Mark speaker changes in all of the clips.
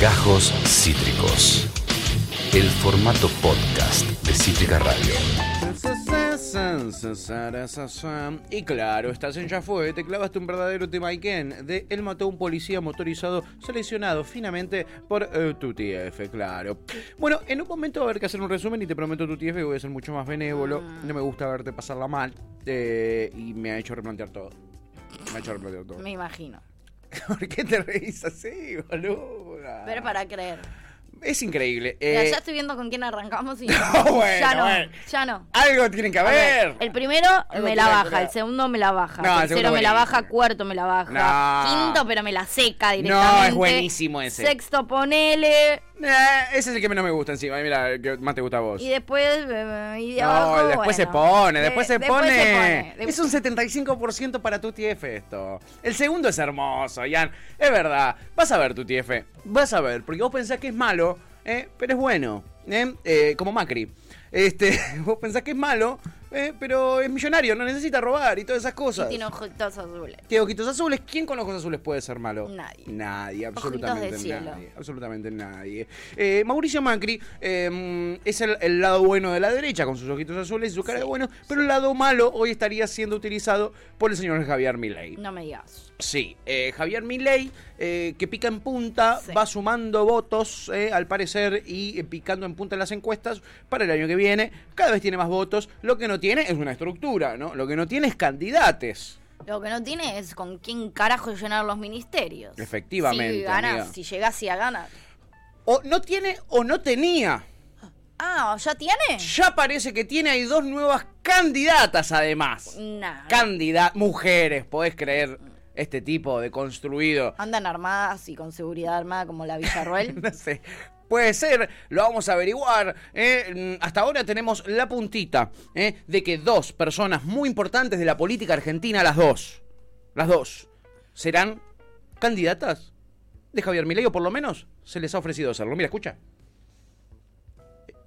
Speaker 1: Gajos Cítricos. El formato podcast de Cítrica Radio.
Speaker 2: Y claro, estás en Ya Fue, te clavaste un verdadero tema Iken de Él mató a un policía motorizado seleccionado finamente por eh, tu TF, claro. Bueno, en un momento va a haber que hacer un resumen y te prometo tu TF voy a ser mucho más benévolo.
Speaker 3: Ah.
Speaker 2: No me gusta verte pasarla mal eh, y me ha hecho replantear todo. Me ha hecho replantear todo.
Speaker 3: Me imagino.
Speaker 2: ¿Por qué te reís así, boluda?
Speaker 3: Pero para creer.
Speaker 2: Es increíble.
Speaker 3: Mira,
Speaker 2: eh,
Speaker 3: ya estoy viendo con quién arrancamos y.
Speaker 2: bueno,
Speaker 3: ya no.
Speaker 2: bueno.
Speaker 3: Ya no.
Speaker 2: Algo tienen que
Speaker 3: A ver,
Speaker 2: haber.
Speaker 3: el primero
Speaker 2: Algo
Speaker 3: me
Speaker 2: tiene
Speaker 3: la
Speaker 2: que
Speaker 3: baja,
Speaker 2: ver.
Speaker 3: el segundo me la baja,
Speaker 2: No, el
Speaker 3: el tercero
Speaker 2: segundo
Speaker 3: me la
Speaker 2: buenísimo.
Speaker 3: baja, cuarto me la baja,
Speaker 2: No.
Speaker 3: quinto pero me la seca directamente.
Speaker 2: es buenísimo ese.
Speaker 3: Sexto ponele
Speaker 2: Eh, ese es el que menos me gusta encima. Mira, el que más te gusta a vos.
Speaker 3: y después eh, y de
Speaker 2: No,
Speaker 3: abajo,
Speaker 2: después se
Speaker 3: bueno.
Speaker 2: pone,
Speaker 3: De-
Speaker 2: después, se,
Speaker 3: después
Speaker 2: pone.
Speaker 3: se pone.
Speaker 2: Es un 75% para tu TF esto. El segundo es hermoso, Jan. Es verdad. Vas a ver tu TF. Vas a ver, porque vos pensás que es malo, ¿eh? pero es bueno. ¿eh? Eh, como Macri. Este, vos pensás que es malo, ¿eh? pero es millonario, no necesita robar y todas esas
Speaker 3: Y
Speaker 2: cosas.
Speaker 3: tiene ojitos azules.
Speaker 2: Tiene ojitos azules. ¿Quién con ojos azules puede ser malo?
Speaker 3: Nadie.
Speaker 2: Nadie, absolutamente
Speaker 3: de cielo.
Speaker 2: nadie. Absolutamente nadie. Eh, Mauricio Macri eh, es el, el lado bueno de la derecha, con sus ojitos azules y su cara de bueno, pero el lado malo hoy estaría siendo utilizado por el señor Javier Milei.
Speaker 3: No me digas.
Speaker 2: Sí, eh, Javier Milei, eh, que pica en punta,
Speaker 3: Sí.
Speaker 2: va sumando votos, eh, al parecer, y eh, picando en punta en las encuestas para el año que viene. Cada vez tiene más votos. Lo que no tiene es una estructura, ¿no? Lo que no tiene es candidates.
Speaker 3: Lo que no tiene es con quién carajo llenar los ministerios.
Speaker 2: Efectivamente,
Speaker 3: Si ganas,
Speaker 2: amiga.
Speaker 3: si llegás y a ganar.
Speaker 2: O no tiene o no tenía.
Speaker 3: Ah, ¿ya tiene?
Speaker 2: Ya parece que tiene hay dos nuevas candidatas además.
Speaker 3: Nah.
Speaker 2: Candidatas, mujeres, podés creer este tipo de construido.
Speaker 3: Andan armadas y con seguridad armada como la Villarroel.
Speaker 2: No sé. Puede ser, lo vamos a averiguar. ¿eh? Mm, Hasta ahora tenemos la puntita ¿eh? de que dos personas muy importantes de la política argentina, las dos, las dos, serán candidatas de Javier Milei, o por lo menos se les ha ofrecido hacerlo. Mira, escucha.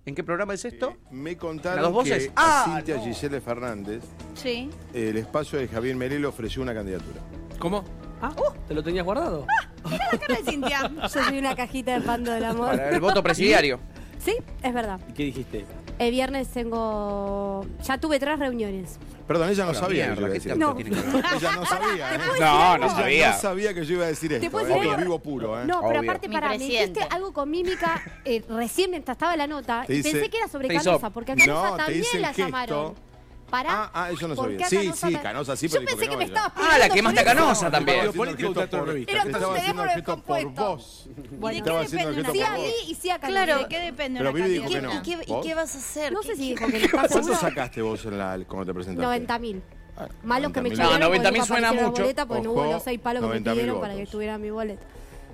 Speaker 2: ¿En qué programa es esto?
Speaker 4: Me contaron
Speaker 2: ¿Las dos voces?
Speaker 4: que
Speaker 2: Ah,
Speaker 4: a Cintia
Speaker 2: no.
Speaker 4: Giselle Fernández
Speaker 3: sí.
Speaker 4: el espacio de Javier Merelo ofreció una candidatura.
Speaker 5: ¿Cómo? Ah, ¿te lo tenías guardado?
Speaker 6: Ah.
Speaker 7: Yo soy una cajita de pando del amor.
Speaker 2: Para el voto presidiario.
Speaker 7: Sí, es verdad.
Speaker 5: ¿Y qué dijiste?
Speaker 7: El viernes tengo. Ya tuve tres reuniones.
Speaker 4: Perdón, ella no sabía
Speaker 2: mierda,
Speaker 4: que yo iba a
Speaker 2: ¿qué
Speaker 4: decir
Speaker 2: tanto
Speaker 4: esto.
Speaker 7: No.
Speaker 2: tiene que ver?
Speaker 4: Ella no sabía, ¿eh?
Speaker 2: No, no
Speaker 4: Ella
Speaker 2: sabía.
Speaker 4: no sabía que yo iba a decir esto.
Speaker 7: puedo
Speaker 4: ¿eh?
Speaker 7: decir
Speaker 4: Esto es
Speaker 7: algo?
Speaker 4: vivo puro, ¿eh?
Speaker 7: No, pero
Speaker 2: Obvio.
Speaker 7: aparte,
Speaker 3: Mi
Speaker 7: para, me
Speaker 3: presidente.
Speaker 7: dijiste algo con mímica eh, recién mientras estaba la nota.
Speaker 4: Te
Speaker 7: y
Speaker 4: hice-
Speaker 7: pensé que era sobre
Speaker 2: te hizo-
Speaker 7: Canosa, porque a Canosa
Speaker 4: No, te
Speaker 7: también
Speaker 4: hice el
Speaker 7: la
Speaker 4: gesto.
Speaker 7: llamaron. Pará.
Speaker 4: Ah, ah, eso no
Speaker 7: ¿Por
Speaker 4: sabía.
Speaker 7: qué a
Speaker 4: Sí,
Speaker 7: Canosa
Speaker 4: sí,
Speaker 7: ta-
Speaker 4: Canosa sí,
Speaker 7: Yo
Speaker 4: pero dijo
Speaker 7: pensé
Speaker 4: que
Speaker 7: que,
Speaker 4: no,
Speaker 7: me
Speaker 4: ella.
Speaker 7: estabas
Speaker 2: Ah, la
Speaker 7: pidiendo
Speaker 2: quemaste a
Speaker 7: por eso.
Speaker 2: Canosa también.
Speaker 4: Estaba haciendo
Speaker 5: Político,
Speaker 4: objeto
Speaker 5: teatro,
Speaker 4: por-
Speaker 5: revista.
Speaker 4: te
Speaker 7: Era
Speaker 4: estaba
Speaker 7: un
Speaker 4: haciendo
Speaker 7: teléfono
Speaker 4: objeto por
Speaker 7: descompuesto.
Speaker 4: vos.
Speaker 7: ¿De
Speaker 4: Estaba
Speaker 7: qué
Speaker 4: haciendo
Speaker 7: depende?
Speaker 4: objeto
Speaker 7: Sí
Speaker 4: por
Speaker 7: a mí
Speaker 4: vos.
Speaker 7: y sí a Canosa.
Speaker 3: Claro.
Speaker 8: ¿De qué depende
Speaker 4: Pero
Speaker 8: una
Speaker 4: Vivi dijo
Speaker 3: ¿Qué-
Speaker 4: que
Speaker 8: candidatura?
Speaker 4: no.
Speaker 3: y, qué, y
Speaker 4: ¿Vos?
Speaker 3: qué vas a hacer?
Speaker 7: No sé
Speaker 3: ¿Qué-
Speaker 7: si
Speaker 3: qué-
Speaker 7: dijo que le estaba
Speaker 4: ¿Cuánto sacaste vos en la, cuando te presentaste?
Speaker 7: 90.000.
Speaker 4: Ah,
Speaker 7: Malos que me
Speaker 4: 90.000.
Speaker 7: chorearon
Speaker 2: No,
Speaker 7: porque
Speaker 2: 90.000 suena
Speaker 7: nunca aparecieron la
Speaker 2: mucho.
Speaker 7: boleta porque no
Speaker 4: Ojo,
Speaker 7: hubo los seis palos que me
Speaker 4: 90.000
Speaker 7: pidieron para que
Speaker 4: votos.
Speaker 7: estuviera mi boleta.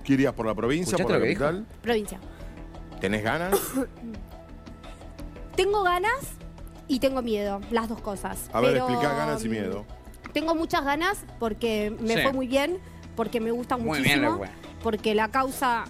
Speaker 4: ¿Qué irías por la provincia,
Speaker 2: ¿Escuchaste
Speaker 4: por la
Speaker 2: lo que dijo?
Speaker 4: capital?
Speaker 7: Provincia.
Speaker 4: ¿Tenés ganas?
Speaker 7: Tengo ganas y tengo miedo, las dos cosas.
Speaker 4: A ver,
Speaker 7: Pero, mm,
Speaker 4: explicá ganas y miedo.
Speaker 7: Tengo muchas ganas porque me
Speaker 2: Sí.
Speaker 7: fue muy bien, porque me gusta
Speaker 2: Muy bien,
Speaker 7: muchísimo,
Speaker 2: la wea.
Speaker 7: porque la causa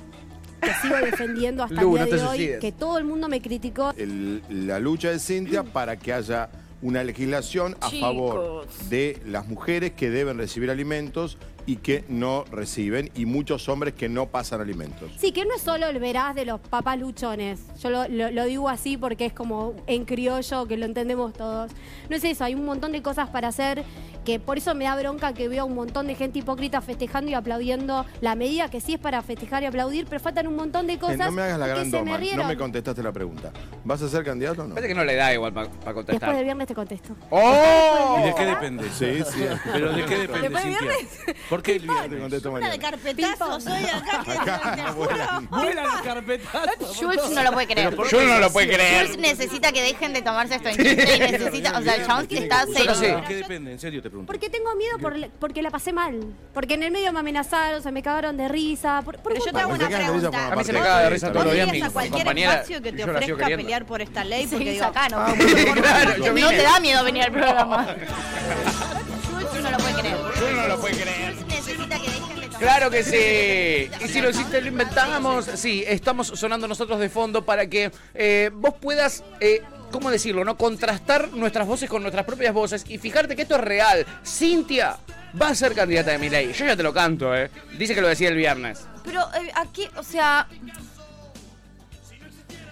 Speaker 7: que sigo defendiendo hasta
Speaker 2: Lu,
Speaker 7: el día
Speaker 2: no te
Speaker 7: de hoy,
Speaker 2: suicides.
Speaker 7: que todo el mundo me criticó,
Speaker 4: el- la lucha de Cintia para que haya una legislación a
Speaker 3: Chicos.
Speaker 4: favor de las mujeres que deben recibir alimentos y que no reciben, y muchos hombres que no pasan alimentos.
Speaker 7: sí, que no es solo el verás de los papás luchones, yo lo, lo- lo digo así porque es como en criollo que lo entendemos todos. No es eso, hay un montón de cosas para hacer que por eso me da bronca que veo un montón de gente hipócrita festejando y aplaudiendo la medida que sí es para festejar y aplaudir, pero faltan un montón de
Speaker 4: Eh,
Speaker 7: cosas
Speaker 4: no me hagas la
Speaker 7: que
Speaker 4: gran
Speaker 7: se me
Speaker 4: doma, no
Speaker 7: rieron.
Speaker 4: me contestaste la pregunta. ¿Vas a ser candidato o no?
Speaker 2: Parece que no le da igual para
Speaker 7: Después del
Speaker 2: contestar.
Speaker 7: viernes te contesto.
Speaker 2: ¡Oh!
Speaker 5: ¿Y de qué depende?
Speaker 4: Sí, sí.
Speaker 5: ¿Pero de qué depende,
Speaker 7: ¿Después del
Speaker 5: Cintia? ¿Por qué el
Speaker 4: Te
Speaker 5: viernes?
Speaker 4: contesto
Speaker 8: Una
Speaker 4: mañana.
Speaker 8: de carpetazos soy acá. que- te
Speaker 4: Acá,
Speaker 8: juro.
Speaker 4: vuelan.
Speaker 6: Ah,
Speaker 5: ¡Vuela la carpeta!
Speaker 3: Jules no lo puede creer.
Speaker 5: Pero por-
Speaker 2: Yo no lo puedo
Speaker 3: Jules
Speaker 2: creer.
Speaker 3: necesita que dejen de tomarse esto en chiste y necesita. O sea, el chabón que está
Speaker 2: Solo sí.
Speaker 3: serio.
Speaker 5: ¿De qué depende? En serio te pregunto.
Speaker 7: Porque tengo miedo por la- porque la pasé mal. Porque en el medio me amenazaron, se me cagaron de risa. Por, por
Speaker 8: Pero yo
Speaker 7: culpa
Speaker 8: te hago
Speaker 7: de-
Speaker 4: Pensé
Speaker 8: una
Speaker 4: que antes ella
Speaker 8: pregunta.
Speaker 4: formaba
Speaker 2: A mí se
Speaker 4: parte
Speaker 2: me
Speaker 4: de
Speaker 2: caga de
Speaker 4: esta
Speaker 2: risa
Speaker 4: lista.
Speaker 2: todos los
Speaker 8: ¿Vos
Speaker 2: días
Speaker 8: irías
Speaker 2: mi
Speaker 8: a cualquier
Speaker 2: compañera,
Speaker 8: espacio que te
Speaker 2: yo la sigo
Speaker 8: ofrezca
Speaker 2: queriendo. Ah,
Speaker 8: pelear por esta ley?
Speaker 3: Sí,
Speaker 8: Porque digo,
Speaker 3: sacano.
Speaker 2: Claro, yo
Speaker 3: No
Speaker 2: vine.
Speaker 3: te da miedo venir al programa. Jules no lo puede creer.
Speaker 2: Yo no lo puedo creer.
Speaker 3: Jules necesita que dejen de tomarse.
Speaker 2: Claro que sí. Y si lo hiciste, lo inventamos. Sí, estamos sonando nosotros de fondo para que eh, vos puedas, eh, ¿cómo decirlo? no Contrastar nuestras voces con nuestras propias voces y fijarte que esto es real. Cintia va a ser candidata de mi ley. Yo ya te lo canto, ¿eh? Dice que lo decía el viernes.
Speaker 9: Pero eh, aquí, o sea.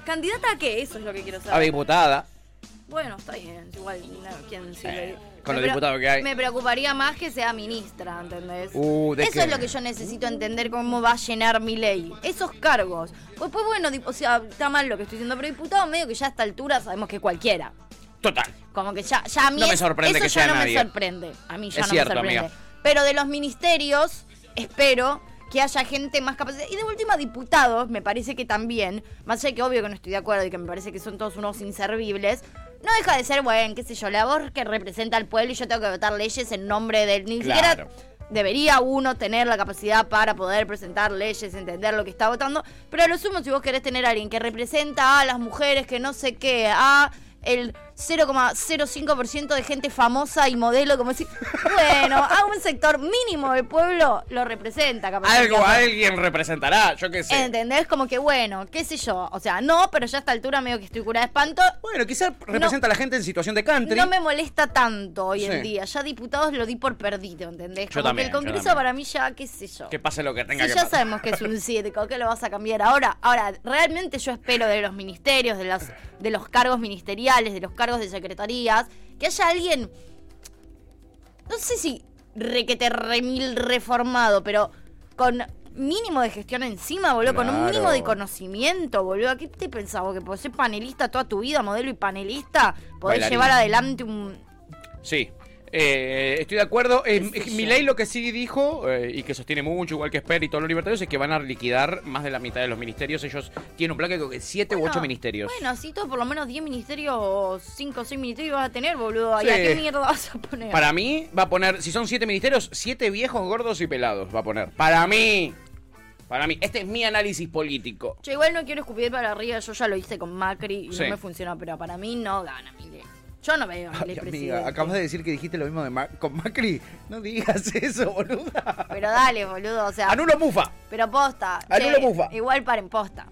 Speaker 9: ¿Candidata a qué? Eso es lo que quiero
Speaker 2: A
Speaker 9: saber.
Speaker 2: diputada.
Speaker 9: Bueno, está bien, igual, no, ¿quién sirve?
Speaker 2: Eh, con los
Speaker 9: Me preo-
Speaker 2: diputados que hay.
Speaker 9: Me preocuparía más que sea ministra, ¿entendés?
Speaker 2: Uh, ¿de
Speaker 9: Eso
Speaker 2: qué?
Speaker 9: es lo que yo necesito entender, cómo va a llenar mi ley. Esos cargos. Pues, pues bueno, dip- o sea, está mal lo que estoy diciendo, pero diputado medio que ya a esta altura sabemos que cualquiera.
Speaker 2: Total.
Speaker 9: Como que ya, ya a mí
Speaker 2: No me
Speaker 9: es-
Speaker 2: sorprende
Speaker 9: eso
Speaker 2: que
Speaker 9: ya
Speaker 2: sea
Speaker 9: no
Speaker 2: nadie.
Speaker 9: me sorprende. A mí ya
Speaker 2: Es
Speaker 9: no
Speaker 2: cierto,
Speaker 9: me sorprende.
Speaker 2: amiga.
Speaker 9: Pero de los ministerios, espero que haya gente más capaz. Y de última, diputados, me parece que también, más allá de que obvio que no estoy de acuerdo y que me parece que son todos unos inservibles, no deja de ser, bueno, qué sé yo, la voz que representa al pueblo y yo tengo que votar leyes en nombre del... Ni siquiera
Speaker 2: Claro.
Speaker 9: debería uno tener la capacidad para poder presentar leyes, entender lo que está votando, pero a lo sumo si vos querés tener a alguien que representa a las mujeres, que no sé qué, a el 0,05% de gente famosa y modelo, como si, bueno, a un sector mínimo del pueblo lo representa, capaz.
Speaker 2: Algo,
Speaker 9: Digamos,
Speaker 2: alguien representará, yo qué sé.
Speaker 9: ¿Entendés? Como que bueno, qué sé yo. O sea, no, pero ya a esta altura medio que estoy curada de espanto.
Speaker 2: Bueno, quizás representa a la gente en situación de country.
Speaker 9: No me molesta tanto hoy en
Speaker 2: Sí.
Speaker 9: día. Ya diputados lo di por perdido, ¿entendés?
Speaker 2: Yo
Speaker 9: Como
Speaker 2: también,
Speaker 9: que
Speaker 2: yo
Speaker 9: el Congreso
Speaker 2: también.
Speaker 9: para mí ya, qué sé yo.
Speaker 2: Que pase lo que tenga
Speaker 9: Sí,
Speaker 2: que
Speaker 9: ya
Speaker 2: pasar.
Speaker 9: sabemos que es un circo, que lo vas a cambiar ahora. Ahora, realmente yo espero de los ministerios, de, las, de los cargos ministeriales, de los cargos de secretarías, que haya alguien, no sé si requete remil reformado, pero con mínimo de gestión encima, boludo, con un
Speaker 4: Claro.
Speaker 9: mínimo de conocimiento, boludo. ¿Qué te pensabas? ¿Que podés ser panelista toda tu vida, modelo y panelista? ¿Podés
Speaker 2: Bailarina.
Speaker 9: llevar adelante un,
Speaker 2: Sí. Eh, estoy de acuerdo. Eh,
Speaker 9: Qué sé yo.
Speaker 2: Milei lo que sí dijo, eh, y que sostiene mucho, igual que Esper y todos los libertarios, es que van a liquidar más de la mitad de los ministerios. Ellos tienen un plan que creo que siete u
Speaker 9: Bueno,
Speaker 2: ocho ministerios.
Speaker 9: Bueno, si todo por lo menos 10 ministerios o 5 o 6 ministerios vas a tener, boludo. ¿Y
Speaker 2: Sí.
Speaker 9: a qué mierda vas a poner?
Speaker 2: Para mí va a poner, si son siete ministerios, siete viejos, gordos y pelados va a poner. Para mí. Para mí. Este es mi análisis político.
Speaker 9: Yo igual no quiero escupir para arriba, yo ya lo hice con Macri y
Speaker 2: Sí.
Speaker 9: no me funcionó, pero para mí no gana Milei. Yo no veo a
Speaker 2: Ay,
Speaker 9: Milei
Speaker 2: amiga,
Speaker 9: presidente.
Speaker 2: acabas de decir que dijiste lo mismo de Ma- con Macri. No digas eso, boluda.
Speaker 9: Pero dale, boludo, o sea,
Speaker 2: Anulo Mufa.
Speaker 9: pero posta.
Speaker 2: Anulo
Speaker 9: che,
Speaker 2: Mufa.
Speaker 9: Igual para en posta.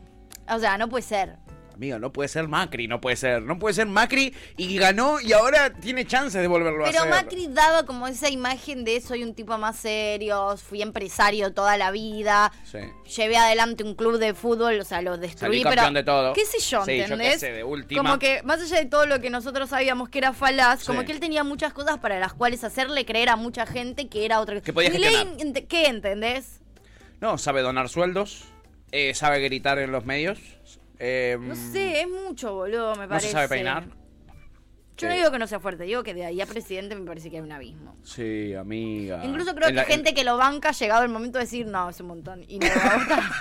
Speaker 9: O sea, no puede ser.
Speaker 2: Amiga, no puede ser Macri, no puede ser. No puede ser Macri y ganó y ahora tiene chances de volverlo a
Speaker 9: Pero
Speaker 2: hacer.
Speaker 9: Macri daba como esa imagen de soy un tipo más serio, fui empresario toda la vida,
Speaker 2: Sí.
Speaker 9: llevé adelante un club de fútbol, o sea, lo destruí,
Speaker 2: Salí
Speaker 9: pero
Speaker 2: campeón de todo.
Speaker 9: qué sé yo,
Speaker 2: Sí, yo qué
Speaker 9: ¿entendés?
Speaker 2: sé, de última.
Speaker 9: Como que más allá de todo lo que nosotros sabíamos que era falaz, como
Speaker 2: Sí.
Speaker 9: que él tenía muchas cosas para las cuales hacerle creer a mucha gente que era otra
Speaker 2: Que podía
Speaker 9: Milei,
Speaker 2: gestionar.
Speaker 9: ent- ¿Qué entendés?
Speaker 2: No, sabe donar sueldos, eh, sabe gritar en los medios. eh,
Speaker 9: No sé, es mucho, boludo, me
Speaker 2: No
Speaker 9: parece.
Speaker 2: se sabe peinar.
Speaker 9: Yo no digo que no sea fuerte, digo que de ahí a presidente me parece que hay un abismo.
Speaker 2: Sí, amiga.
Speaker 9: Incluso creo
Speaker 2: En
Speaker 9: que
Speaker 2: la-
Speaker 9: gente que lo banca ha llegado el momento de decir, no, es un montón. Y no lo va a votar.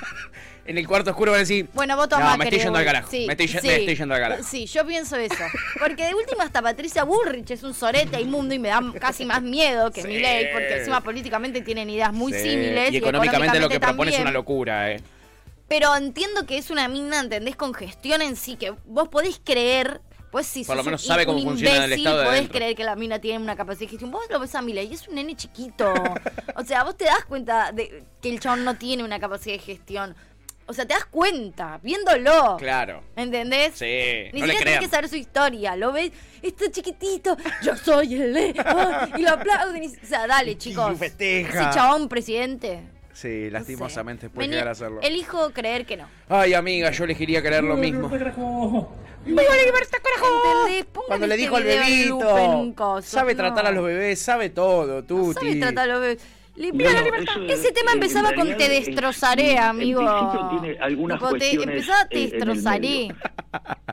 Speaker 2: En el cuarto oscuro van a decir.
Speaker 9: Bueno, voto a
Speaker 2: no,
Speaker 9: Macri.
Speaker 2: me estoy
Speaker 9: de
Speaker 2: yendo al
Speaker 9: última".
Speaker 2: carajo.
Speaker 9: Sí,
Speaker 2: me, estoy, ye-
Speaker 9: sí.
Speaker 2: me estoy yendo al carajo.
Speaker 9: Sí, yo pienso eso. Porque de última hasta Patricia Burrich es un sorete inmundo y me da casi más miedo que
Speaker 2: Sí.
Speaker 9: Milei, porque encima políticamente tienen ideas muy
Speaker 2: Sí,
Speaker 9: similares.
Speaker 2: Y económicamente lo que propone es una
Speaker 9: también.
Speaker 2: locura, eh.
Speaker 9: Pero entiendo que es una mina, ¿entendés? Con gestión en sí, que vos podés creer. Pues si
Speaker 2: Por lo
Speaker 9: sos
Speaker 2: menos
Speaker 9: un-
Speaker 2: sabe
Speaker 9: un
Speaker 2: cómo funciona el
Speaker 9: imbécil,
Speaker 2: Estado de
Speaker 9: podés
Speaker 2: adentro.
Speaker 9: creer que la mina tiene una capacidad de gestión. Vos lo ves a Milei y es un nene chiquito. o sea, vos te das cuenta de que el chabón no tiene una capacidad de gestión. O sea, te das cuenta, viéndolo.
Speaker 2: Claro.
Speaker 9: ¿Entendés?
Speaker 2: Sí,
Speaker 9: Ni
Speaker 2: no le
Speaker 9: siquiera tenés
Speaker 2: crean.
Speaker 9: que saber su historia. Lo ves, este chiquitito, yo soy el E. ah, y lo aplauden. y- o sea, dale, chicos.
Speaker 2: Y festeja.
Speaker 9: Ese chabón presidente. no
Speaker 2: Sí, lastimosamente
Speaker 9: sé.
Speaker 2: puede
Speaker 9: Me
Speaker 2: llegar
Speaker 9: nie-
Speaker 2: a hacerlo.
Speaker 9: Elijo creer que no.
Speaker 2: Ay, amiga, yo elegiría creer lo mismo.
Speaker 9: ¿Entendés? Pongan
Speaker 2: Cuando le
Speaker 9: este
Speaker 2: dijo al
Speaker 9: video en loop en un
Speaker 2: bebito,
Speaker 9: coso,
Speaker 2: sabe
Speaker 9: no.
Speaker 2: tratar a los bebés, sabe todo,
Speaker 9: No
Speaker 2: tú.
Speaker 9: Sabe tratar a los bebés. Le pido la libertad. Ese tema empezaba con te destrozaré, amigo. Tipo, te- empezaba te destrozaré.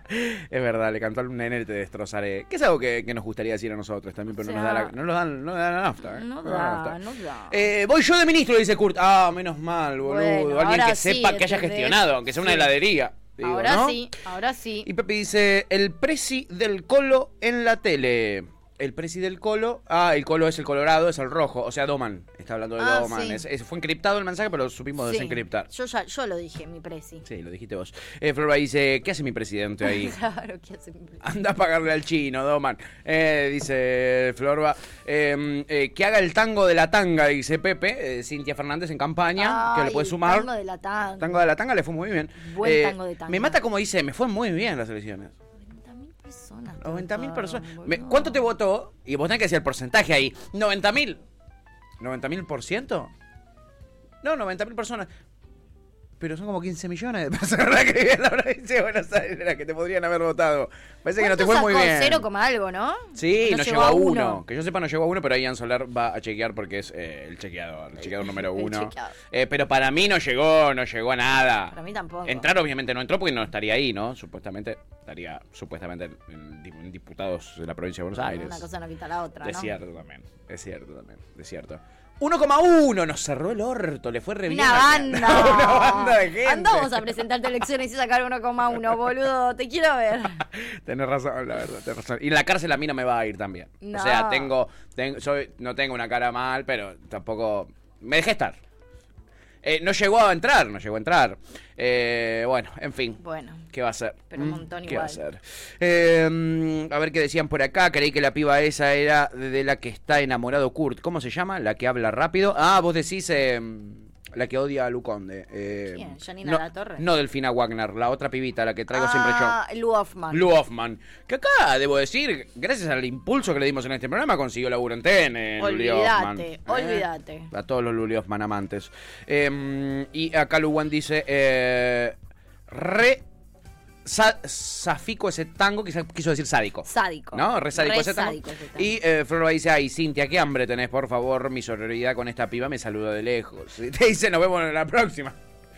Speaker 2: Es verdad, le cantó al nene y te destrozaré. Que es algo que, que nos gustaría decir a nosotros también, pero
Speaker 9: O
Speaker 2: no nos da
Speaker 9: sea,
Speaker 2: la, no nos dan, no nos dan la nafta. ¿eh?
Speaker 9: no
Speaker 2: nos dan la
Speaker 9: da,
Speaker 2: nafta.
Speaker 9: no da.
Speaker 2: Eh, voy yo de ministro, dice Kurt. Ah, menos mal, boludo.
Speaker 9: Bueno,
Speaker 2: Alguien
Speaker 9: ahora
Speaker 2: que
Speaker 9: sí,
Speaker 2: sepa que haya
Speaker 9: ¿entendés?
Speaker 2: gestionado, aunque sea una
Speaker 9: Sí.
Speaker 2: heladería. digo,
Speaker 9: ahora
Speaker 2: ¿no?
Speaker 9: sí, ahora sí.
Speaker 2: Y Pepe dice, el presi del colo en la tele. El presi del colo. Ah, el colo es el colorado, es el rojo. O sea, Doman. Está hablando de
Speaker 9: Ah,
Speaker 2: Doman.
Speaker 9: sí.
Speaker 2: Es- es- fue encriptado el mensaje, pero lo supimos
Speaker 9: Sí.
Speaker 2: desencriptar.
Speaker 9: Yo ya, yo lo dije, mi presi.
Speaker 2: Sí, lo dijiste vos. Eh, Florba dice, ¿qué hace mi presidente ahí?
Speaker 9: Claro, ¿qué hace mi presi?
Speaker 2: Anda a pagarle al chino, Doman. Eh, dice Florba. eh, eh, que haga el tango de la tanga, dice Pepe. eh, Cintia Fernández en campaña, que le
Speaker 9: Ay,
Speaker 2: puede sumar.
Speaker 9: Tango de la tanga.
Speaker 2: Tango de la tanga le fue muy bien. Eh,
Speaker 9: Buen tango de tanga.
Speaker 2: Me mata como dice, me fue muy bien las elecciones.
Speaker 9: 90.000 personas.
Speaker 2: 90 mil personas.
Speaker 9: votaron,
Speaker 2: Me-
Speaker 9: boludo.
Speaker 2: ¿Cuánto te votó? Y vos tenés que decir el porcentaje ahí. ¿90 mil? ¿90 mil por ciento? No, 90 mil personas. pero son como 15 millones de personas que viven en la provincia de Buenos Aires las que te podrían haber votado. Parece que no te fue muy bien.
Speaker 9: Cero coma algo, ¿no?
Speaker 2: Sí,
Speaker 9: No
Speaker 2: no, llegó a uno. Que yo sepa, no llegó a uno, pero Ian Solar va a chequear porque es eh, el chequeador, el chequeador número
Speaker 9: El
Speaker 2: uno.
Speaker 9: chequeador.
Speaker 2: Eh, pero para mí no llegó, no llegó a nada.
Speaker 9: Para mí tampoco.
Speaker 2: Entrar obviamente no entró porque no estaría ahí, ¿no? Supuestamente estaría supuestamente en- en, dip- en diputados de la provincia de Buenos Aires.
Speaker 9: Una cosa no quita la otra,
Speaker 2: Es
Speaker 9: ¿no?
Speaker 2: cierto también, es cierto también, es cierto. 1,1 nos cerró el orto, le fue re bien
Speaker 9: Una
Speaker 2: a-
Speaker 9: banda.
Speaker 2: Una banda de gente.
Speaker 9: Andamos a presentarte elecciones y sacar 1,1, boludo. Te quiero ver.
Speaker 2: Tenés razón, la verdad, tenés razón. Y en la cárcel a mí no me va a ir también.
Speaker 9: No.
Speaker 2: O sea, tengo, ten- soy, no tengo una cara mal, pero tampoco... Me dejé estar. Eh, no llegó a entrar, no llegó a entrar. Eh, bueno, en fin.
Speaker 9: Bueno.
Speaker 2: ¿Qué va a ser? ¿Mm?
Speaker 9: Pero un montón
Speaker 2: ¿Qué
Speaker 9: igual.
Speaker 2: va a ser? Eh, a ver qué decían por acá. Creí que la piba esa era de la que está enamorado Kurt. ¿Cómo se llama? La que habla rápido. Ah, vos decís eh, la que odia a Luconde. Eh,
Speaker 9: ¿Quién? ¿Janina
Speaker 2: no,
Speaker 9: Latorre?
Speaker 2: No, Delfina Wagner, la otra pibita, la que traigo siempre yo.
Speaker 9: Ah, Lu Hoffman.
Speaker 2: Lou Hoffman. Que acá, debo decir, gracias al impulso que le dimos en este programa, consiguió laburo en TN. Luli
Speaker 9: Olvídate,
Speaker 2: Hoffman. ¿eh?
Speaker 9: olvídate.
Speaker 2: A todos los Luli Hoffman amantes. Eh, y acá Luwan dice, eh, re... sa- safico ese tango, quizás quiso decir sádico.
Speaker 9: Sádico.
Speaker 2: ¿No? Re sádico
Speaker 9: Re
Speaker 2: ese tango.
Speaker 9: sádico ese tango.
Speaker 2: Y eh, Florba dice, ay, Cintia, qué hambre tenés, por favor. Mi sororidad con esta piba me saluda de lejos. Y te dice, nos vemos en la próxima.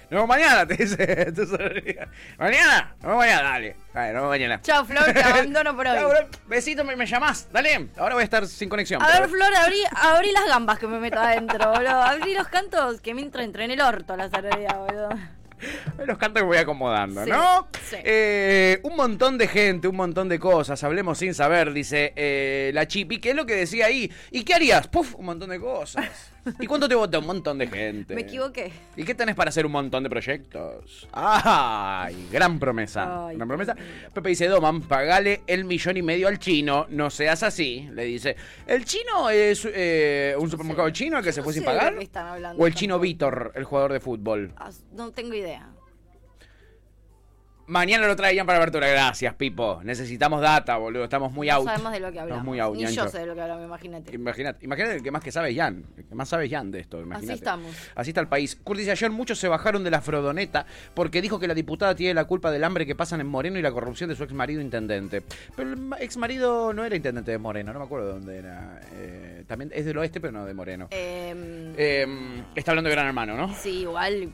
Speaker 2: Nos vemos mañana, te dice tu sororidad. Mañana, nos vemos mañana, dale. Dale, nos vemos mañana.
Speaker 9: Chao, Flor, te abandono por hoy.
Speaker 2: Chao, Flor. Besito, me, me llamás. Dale. Ahora voy a estar sin conexión.
Speaker 9: A
Speaker 2: pero-
Speaker 9: ver, Flor, abrí, abrí las gambas que me meto adentro, boludo. Abrí los cantos que me entra, entré en el orto la sardina, boludo.
Speaker 2: Los cantos que voy acomodando,
Speaker 9: Sí,
Speaker 2: ¿no?
Speaker 9: sí.
Speaker 2: Eh, un montón de gente, un montón de cosas. Hablemos sin saber, dice eh, la Chipi. ¿Qué es lo que decía ahí? ¿Y qué harías? Puf, un montón de cosas. ¿Y cuánto te votó? Un montón de gente.
Speaker 9: Me equivoqué.
Speaker 2: ¿Y qué tenés para hacer un montón de proyectos? ¡Ay! Gran promesa.
Speaker 9: Ay,
Speaker 2: gran promesa. Pepe dice, Doman, pagale el millón y medio al chino, no seas así. Le dice, ¿el chino es eh, un supermercado chino el que se
Speaker 9: no
Speaker 2: fue sin
Speaker 9: sé de
Speaker 2: pagar?
Speaker 9: lo que están hablando
Speaker 2: ¿O el chino
Speaker 9: tampoco.
Speaker 2: Vítor, el jugador de fútbol?
Speaker 9: Ah, No tengo idea.
Speaker 2: Mañana lo traían para apertura. Gracias, Pipo. Necesitamos data, boludo. Estamos muy
Speaker 9: No
Speaker 2: out.
Speaker 9: sabemos de lo que
Speaker 2: Estamos
Speaker 9: hablamos.
Speaker 2: muy out, Em,
Speaker 9: Ni
Speaker 2: Ñancho.
Speaker 9: yo sé de lo que hablamos, imagínate.
Speaker 2: Imagínate, imagínate el que más que sabe es Jan. El que más sabe es Jan de esto. Imagínate.
Speaker 9: Así estamos.
Speaker 2: Así está el país. Kurt dice, ayer muchos se bajaron de la frodoneta porque dijo que la diputada tiene la culpa del hambre que pasan en Moreno y la corrupción de su ex marido intendente. Pero el ex marido no era intendente de Moreno, no me acuerdo dónde era. Eh, también es del oeste, pero no de Moreno.
Speaker 9: Em,
Speaker 2: Eh, está hablando de Gran Hermano, ¿no?
Speaker 9: Sí, igual.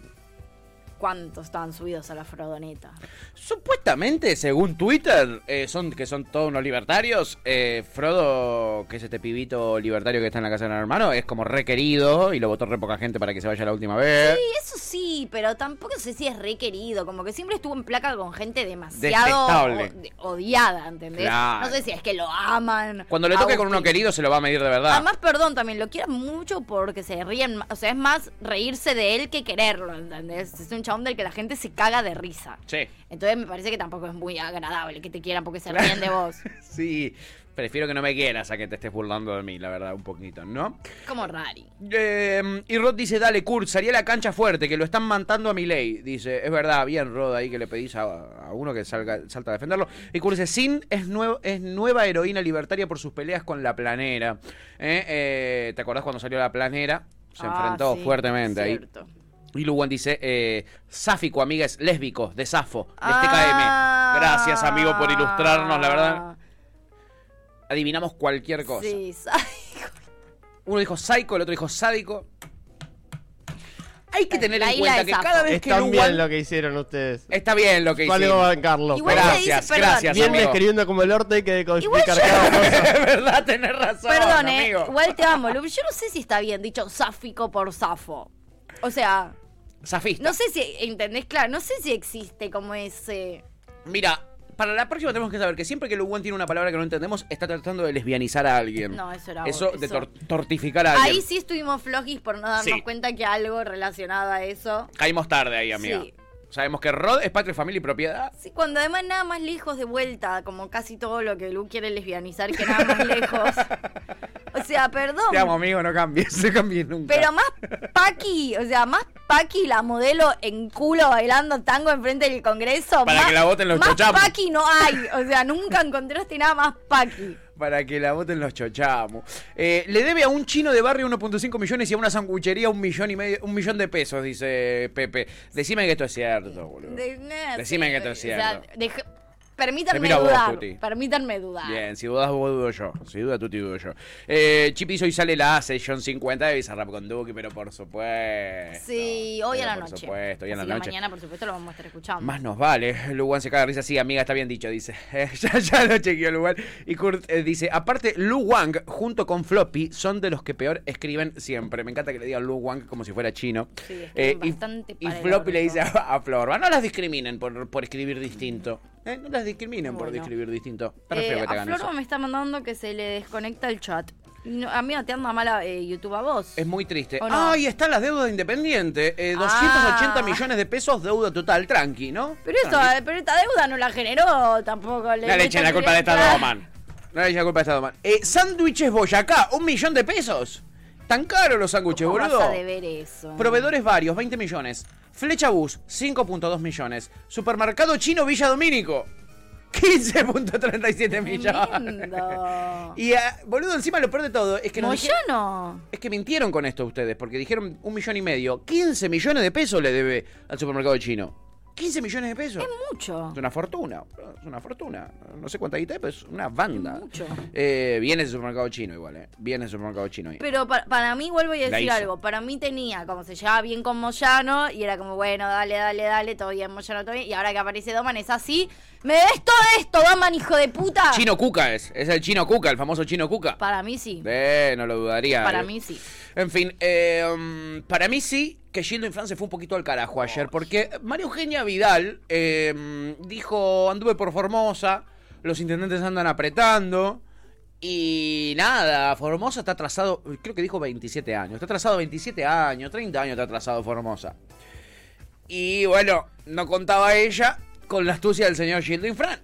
Speaker 9: ¿Cuántos estaban subidos a la frodoneta?
Speaker 2: Supuestamente, según Twitter, eh, son que son todos unos libertarios. eh, Frodo, que es este pibito libertario que está en la casa de Gran hermano, es como requerido y lo votó re poca gente para que se vaya la última vez.
Speaker 9: Y eso sí, pero tampoco sé si es requerido. Como que siempre estuvo en placa con gente demasiado
Speaker 2: Detestable.
Speaker 9: o- de- odiada, ¿entendés?
Speaker 2: Claro.
Speaker 9: No sé si es que lo aman.
Speaker 2: Cuando le toque con uno
Speaker 9: Agustín.
Speaker 2: querido se lo va a medir de verdad.
Speaker 9: Además, perdón, también lo quiero mucho porque se ríen. ma- O sea, es más reírse de él que quererlo, ¿entendés? Es un chabón del que la gente se caga de risa.
Speaker 2: Sí.
Speaker 9: Entonces me parece que tampoco es muy agradable que te quieran porque se ríen de vos.
Speaker 2: Sí, prefiero que no me quieras a que te estés burlando de mí, la verdad, un poquito, ¿no?
Speaker 9: Como Rari.
Speaker 2: Eh, y Rod dice, dale, Kurt, salí a la cancha fuerte, que lo están matando a Milei. Dice, es verdad, bien, Rod, ahí que le pedís a, a uno que salga, salta a defenderlo. Y Kurt dice, Sin es, nuevo, es nueva heroína libertaria por sus peleas con la planera. Eh, eh, ¿Te acordás cuando salió la planera? Se
Speaker 9: Ah,
Speaker 2: enfrentó
Speaker 9: sí,
Speaker 2: fuertemente ahí.
Speaker 9: cierto.
Speaker 2: Y Luwan dice, eh, Sáfico, amiga, es lésbico, de Safo, de
Speaker 9: Ah.
Speaker 2: TKM. Gracias, amigo, por ilustrarnos, la verdad. Adivinamos cualquier cosa.
Speaker 9: Sí, sádico.
Speaker 2: Uno dijo psycho, el otro dijo sádico. Hay que tener
Speaker 9: La
Speaker 2: en
Speaker 9: isla
Speaker 2: cuenta
Speaker 9: de
Speaker 2: que
Speaker 9: Safo.
Speaker 2: cada vez que
Speaker 10: Están
Speaker 2: Luwan...
Speaker 10: bien lo que hicieron ustedes.
Speaker 2: Está bien lo que
Speaker 10: ¿Cuál le va a
Speaker 2: hicimos.
Speaker 10: bancarlo?
Speaker 9: Igual
Speaker 10: Pero-
Speaker 9: le dice
Speaker 2: Gracias,
Speaker 9: perdón.
Speaker 2: gracias,
Speaker 10: Bien
Speaker 2: amigo.
Speaker 10: escribiendo como el orto hay que
Speaker 9: Igual
Speaker 10: decodificar
Speaker 9: yo-
Speaker 10: cada cosa.
Speaker 2: Es verdad, tenés razón,
Speaker 9: Perdón, eh,
Speaker 2: amigo.
Speaker 9: igual te amo, Lu. Yo no sé si está bien dicho sáfico por safo. O sea,
Speaker 2: Safista.
Speaker 9: no sé si, ¿entendés? Claro, no sé si existe como ese...
Speaker 2: Mira, para la próxima tenemos que saber que siempre que Luwan tiene una palabra que no entendemos, está tratando de lesbianizar a alguien.
Speaker 9: No, eso era
Speaker 2: Eso
Speaker 9: obvio,
Speaker 2: de
Speaker 9: eso-
Speaker 2: tor- tortificar a alguien.
Speaker 9: Ahí sí estuvimos flojis por no darnos
Speaker 2: Sí.
Speaker 9: cuenta que algo relacionado a eso...
Speaker 2: Caímos tarde ahí, amiga.
Speaker 9: Sí.
Speaker 2: Sabemos que Rod es patria, familia y propiedad.
Speaker 9: Sí, cuando además nada más lejos de vuelta, como casi todo lo que Lu quiere lesbianizar, que nada más lejos. O sea, perdón.
Speaker 2: Te amo, amigo, no cambies, no cambies nunca.
Speaker 9: Pero más Paqui, o sea, más Paqui la modelo en culo bailando tango enfrente del Congreso.
Speaker 2: Para
Speaker 9: más-
Speaker 2: que la voten los
Speaker 9: Más
Speaker 2: chochapos.
Speaker 9: Paqui no hay, o sea, nunca encontraste nada este más Paqui.
Speaker 2: para que la voten los chochamos. Eh, le debe a un chino de barrio 1.5 millones y a una sanguchería un millón y medio, un millón de pesos, dice Pepe. Decime que esto es cierto, boludo.
Speaker 9: De- nah,
Speaker 2: Decime
Speaker 9: sí,
Speaker 2: que esto es
Speaker 9: o sea,
Speaker 2: cierto.
Speaker 9: deje-
Speaker 2: Te
Speaker 9: permítanme
Speaker 2: miro a vos,
Speaker 9: dudar.
Speaker 2: Tuti.
Speaker 9: permítanme dudar.
Speaker 2: Bien, si dudas vos dudo yo. Si duda tú te dudo yo. Eh, Chipis hoy sale la sesión 50 de Bizarrap con Duki, pero por supuesto.
Speaker 9: Sí, hoy
Speaker 2: Pero
Speaker 9: a la
Speaker 2: Por
Speaker 9: noche.
Speaker 2: supuesto, hoy a la
Speaker 9: Así que
Speaker 2: noche.
Speaker 9: Mañana, por supuesto, lo vamos a estar escuchando.
Speaker 2: Más nos vale. Luwan se caga de risa. Sí, amiga, está bien dicho, dice. ya, ya lo chequeó Luwan. Y Kurt eh, dice, aparte, Lu Wang junto con Floppy son de los que peor escriben siempre. Me encanta que le digan Lu Wang como si fuera chino. Eh,
Speaker 9: Sí, escriben
Speaker 2: y,
Speaker 9: bastante
Speaker 2: y
Speaker 9: para el
Speaker 2: Floppy le
Speaker 9: orto.
Speaker 2: dice a, a Florba, no las discriminen por, por escribir distinto. Eh, No las discriminen por
Speaker 9: Mm. Bueno.
Speaker 2: escribir distinto. Está re feo
Speaker 9: Eh,
Speaker 2: que te
Speaker 9: a
Speaker 2: hagan
Speaker 9: Florba
Speaker 2: eso.
Speaker 9: me está mandando que se le desconecta el chat. Y no- a mí no te anda mala eh, YouTube a vos.
Speaker 2: Es muy triste.
Speaker 9: ¿O no?
Speaker 2: Ahí están las deudas de Independiente. Eh, 280
Speaker 9: Ah.
Speaker 2: millones de pesos, deuda total. Tranqui, ¿no?
Speaker 9: Pero, esto, eh,
Speaker 2: Tranqui.
Speaker 9: pero esta deuda no la generó tampoco.
Speaker 2: No le echen la culpa de Estado man. No le echen la culpa de Estado man. Eh, sándwiches Boyacá, un millón de pesos. Tan caros los sándwiches,
Speaker 9: ¿Cómo
Speaker 2: boludo.
Speaker 9: vas a deber eso?
Speaker 2: Proveedores varios, 20 millones. Flecha Bus, 5.2 millones. Supermercado Chino Villa Domínico, 15.37 millones.
Speaker 9: Tremendo.
Speaker 2: Y, ah, boludo, encima lo peor de todo es que nos dijeron-
Speaker 9: Moyano.
Speaker 2: es que mintieron con esto ustedes, porque dijeron un millón y medio. 15 millones de pesos le debe al supermercado chino. 15 millones de pesos.
Speaker 9: Mucho.
Speaker 2: Es una fortuna, es una fortuna. No sé cuánta guita, es, pero es una banda.
Speaker 9: Mucho.
Speaker 2: Eh, viene ese supermercado chino igual, ¿eh? Viene ese supermercado chino.
Speaker 9: Pero pa- para mí, vuelvo a
Speaker 2: La
Speaker 9: decir
Speaker 2: hizo.
Speaker 9: algo, para mí tenía, como se llevaba bien con Moyano, y era como, bueno, dale, dale, dale, todo bien, Moyano, todo bien, y ahora que aparece Doman es así, me des todo esto, Doman, hijo de puta.
Speaker 2: Chino Cuca es, es el chino Cuca, el famoso chino Cuca.
Speaker 9: Para mí sí,
Speaker 2: Eh, no lo dudaría.
Speaker 9: para
Speaker 2: eh.
Speaker 9: mí sí.
Speaker 2: En fin, eh, mm, para mí sí que Gildo Infran se fue un poquito al carajo ayer, porque María Eugenia Vidal eh, mm, dijo, anduve por Formosa, los intendentes andan apretando, y nada, Formosa está atrasado, creo que dijo 27 años, está atrasado 27 años, 30 años está atrasado Formosa. Y bueno, no contaba ella con la astucia del señor Gildo Infran,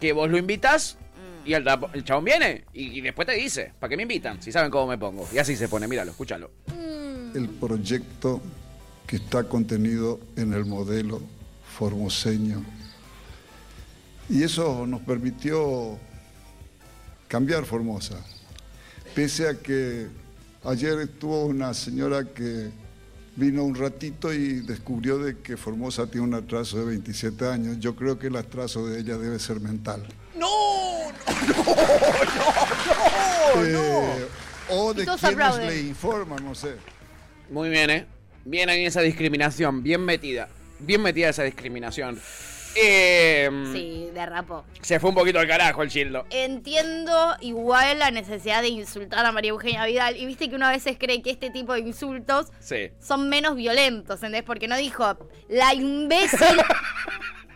Speaker 2: que vos lo invitás y el, rap- el chabón viene y, y después te dice, ¿para qué me invitan? Si saben cómo me pongo. Y así se pone, míralo, escúchalo.
Speaker 11: el proyecto que está contenido en el modelo formoseño. Y eso nos permitió cambiar Formosa. Pese a que ayer estuvo una señora que vino un ratito y descubrió de que Formosa tiene un atraso de 27 años. Yo creo que el atraso de ella debe ser mental. ¡No! ¡No! ¡No! O de
Speaker 9: todos
Speaker 11: quienes
Speaker 9: aplauden.
Speaker 11: le informan, no sé.
Speaker 2: Muy bien, ¿eh? Bien ahí esa discriminación, bien metida. Bien metida esa discriminación. Eh,
Speaker 9: Sí, derrapó.
Speaker 2: Se fue un poquito al carajo el Gildo.
Speaker 9: Entiendo igual la necesidad de insultar a María Eugenia Vidal, y viste que uno a veces cree que este tipo de insultos
Speaker 2: Sí.
Speaker 9: son menos violentos, ¿entendés? Porque no dijo la imbécil,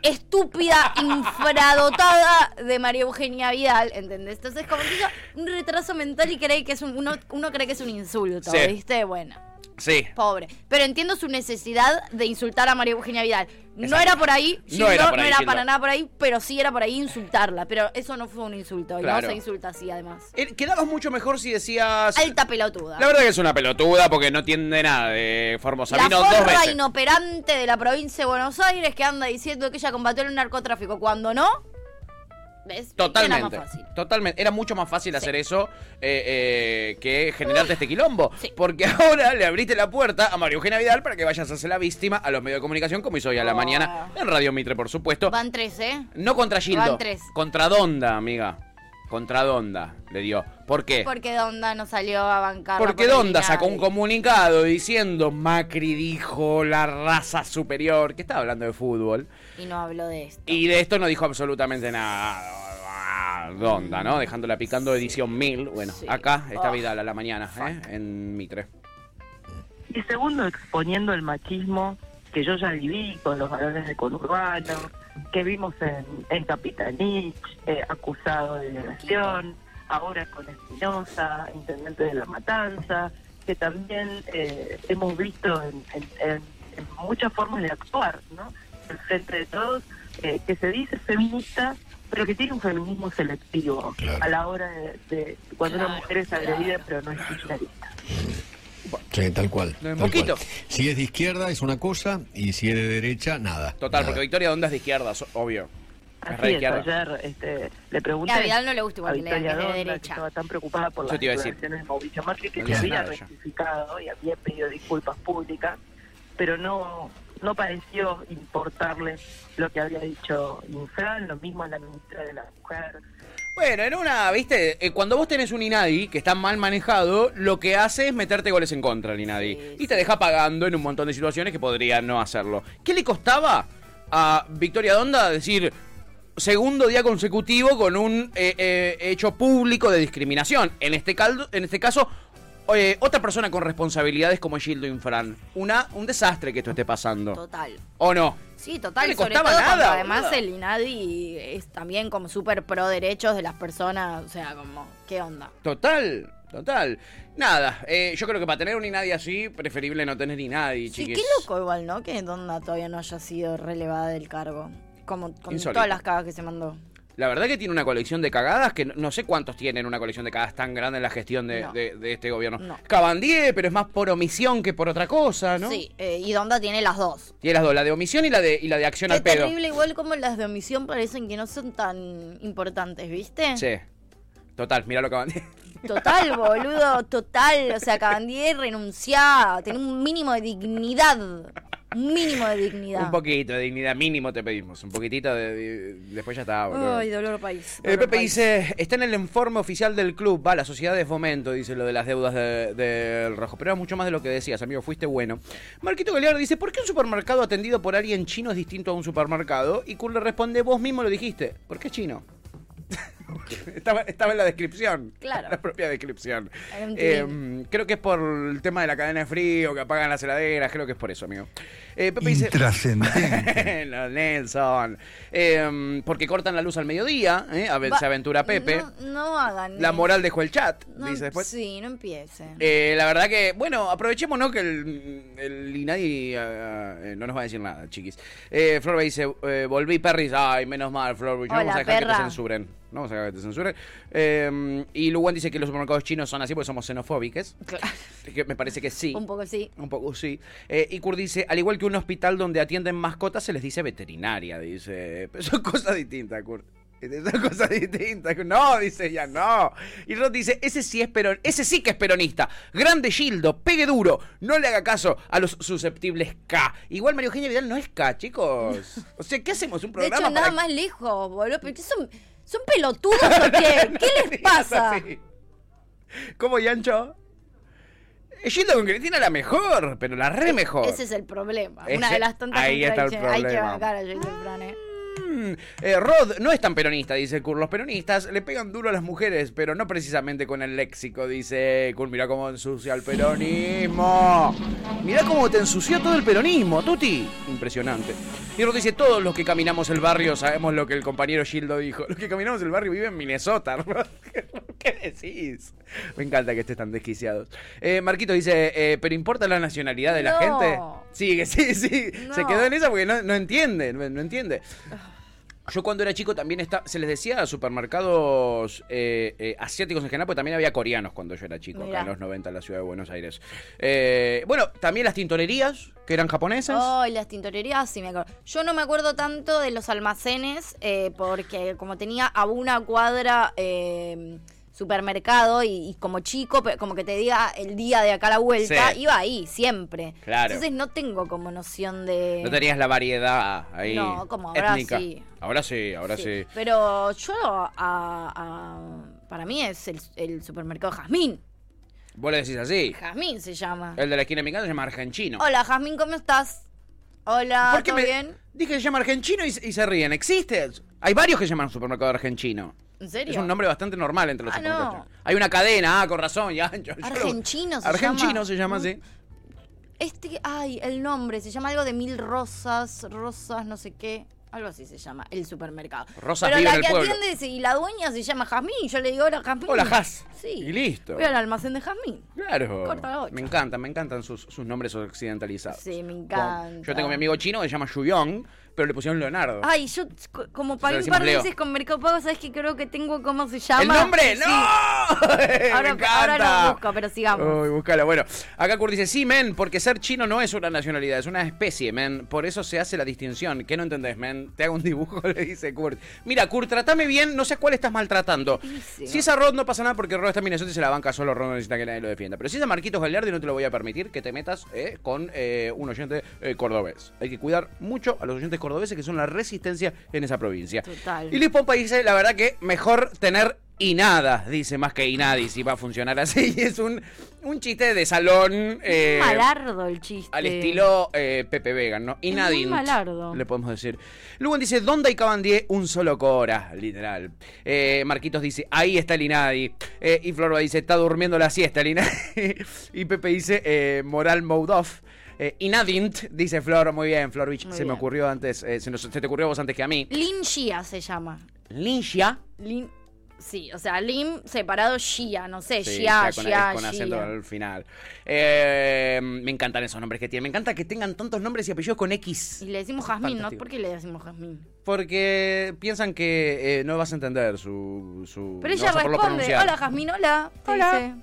Speaker 9: estúpida, infradotada de María Eugenia Vidal, ¿entendés? Entonces como que hizo un retraso mental y cree que es un, uno, uno cree que es un insulto,
Speaker 2: Sí.
Speaker 9: ¿viste? Bueno,
Speaker 2: Sí.
Speaker 9: pobre. Pero entiendo su necesidad de insultar a María Eugenia Vidal. No
Speaker 2: Exacto.
Speaker 9: era por ahí,
Speaker 2: No
Speaker 9: Gildo, no
Speaker 2: era
Speaker 9: era,
Speaker 2: por ahí, Gildo.
Speaker 9: para nada por ahí, pero sí era por ahí insultarla. Pero eso no fue un insulto, y
Speaker 2: Claro.
Speaker 9: no se insulta así además.
Speaker 2: Eh, Quedabas mucho mejor si decías...
Speaker 9: Alta pelotuda.
Speaker 2: La verdad que es una pelotuda porque no tiende nada de Formosa.
Speaker 9: La
Speaker 2: Vino dos
Speaker 9: forra
Speaker 2: veces.
Speaker 9: inoperante de la provincia de Buenos Aires que anda diciendo que ella combatió el narcotráfico cuando no. ¿Ves? Era
Speaker 2: Totalmente.
Speaker 9: más fácil.
Speaker 2: Totalmente. Era mucho más fácil hacer eso eh, eh, que generarte este quilombo.
Speaker 9: Sí.
Speaker 2: Porque ahora le abriste la puerta a María Eugenia Vidal para que vayas a ser la víctima a los medios de comunicación, como hizo hoy a la
Speaker 9: Oh.
Speaker 2: mañana en Radio Mitre, por supuesto.
Speaker 9: Van tres, ¿eh?
Speaker 2: no contra Gildo.
Speaker 9: van tres.
Speaker 2: Contra Donda, amiga. Contra Donda le dio. ¿Por qué?
Speaker 9: Porque Donda no salió a bancar.
Speaker 2: Porque Donda sacó un comunicado diciendo Macri dijo la raza superior, que estaba hablando de fútbol,
Speaker 9: Y no habló de esto.
Speaker 2: y de esto no dijo absolutamente nada. Donda, ¿no? Dejándola picando edición 1000. Bueno,
Speaker 9: Sí.
Speaker 2: acá está
Speaker 9: Oh,
Speaker 2: Vidal a la mañana, ¿eh? En Mitre.
Speaker 12: Y segundo, exponiendo el machismo que yo ya viví con los valores de conurbano, que vimos en, en Capitanich, eh, acusado de violación, ahora con Espinosa, intendente de la Matanza, que también eh, hemos visto en, en- en- en muchas formas de actuar, ¿no? El frente de todos, eh, que se dice feminista, pero que tiene un feminismo selectivo a la hora de, de- cuando una mujer es agredida, pero no es fiscalista.
Speaker 13: Sí, tal cual.
Speaker 2: No, un
Speaker 13: tal
Speaker 2: poquito.
Speaker 13: cual. Si es de izquierda es una cosa y si es de derecha, nada.
Speaker 2: Total,
Speaker 13: nada.
Speaker 2: porque Victoria Donda es de izquierda, so- obvio. re
Speaker 12: Así es,
Speaker 2: izquierda.
Speaker 12: ayer este, le pregunté
Speaker 9: Y a Vidal no le gusta igual
Speaker 12: a
Speaker 9: que le digan que es de
Speaker 12: Victoria Donda,
Speaker 9: derecha.
Speaker 12: Estaba tan preocupada por
Speaker 2: Eso
Speaker 12: las
Speaker 2: te iba a decir.
Speaker 12: declaraciones de Mauricio Macri que
Speaker 2: No
Speaker 12: se
Speaker 2: digas
Speaker 12: había
Speaker 2: nada ya.
Speaker 12: rectificado y había pedido disculpas públicas, pero no no pareció importarle lo que había dicho Infran, lo mismo a la ministra de la Mujer.
Speaker 2: Bueno, en una, viste, Eh, cuando vos tenés un Inadi que está mal manejado, lo que hace es meterte goles en contra al Inadi. y te deja pagando en un montón de situaciones que podría no hacerlo. ¿Qué le costaba a Victoria Donda decir segundo día consecutivo con un eh, eh, hecho público de discriminación? En este, caldo, en este caso, eh, otra persona con responsabilidades como Gildo Infran. Una, un desastre que esto esté pasando.
Speaker 9: Total.
Speaker 2: ¿O no?
Speaker 9: Sí,
Speaker 2: No
Speaker 9: total,
Speaker 2: le
Speaker 9: sobre todo
Speaker 2: costaba
Speaker 9: cuando
Speaker 2: nada,
Speaker 9: además
Speaker 2: boluda.
Speaker 9: el INADI es también como súper pro derechos de las personas, o sea, como, ¿qué onda?
Speaker 2: Total, total. Nada, eh, yo creo que para tener un Inadi así, preferible no tener Inadi,
Speaker 9: Sí,
Speaker 2: chiquis.
Speaker 9: qué loco igual, ¿no? Que Donda todavía no haya sido relevada del cargo, como con
Speaker 2: Insólito.
Speaker 9: todas las cagas que se mandó.
Speaker 2: La verdad que tiene una colección de cagadas que no, no sé cuántos tienen una colección de cagadas tan grande en la gestión de,
Speaker 9: No.
Speaker 2: de- de este gobierno.
Speaker 9: No.
Speaker 2: Cabandier, pero es más por omisión que por otra cosa, ¿Ah, ¿no?
Speaker 9: Sí, eh, y Donda tiene las dos.
Speaker 2: Tiene las dos, la de omisión y la de, y la de acción
Speaker 9: Qué
Speaker 2: al pedo.
Speaker 9: terrible igual como las de omisión parecen que no son tan importantes, ¿viste?
Speaker 2: Sí. Total, mira lo Cabandier.
Speaker 9: Total, boludo, total. O sea, Cabandier renunciá, tener un mínimo de dignidad. Un mínimo de dignidad.
Speaker 2: Un poquito de dignidad mínimo te pedimos. Un poquitito de. de- después ya está, boludo.
Speaker 9: Ay, dolor país.
Speaker 2: Eh,
Speaker 9: dolor
Speaker 2: Pepe
Speaker 9: país.
Speaker 2: dice, está en el informe oficial del club, va, la sociedad de fomento, dice lo de las deudas de- del rojo, pero era mucho más de lo que decías, amigo, fuiste bueno. Marquito Galear dice, ¿por qué un supermercado atendido por alguien chino es distinto a un supermercado? Y Kun le responde, vos mismo lo dijiste, ¿por qué chino? estaba, estaba en la descripción,
Speaker 9: Claro.
Speaker 2: la propia descripción.
Speaker 9: Hay un
Speaker 2: Eh,
Speaker 9: tilín.
Speaker 2: creo que es por el tema de la cadena de frío, que apagan las heladeras, creo que es por eso, amigo. Eh, Pepe dice... Lo Nelson. Eh, porque cortan la luz al mediodía, eh, a ver,
Speaker 9: Va-
Speaker 2: se aventura Pepe.
Speaker 9: No, no hagan.
Speaker 2: La
Speaker 9: eso.
Speaker 2: moral dejó el chat,
Speaker 9: No,
Speaker 2: dice después.
Speaker 9: Sí, no empiecen.
Speaker 2: Eh, la verdad que, bueno, aprovechemos, ¿no? Que el, el Inadi ah, eh, no nos va a decir nada, chiquis. Eh, Flor me dice, eh, volví Perris. Ay, menos mal, Flor. No vamos
Speaker 9: Hola,
Speaker 2: a dejar que
Speaker 9: perra.
Speaker 2: te censuren. No vamos a dejar que te censuren. Eh, y Luwan dice que los supermercados chinos son así porque somos xenofóbicos. Que me parece que sí.
Speaker 9: Un poco sí.
Speaker 2: Un poco sí. Eh, y Kurt dice, al igual que un hospital donde atienden mascotas, se les dice veterinaria, dice. Pero son cosas distintas, Kurt. Son cosas distintas. No, dice ya, no. Y Rod dice, ese sí es peron, ese sí que es peronista. Grande Gildo, pegue duro. No le haga caso a los susceptibles K. Igual Mario Eugenia Vidal no es K, chicos. O sea, ¿qué hacemos? Un
Speaker 9: De
Speaker 2: programa
Speaker 9: hecho, nada
Speaker 2: para-
Speaker 9: más lejos, boludo. ¿Pero qué son, son pelotudos o qué? ¿Qué les pasa?
Speaker 2: ¿Cómo, Yancho? Eh, Gildo con Cristina la mejor, pero la re mejor.
Speaker 9: Ese es el problema. Una
Speaker 2: Ese-
Speaker 9: de las tantas
Speaker 2: ahí está el
Speaker 9: contradicciones. Hay que
Speaker 2: problema.
Speaker 9: bancar a Jason Fran, eh.
Speaker 2: Mm, eh, Rod no es tan peronista, dice Kur. Los peronistas le pegan duro a las mujeres, pero no precisamente con el léxico, dice Kur. Mirá cómo ensucia el peronismo. Mirá cómo te ensució todo el peronismo, Tuti. Impresionante. Y Rod dice, todos los que caminamos el barrio sabemos lo que el compañero Gildo dijo. Los que caminamos el barrio viven en Minnesota, Rod. ¿Qué decís? Me encanta que estés tan desquiciados. Eh, Marquito dice, eh, ¿pero importa la nacionalidad de la
Speaker 9: No.
Speaker 2: gente? Sí, que sí, sí.
Speaker 9: No.
Speaker 2: Se quedó en esa porque no, no entiende, no, no entiende. Yo cuando era chico también está, se les decía a supermercados eh, eh, asiáticos en general, porque también había coreanos cuando yo era chico, acá
Speaker 9: Mirá.
Speaker 2: en los 90 en la ciudad de Buenos Aires. Eh, bueno, también las tintorerías, que eran japonesas.
Speaker 10: Oh,
Speaker 9: Ay, las tintorerías, sí me acuerdo. Yo no me acuerdo tanto de los almacenes, eh, porque como tenía a una cuadra eh, supermercado y, y como chico, pe- como que te diga el día de acá a la vuelta,
Speaker 2: Sí.
Speaker 9: iba ahí, siempre.
Speaker 2: Claro.
Speaker 9: Entonces no tengo como noción de...
Speaker 2: No tenías la variedad ahí.
Speaker 9: No, como ahora
Speaker 2: étnica.
Speaker 9: sí.
Speaker 2: Ahora sí, ahora sí.
Speaker 9: Pero yo, a- a- para mí es el, el supermercado Jazmín.
Speaker 2: Vos le decís así.
Speaker 9: Jazmín se llama.
Speaker 2: El de la esquina de mi casa se llama argentino.
Speaker 9: Hola, Jazmín, ¿cómo estás? Hola,
Speaker 2: ¿Por qué
Speaker 9: ¿todo
Speaker 2: me-
Speaker 9: bien?
Speaker 2: Dije que se llama argentino y, se- y se ríen. ¿Existe? Hay varios que llaman supermercado argentino.
Speaker 9: ¿En serio?
Speaker 2: Es un nombre bastante normal entre los
Speaker 9: Ah,
Speaker 2: supermercados.
Speaker 9: no.
Speaker 2: Hay una cadena, ah, con razón, ya. yo- yo lo-
Speaker 9: Argentino se
Speaker 2: Argentino
Speaker 9: llama.
Speaker 2: se llama así.
Speaker 9: Este, ay, el nombre, se llama algo de mil rosas, rosas, no sé qué. Algo así se llama, el supermercado.
Speaker 2: Rosas
Speaker 9: Pero
Speaker 2: vive
Speaker 9: la
Speaker 2: en el
Speaker 9: que
Speaker 2: pueblo.
Speaker 9: atiende se- y la dueña se llama Jazmín. Yo le digo, hola Jazmín.
Speaker 2: Hola, Jazz.
Speaker 9: Sí.
Speaker 2: Y listo.
Speaker 9: Voy al almacén de Jazmín.
Speaker 2: Claro.
Speaker 9: Corta la ocho.
Speaker 2: Me encantan, me encantan sus, sus nombres occidentalizados.
Speaker 9: Sí, me
Speaker 2: Como-
Speaker 9: encanta.
Speaker 2: Yo tengo a mi amigo chino que se llama Yuyong, pero le pusieron Leonardo.
Speaker 10: Ay, yo c- como pagué un
Speaker 2: decimos
Speaker 10: par de
Speaker 2: Leo.
Speaker 10: veces con Mercado Pago, ¿sabes que Creo que tengo cómo se llama.
Speaker 2: ¡El nombre!
Speaker 10: Sí.
Speaker 2: ¡No! Me
Speaker 10: Ahora, ahora
Speaker 2: encanta.
Speaker 10: lo busco, pero sigamos.
Speaker 2: Uy, búscalo. Bueno, acá Kurt dice, sí, men, porque ser chino no es una nacionalidad, es una especie, men. Por eso se hace la distinción. ¿Qué no entendés, men? Te hago un dibujo, le dice Kurt. Mira, Kurt, tratame bien, no sé a cuál estás maltratando. Si es a Rod, no pasa nada porque Rod está en Minnesota y se la banca solo, Rod no necesita que nadie lo defienda. Pero si es a Marquitos Galeardi, no te lo voy a permitir que te metas eh, con eh, un oyente eh, cordobés. Hay que cuidar mucho a los oyentes cordobeses que son la resistencia en esa provincia.
Speaker 10: Total.
Speaker 2: Y Luis Pompa dice, la verdad que mejor tener y nada, dice más que y nadie, si va a funcionar así. Es un, un chiste de salón eh,
Speaker 10: malardo el chiste.
Speaker 2: al estilo eh, Pepe Vegan, ¿no? Y
Speaker 10: Es
Speaker 2: nadie.
Speaker 10: muy malardo.
Speaker 2: Le podemos decir. Luego dice, ¿dónde hay Cabandier? Un solo Cora, literal. Eh, Marquitos dice, ahí está el Inadi. Eh, y Florba dice, está durmiendo la siesta el Inadi. y Pepe dice, eh, moral mode off. Eh, Inadint, dice Flor, muy bien, Florvich.
Speaker 10: Muy
Speaker 2: Se me
Speaker 10: bien.
Speaker 2: ocurrió antes, eh, se, nos- se te ocurrió a vos antes que a mí.
Speaker 10: Lin Shia se llama.
Speaker 2: Linshia.
Speaker 10: Lin. Sí, o sea, Lim separado Shia, no sé,
Speaker 2: Sí,
Speaker 10: Shia,
Speaker 2: ya con,
Speaker 10: Shia,
Speaker 2: con acento
Speaker 10: Shia.
Speaker 2: al final. Eh, me encantan esos nombres que tienen. Me encanta que tengan tantos nombres y apellidos con X.
Speaker 10: Y le decimos Jazmín, ¿no?
Speaker 2: Fantástico.
Speaker 10: ¿Por qué le decimos Jazmín?
Speaker 2: Porque piensan que eh, no vas a entender su. su-
Speaker 10: Pero
Speaker 2: no
Speaker 10: ella
Speaker 2: vas a poderlo
Speaker 10: responde,
Speaker 2: pronunciar.
Speaker 10: hola Jazmín, hola. te dice.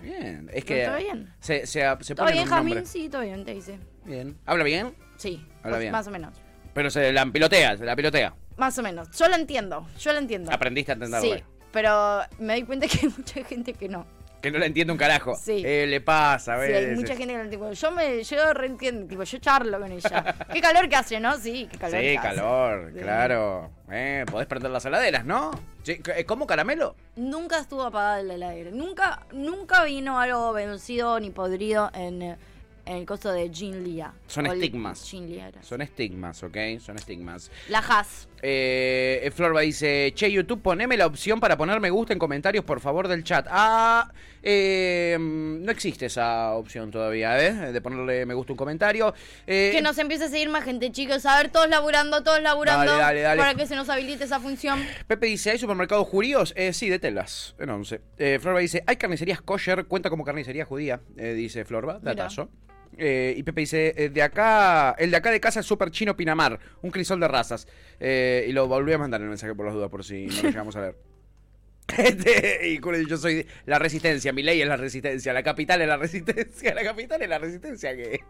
Speaker 2: Bien, es que.
Speaker 10: ¿Todo bien?
Speaker 2: Se, se, se
Speaker 10: ¿Todo
Speaker 2: ponen
Speaker 10: bien,
Speaker 2: un
Speaker 10: Jazmín?
Speaker 2: nombre.
Speaker 10: Sí, todo bien, te dice.
Speaker 2: Bien. ¿Habla bien?
Speaker 10: Sí,
Speaker 2: Habla
Speaker 10: más-
Speaker 2: bien.
Speaker 10: más o menos.
Speaker 2: Pero se la pilotea, se la pilotea.
Speaker 10: Más o menos. Yo la entiendo, yo la entiendo.
Speaker 2: Aprendiste a entenderla.
Speaker 10: Sí, pero me doy cuenta que hay mucha gente que no.
Speaker 2: Que no la entiende un carajo.
Speaker 10: Sí.
Speaker 2: Eh, le pasa,
Speaker 10: Sí,
Speaker 2: ¿ves?
Speaker 10: hay mucha gente que no tipo, yo me yo reentiendo, tipo, yo charlo con ella. qué calor que hace, ¿no? Sí, qué calor.
Speaker 2: Sí,
Speaker 10: que hace.
Speaker 2: calor,
Speaker 10: Sí.
Speaker 2: claro. Eh, podés prender las heladeras, ¿no? Sí, c- eh, ¿Cómo caramelo?
Speaker 10: Nunca estuvo apagada el aire. Nunca, nunca vino algo vencido ni podrido en, eh, en el costo de Jin Lia.
Speaker 2: Son
Speaker 10: O el-
Speaker 2: estigmas.
Speaker 10: Jin Lia era.
Speaker 2: Son estigmas, ¿ok? Son estigmas.
Speaker 10: La Haas.
Speaker 2: Eh, eh, Florba dice, che, YouTube, poneme la opción para poner me gusta en comentarios, por favor, del chat. Ah, eh, no existe esa opción todavía, ¿eh? De ponerle me gusta a un comentario. Eh,
Speaker 10: Que nos empiece a seguir más gente, chicos. A ver, todos laburando, todos laburando.
Speaker 2: Dale, dale, dale.
Speaker 10: Para que se nos habilite esa función.
Speaker 2: Pepe dice, ¿hay supermercados judíos? Eh, sí, de telas, en 11. Eh, Florba dice, ¿hay carnicerías kosher? Cuenta como carnicería judía, eh, dice Florba,
Speaker 10: Mira.
Speaker 2: datazo. Eh, y Pepe dice, eh, de acá, el de acá de casa es super chino Pinamar, un crisol de razas. Eh, y lo volví a mandar el mensaje por las dudas, por si no lo llegamos a ver. Este, y Cure, yo soy la resistencia, mi ley es la resistencia, la capital es la resistencia, la capital es la resistencia que...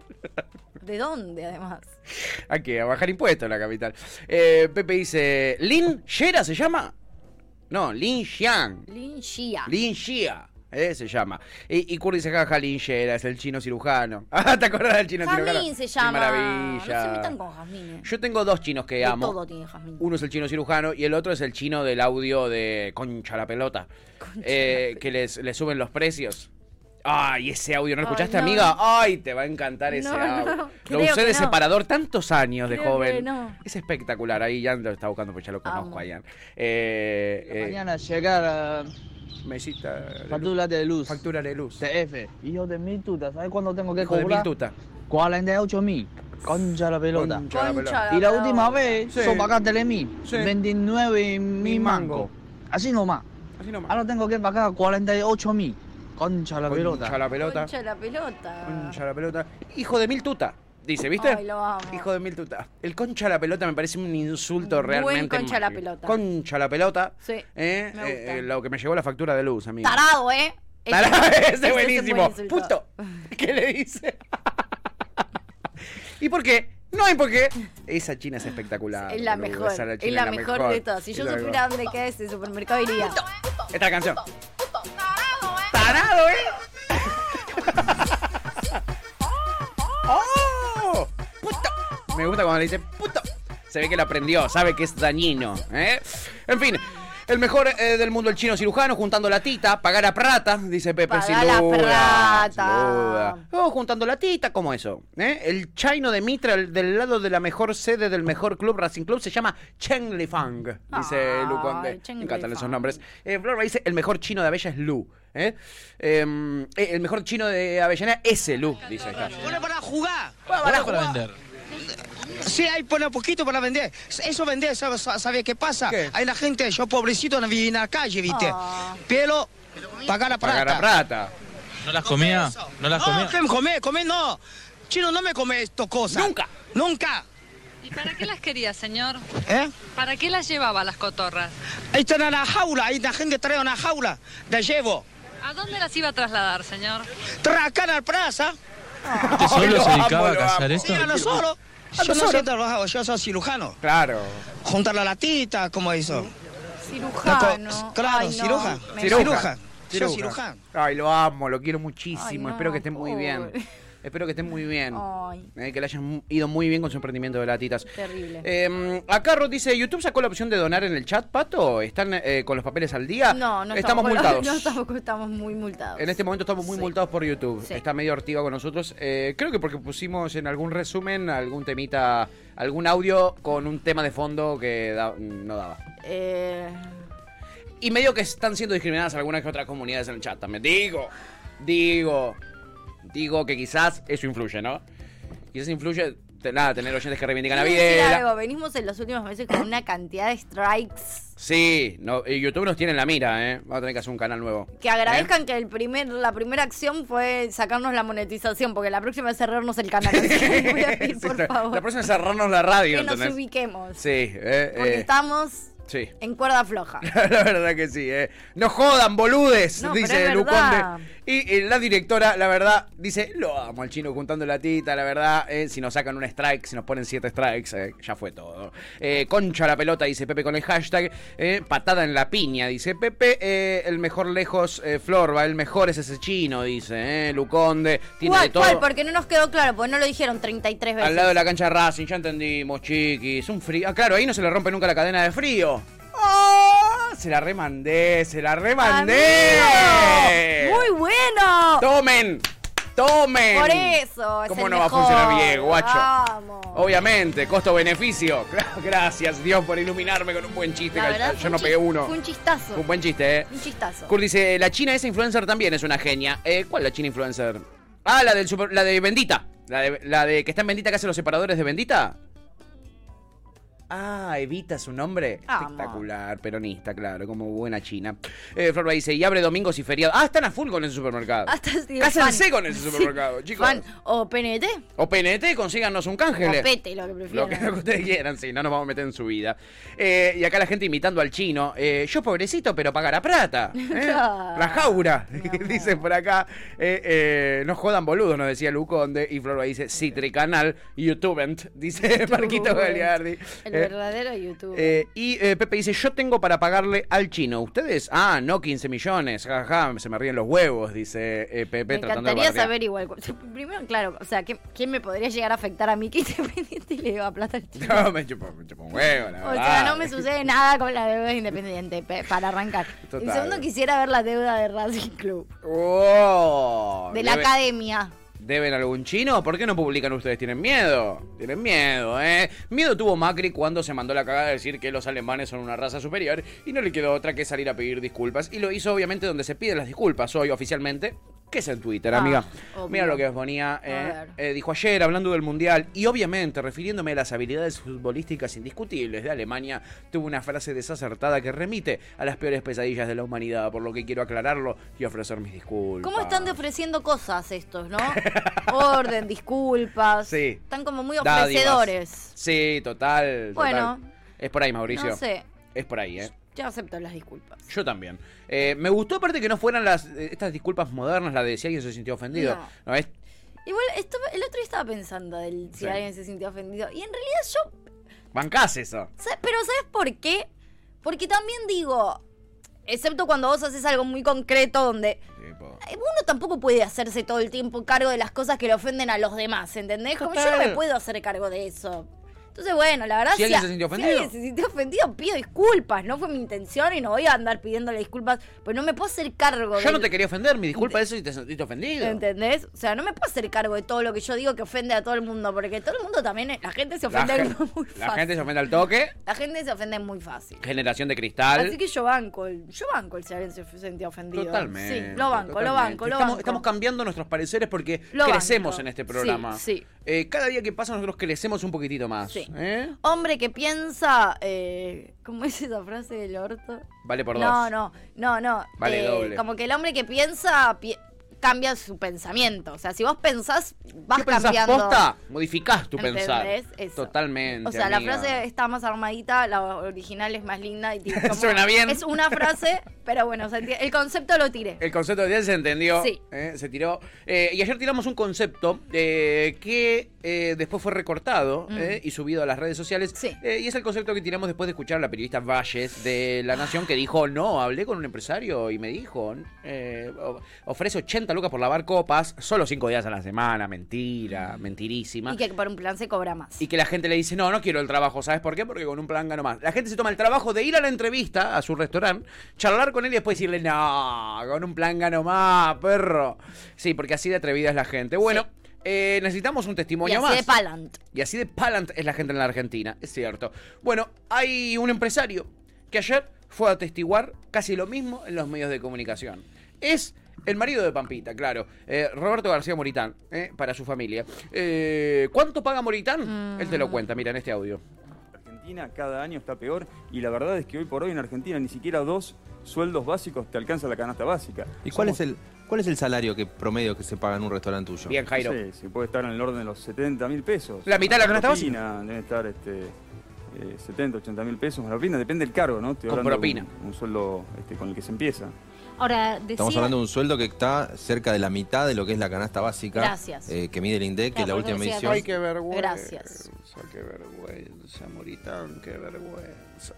Speaker 10: ¿De dónde, además?
Speaker 2: ¿A qué? A bajar impuestos la capital. Eh, Pepe dice, ¿Lin Yera se llama? No, Lin Xiang.
Speaker 10: Lin Xia.
Speaker 2: Lin Xia. eh, se llama. Y, y Kurt dice, jaja, Lin Yera, es el chino cirujano. Ah, ¿te acordás del chino cirujano?
Speaker 10: Jazmín se
Speaker 2: Qué
Speaker 10: llama.
Speaker 2: maravilla.
Speaker 10: No se metan con Jazmín. eh.
Speaker 2: Yo tengo dos chinos que
Speaker 10: De
Speaker 2: amo.
Speaker 10: todo tiene Jazmín.
Speaker 2: Uno es el chino cirujano y el otro es el chino del audio de Concha la Pelota. eh, que les, les suben los precios. Ay, ese audio, ¿no lo
Speaker 10: Ay,
Speaker 2: escuchaste,
Speaker 10: no.
Speaker 2: amiga? Ay, te va a encantar ese
Speaker 10: No,
Speaker 2: audio.
Speaker 10: no,
Speaker 2: lo
Speaker 10: creo
Speaker 2: usé
Speaker 10: que
Speaker 2: de
Speaker 10: no.
Speaker 2: separador tantos años de
Speaker 7: Creo que
Speaker 2: joven.
Speaker 7: no.
Speaker 2: Es espectacular. Ahí Jan lo está buscando, pues ya lo conozco
Speaker 7: Amo.
Speaker 2: a Jan. Eh, eh,
Speaker 7: Mañana llegar a
Speaker 2: mesita. de
Speaker 7: factura de luz.
Speaker 2: Factura de luz.
Speaker 7: TF. Hijo de mil tutas. ¿Sabes cuándo tengo que
Speaker 2: Hijo de
Speaker 7: cobrar?
Speaker 2: mil tuta.
Speaker 7: 48 mil. Concha la pelota.
Speaker 2: Concha la pelota.
Speaker 7: Y la última vez,
Speaker 2: Sí.
Speaker 7: son pagaste mil.
Speaker 2: Sí.
Speaker 7: 29 mil
Speaker 2: mango.
Speaker 7: mango. Así nomás.
Speaker 2: Así nomás.
Speaker 7: Ahora tengo que pagar 48 mil. Concha la pelota.
Speaker 2: Concha la pelota.
Speaker 10: Concha la pelota.
Speaker 2: Concha la pelota. Hijo de mil tuta. Dice, ¿viste?
Speaker 10: Ay, lo amo.
Speaker 2: Hijo de mil tuta. El concha a la pelota me parece un insulto
Speaker 10: Buen
Speaker 2: realmente.
Speaker 10: concha a la
Speaker 2: mágico.
Speaker 10: pelota.
Speaker 2: Concha a la pelota.
Speaker 10: Sí,
Speaker 2: Eh,
Speaker 10: me
Speaker 2: eh,
Speaker 10: gusta.
Speaker 2: lo que me llegó la factura de luz, amigo.
Speaker 10: Tarado, ¿eh?
Speaker 2: Tarado, ese
Speaker 10: es
Speaker 2: buenísimo.
Speaker 10: un buen insulto.
Speaker 2: Puto. ¿Qué le dice? ¿Y por qué? No hay por qué. Esa china es espectacular.
Speaker 10: Es la
Speaker 2: boludo.
Speaker 10: mejor.
Speaker 2: Esa
Speaker 10: Es
Speaker 2: china
Speaker 10: la mejor, de todas. Si
Speaker 2: Es
Speaker 10: yo
Speaker 2: la mejor.
Speaker 10: supiera dónde queda ese supermercado, iría.
Speaker 2: Esta es la canción. Tarado, ¿eh? ¡Oh! ¡Puto! Me gusta cuando le dice puto. Se ve que lo aprendió, sabe que es dañino. ¿eh? En fin. El mejor eh, del mundo, el chino cirujano, juntando la tita, pagar a prata, dice Pepe,
Speaker 10: Pagá
Speaker 2: sin
Speaker 10: la
Speaker 2: duda. sin
Speaker 10: prata.
Speaker 2: duda. Oh, juntando la tita, ¿cómo eso? ¿Eh? El chino de Mitra, el del lado de la mejor sede del mejor club Racing Club, se llama Cheng Li Fang, dice
Speaker 10: Ay,
Speaker 2: Lu Conde.
Speaker 10: Cheng
Speaker 2: Me
Speaker 10: Li
Speaker 2: encantan esos
Speaker 10: Fang.
Speaker 2: nombres. Eh, Flor dice, el mejor chino de Abella es Lu. ¿eh? Em, eh, el mejor chino de Avellana es el Lu, dice acá.
Speaker 12: Pone para jugar.
Speaker 2: para
Speaker 12: Pone
Speaker 2: jugar.
Speaker 12: Sí, ahí pone poquito para vender. Eso vender, ¿sabes sabe qué pasa? Hay la gente, yo pobrecito, no viví en la calle, ¿viste?
Speaker 9: Ah.
Speaker 12: Pero pagar la plata.
Speaker 2: Pagar a plata.
Speaker 14: ¿No las comía? ¿No las
Speaker 12: No,
Speaker 14: comía?
Speaker 12: que me comé, comé no. Chino, no me come estas cosas. Nunca. Nunca.
Speaker 9: ¿Y para qué las quería, señor?
Speaker 12: ¿Eh?
Speaker 9: ¿Para qué las llevaba las cotorras?
Speaker 12: Ahí están a la jaula, ahí la gente trae una jaula, la llevo.
Speaker 9: ¿A dónde las iba a trasladar, señor?
Speaker 12: Trae acá a la plaza.
Speaker 15: ¿Usted solo se dedicaba a cazar ¿eh?
Speaker 12: Sí,
Speaker 15: esto?
Speaker 12: a lo solo.
Speaker 15: ¿A
Speaker 12: Yo
Speaker 15: lo
Speaker 12: no soy
Speaker 15: solo?
Speaker 12: trabajador, yo soy cirujano.
Speaker 2: Claro.
Speaker 12: Juntar la latita, como hizo.
Speaker 10: Cirujano.
Speaker 12: Claro,
Speaker 10: Ay, no.
Speaker 12: ciruja.
Speaker 10: Me-
Speaker 12: Ciruja. Yo cirujano.
Speaker 2: Ay, lo amo, lo quiero muchísimo.
Speaker 10: Ay, no,
Speaker 2: Espero que estén muy bien.
Speaker 10: pobre.
Speaker 2: Espero que estén muy bien.
Speaker 10: Ay.
Speaker 2: Eh, que le hayan mu- ido muy bien con su emprendimiento de latitas.
Speaker 10: Terrible.
Speaker 2: Eh, acá Ruth dice, ¿YouTube sacó la opción de donar en el chat, Pato? ¿Están eh, con los papeles al día?
Speaker 10: No, no
Speaker 2: estamos,
Speaker 10: con-
Speaker 2: multados.
Speaker 10: No, tampoco estamos muy multados.
Speaker 2: En este momento estamos muy multados por YouTube.
Speaker 10: Sí.
Speaker 2: Está medio ortiva con nosotros. Eh, creo que porque pusimos en algún resumen algún temita, algún audio con un tema de fondo que da- no daba.
Speaker 10: Eh,
Speaker 2: Y medio que están siendo discriminadas algunas que otras comunidades en el chat también. Digo, digo, digo que quizás eso influye, ¿no? Quizás influye, te- nada, tener oyentes que reivindican la
Speaker 10: quiero decir
Speaker 2: vida.
Speaker 10: algo, venimos en los últimos meses con una cantidad de strikes.
Speaker 2: Sí, no, y YouTube nos tiene en la mira, ¿eh? Vamos a tener que hacer un canal nuevo.
Speaker 10: Que agradezcan que el primer, la primera acción fue sacarnos la monetización, porque la próxima es cerrarnos el canal. Así que les voy a pedir, por favor,
Speaker 2: La próxima es cerrarnos la radio,
Speaker 10: que nos
Speaker 2: ¿entendés?
Speaker 10: ubiquemos.
Speaker 2: Sí, eh,
Speaker 10: Porque
Speaker 2: eh,
Speaker 10: estamos
Speaker 2: sí.
Speaker 10: en cuerda floja.
Speaker 2: la verdad que sí, ¿eh? No jodan, boludes,
Speaker 10: No, pero
Speaker 2: dice
Speaker 10: es
Speaker 2: Luconde.
Speaker 10: verdad.
Speaker 2: Y eh, la directora, la verdad, dice, lo amo al chino juntando la tita, la verdad, eh, si nos sacan un strike, si nos ponen siete strikes, eh, ya fue todo. Eh, concha la pelota, dice Pepe con el hashtag, eh, patada en la piña, dice Pepe, eh, el mejor lejos, eh, Flor, va, el mejor es ese chino, dice, eh, Luconde, tiene de
Speaker 10: ¿Cuál,
Speaker 2: todo.
Speaker 10: cuál? Porque no nos quedó claro, porque no lo dijeron 33 veces.
Speaker 2: Al lado de la cancha de Racing, ya entendimos, chiquis. Un frío. Ah, claro, ahí no se le rompe nunca la cadena de frío. ¡Ah! Se la remandé, se la remandé.
Speaker 10: ¡Amigo! ¡Muy bueno!
Speaker 2: ¡Tomen! ¡Tomen!
Speaker 10: Por eso, es
Speaker 2: ¿Cómo
Speaker 10: el
Speaker 2: no va
Speaker 10: mejor.
Speaker 2: a funcionar bien, guacho?
Speaker 10: Vamos.
Speaker 2: Obviamente, costo-beneficio. Claro, Gracias, Dios, por iluminarme con un buen chiste.
Speaker 10: La
Speaker 2: que
Speaker 10: verdad,
Speaker 2: yo
Speaker 10: fue
Speaker 2: no
Speaker 10: un
Speaker 2: pegué
Speaker 10: chis-
Speaker 2: uno.
Speaker 10: Fue un chistazo.
Speaker 2: Fue un buen chiste, ¿eh?
Speaker 10: Un chistazo.
Speaker 2: Kurt dice, la china esa influencer también es una genia. Eh, ¿Cuál la china influencer? Ah, la del super- la de Bendita. La de, la de que está en Bendita que hace los separadores de Bendita. Ah, Evita es su nombre.
Speaker 10: Amo.
Speaker 2: Espectacular, peronista, claro, como buena china. Eh, Florba dice, y abre domingos y feriados. Ah, están a full con ese supermercado.
Speaker 10: Hasta si es
Speaker 2: Cásense
Speaker 10: fan.
Speaker 2: con ese
Speaker 10: Sí,
Speaker 2: supermercado, chicos.
Speaker 10: Fan o PNT
Speaker 2: O PNT, consíganos un
Speaker 10: o
Speaker 2: cángel.
Speaker 10: Pete, este lo que
Speaker 2: Lo
Speaker 10: prefieran.
Speaker 2: que, lo que ustedes quieran, sí, no nos vamos a meter en su vida. Eh, y acá la gente imitando al chino. eh, yo pobrecito, pero pagará plata. ¿eh?
Speaker 10: Claro.
Speaker 2: La jaura, dice por acá. eh, eh, no jodan boludos, nos decía Luconde. Y Florba dice, Citricanal, YouTube, dice Marquito Galiardi.
Speaker 10: El
Speaker 2: Eh,
Speaker 10: verdadero YouTube.
Speaker 2: eh, y eh, Pepe dice, yo tengo para pagarle al chino. ¿Ustedes? Ah, no, 15 millones. Jaja, se me ríen los huevos, dice eh, Pepe.
Speaker 10: me
Speaker 2: tratando de
Speaker 10: encantaría
Speaker 2: bardear.
Speaker 10: saber igual. cu- Primero, claro, o sea, ¿qué- ¿quién me podría llegar a afectar a mí que independiente le deba plata al chico?
Speaker 2: No, me chupo, me chupo un huevo, la
Speaker 10: O sea,
Speaker 2: verdad.
Speaker 10: no me sucede nada con la deuda de Independiente, pe- para arrancar.
Speaker 2: Total.
Speaker 10: Y segundo, quisiera ver la deuda de Racing Club,
Speaker 2: Oh,
Speaker 10: de la
Speaker 2: debe-
Speaker 10: academia.
Speaker 2: ¿Deben algún chino? ¿Por qué no publican ustedes? Tienen miedo. Tienen miedo, ¿eh? Miedo tuvo Macri cuando se mandó la cagada de decir que los alemanes son una raza superior y no le quedó otra que salir a pedir disculpas. Y lo hizo, obviamente, donde se piden las disculpas hoy oficialmente, que es en Twitter,
Speaker 16: Ah,
Speaker 2: amiga.
Speaker 16: obvio.
Speaker 2: Mira lo que os ponía.
Speaker 16: A
Speaker 2: ¿eh? Eh, dijo ayer, hablando del Mundial, y obviamente, refiriéndome a las habilidades futbolísticas indiscutibles de Alemania, tuvo una frase desacertada que remite a las peores pesadillas de la humanidad, por lo que quiero aclararlo y ofrecer mis disculpas.
Speaker 10: ¿Cómo están de ofreciendo cosas estos, no? Orden, disculpas.
Speaker 2: Sí.
Speaker 10: Están como muy
Speaker 2: Dádivas.
Speaker 10: ofrecedores.
Speaker 2: Sí, total. total.
Speaker 10: Bueno.
Speaker 2: Es por ahí, Mauricio.
Speaker 10: No sé,
Speaker 2: Es por ahí, ¿eh?
Speaker 10: yo acepto las disculpas.
Speaker 2: Yo también. Eh, me gustó aparte que no fueran las eh, estas disculpas modernas, la de si alguien se sintió ofendido.
Speaker 10: No.
Speaker 2: No, es-
Speaker 10: Igual, esto, el otro día estaba pensando del si
Speaker 2: Sí.
Speaker 10: alguien se sintió ofendido. Y en realidad yo
Speaker 2: bancás eso.
Speaker 10: ¿Sabes- Pero ¿sabes por qué? Porque también digo, excepto cuando vos haces algo muy concreto donde eh, uno tampoco puede hacerse todo el tiempo cargo de las cosas que le ofenden a los demás, ¿entendés? Como yo no
Speaker 2: Total.
Speaker 10: me puedo hacer cargo de eso. Entonces, bueno, la verdad
Speaker 2: Si alguien
Speaker 10: a-
Speaker 2: se sintió
Speaker 10: si
Speaker 2: ofendido.
Speaker 10: alguien se sintió ofendido, pido disculpas, no fue mi intención y no voy a andar pidiéndole disculpas, pues no me puedo hacer cargo
Speaker 2: Yo
Speaker 10: del-
Speaker 2: no te quería ofender, mi disculpa es si te sentiste ofendido.
Speaker 10: ¿Entendés? O sea, no me puedo hacer cargo de todo lo que yo digo que ofende a todo el mundo, porque todo el mundo también, la gente se
Speaker 2: La,
Speaker 10: ofende,
Speaker 2: gen- la gente se ofende al toque,
Speaker 10: la gente se ofende muy fácil.
Speaker 2: generación de cristal.
Speaker 10: Así que yo banco, el- yo banco el si alguien se sentía ofendido.
Speaker 2: Totalmente.
Speaker 10: Sí, lo banco, lo
Speaker 2: totalmente.
Speaker 10: banco, lo
Speaker 2: estamos,
Speaker 10: banco.
Speaker 2: Estamos cambiando nuestros pareceres porque
Speaker 10: Lo
Speaker 2: crecemos
Speaker 10: banco.
Speaker 2: en este
Speaker 10: Sí,
Speaker 2: programa.
Speaker 10: sí.
Speaker 2: Eh, cada día que pasa nosotros crecemos un poquitito más.
Speaker 10: Sí.
Speaker 2: ¿eh?
Speaker 10: Hombre que piensa, eh, ¿cómo es esa frase del orto?
Speaker 2: Vale por
Speaker 10: no,
Speaker 2: dos.
Speaker 10: no, no, no.
Speaker 2: Vale
Speaker 10: eh,
Speaker 2: doble.
Speaker 10: Como que el hombre que piensa, pi-
Speaker 9: cambia su pensamiento. O sea, si vos pensás, vas
Speaker 2: ¿Qué pensás
Speaker 9: cambiando.
Speaker 2: posta? Modificás tu pensar.
Speaker 9: ¿Entendés? Eso.
Speaker 2: Totalmente.
Speaker 9: O sea,
Speaker 2: amiga.
Speaker 9: la frase está más armadita, la original es más linda y tiene
Speaker 2: Suena bien.
Speaker 9: Es una frase, pero bueno, o sea, enti- el concepto lo tiré.
Speaker 2: El concepto de ayer se entendió.
Speaker 9: Sí.
Speaker 2: eh, se tiró. Eh, y ayer tiramos un concepto eh, que eh, después fue recortado
Speaker 9: Mm.
Speaker 2: eh, y subido a las redes sociales. Eh, y es el concepto que tiramos después de escuchar a la periodista Valles de La Nación que dijo: No, hablé con un empresario y me dijo: eh, o- Ofrece 80 lucas por lavar copas, solo 5 días a la semana.
Speaker 9: Mm.
Speaker 2: Mentira, mentirísima.
Speaker 9: Y que por un plan se cobra más.
Speaker 2: Y que la gente le dice, no, no quiero el trabajo. ¿Sabes por qué? Porque con un plan gano más. La gente se toma el trabajo de ir a la entrevista, a su restaurante, charlar con él y después decirle, no, con un plan gano más, perro. Sí, porque así de atrevida es la gente. Bueno, eh, necesitamos un
Speaker 9: Y
Speaker 2: testimonio
Speaker 9: así
Speaker 2: más.
Speaker 9: de palant.
Speaker 2: Y así de palant es la gente en la Argentina, es cierto. Bueno, hay un empresario que ayer fue a atestiguar casi lo mismo en los medios de comunicación. Es el marido de Pampita, claro, eh, Roberto García Moritán, eh, para su familia. Eh, ¿Cuánto paga Moritán? Él te lo cuenta, mira, en este audio.
Speaker 6: Argentina cada año está peor y la verdad es que hoy por hoy en Argentina ni siquiera dos sueldos básicos te alcanza la canasta básica.
Speaker 17: ¿Y cuál
Speaker 6: Somos-
Speaker 17: es el cuál es el salario que promedio que se paga en un restaurante tuyo?
Speaker 2: Bien, Jairo.
Speaker 6: No sé, si puede estar en el orden de los 70 mil pesos.
Speaker 2: La mitad de la canasta
Speaker 6: propina, Debe estar este, eh, 70, 80 mil pesos más la propina. Depende del cargo, ¿no? Estoy
Speaker 17: Con
Speaker 6: hablando de
Speaker 17: propina.
Speaker 6: Un, un sueldo este, con el que se empieza.
Speaker 3: Ahora,
Speaker 17: Estamos
Speaker 3: decía,
Speaker 17: hablando de un sueldo que está cerca de la mitad de lo que es la canasta básica
Speaker 3: Gracias.
Speaker 17: eh, que mide el INDEC, que es la última medición.
Speaker 2: Ay, qué vergüenza.
Speaker 3: Gracias.
Speaker 2: Qué vergüenza, Moritán, qué vergüenza.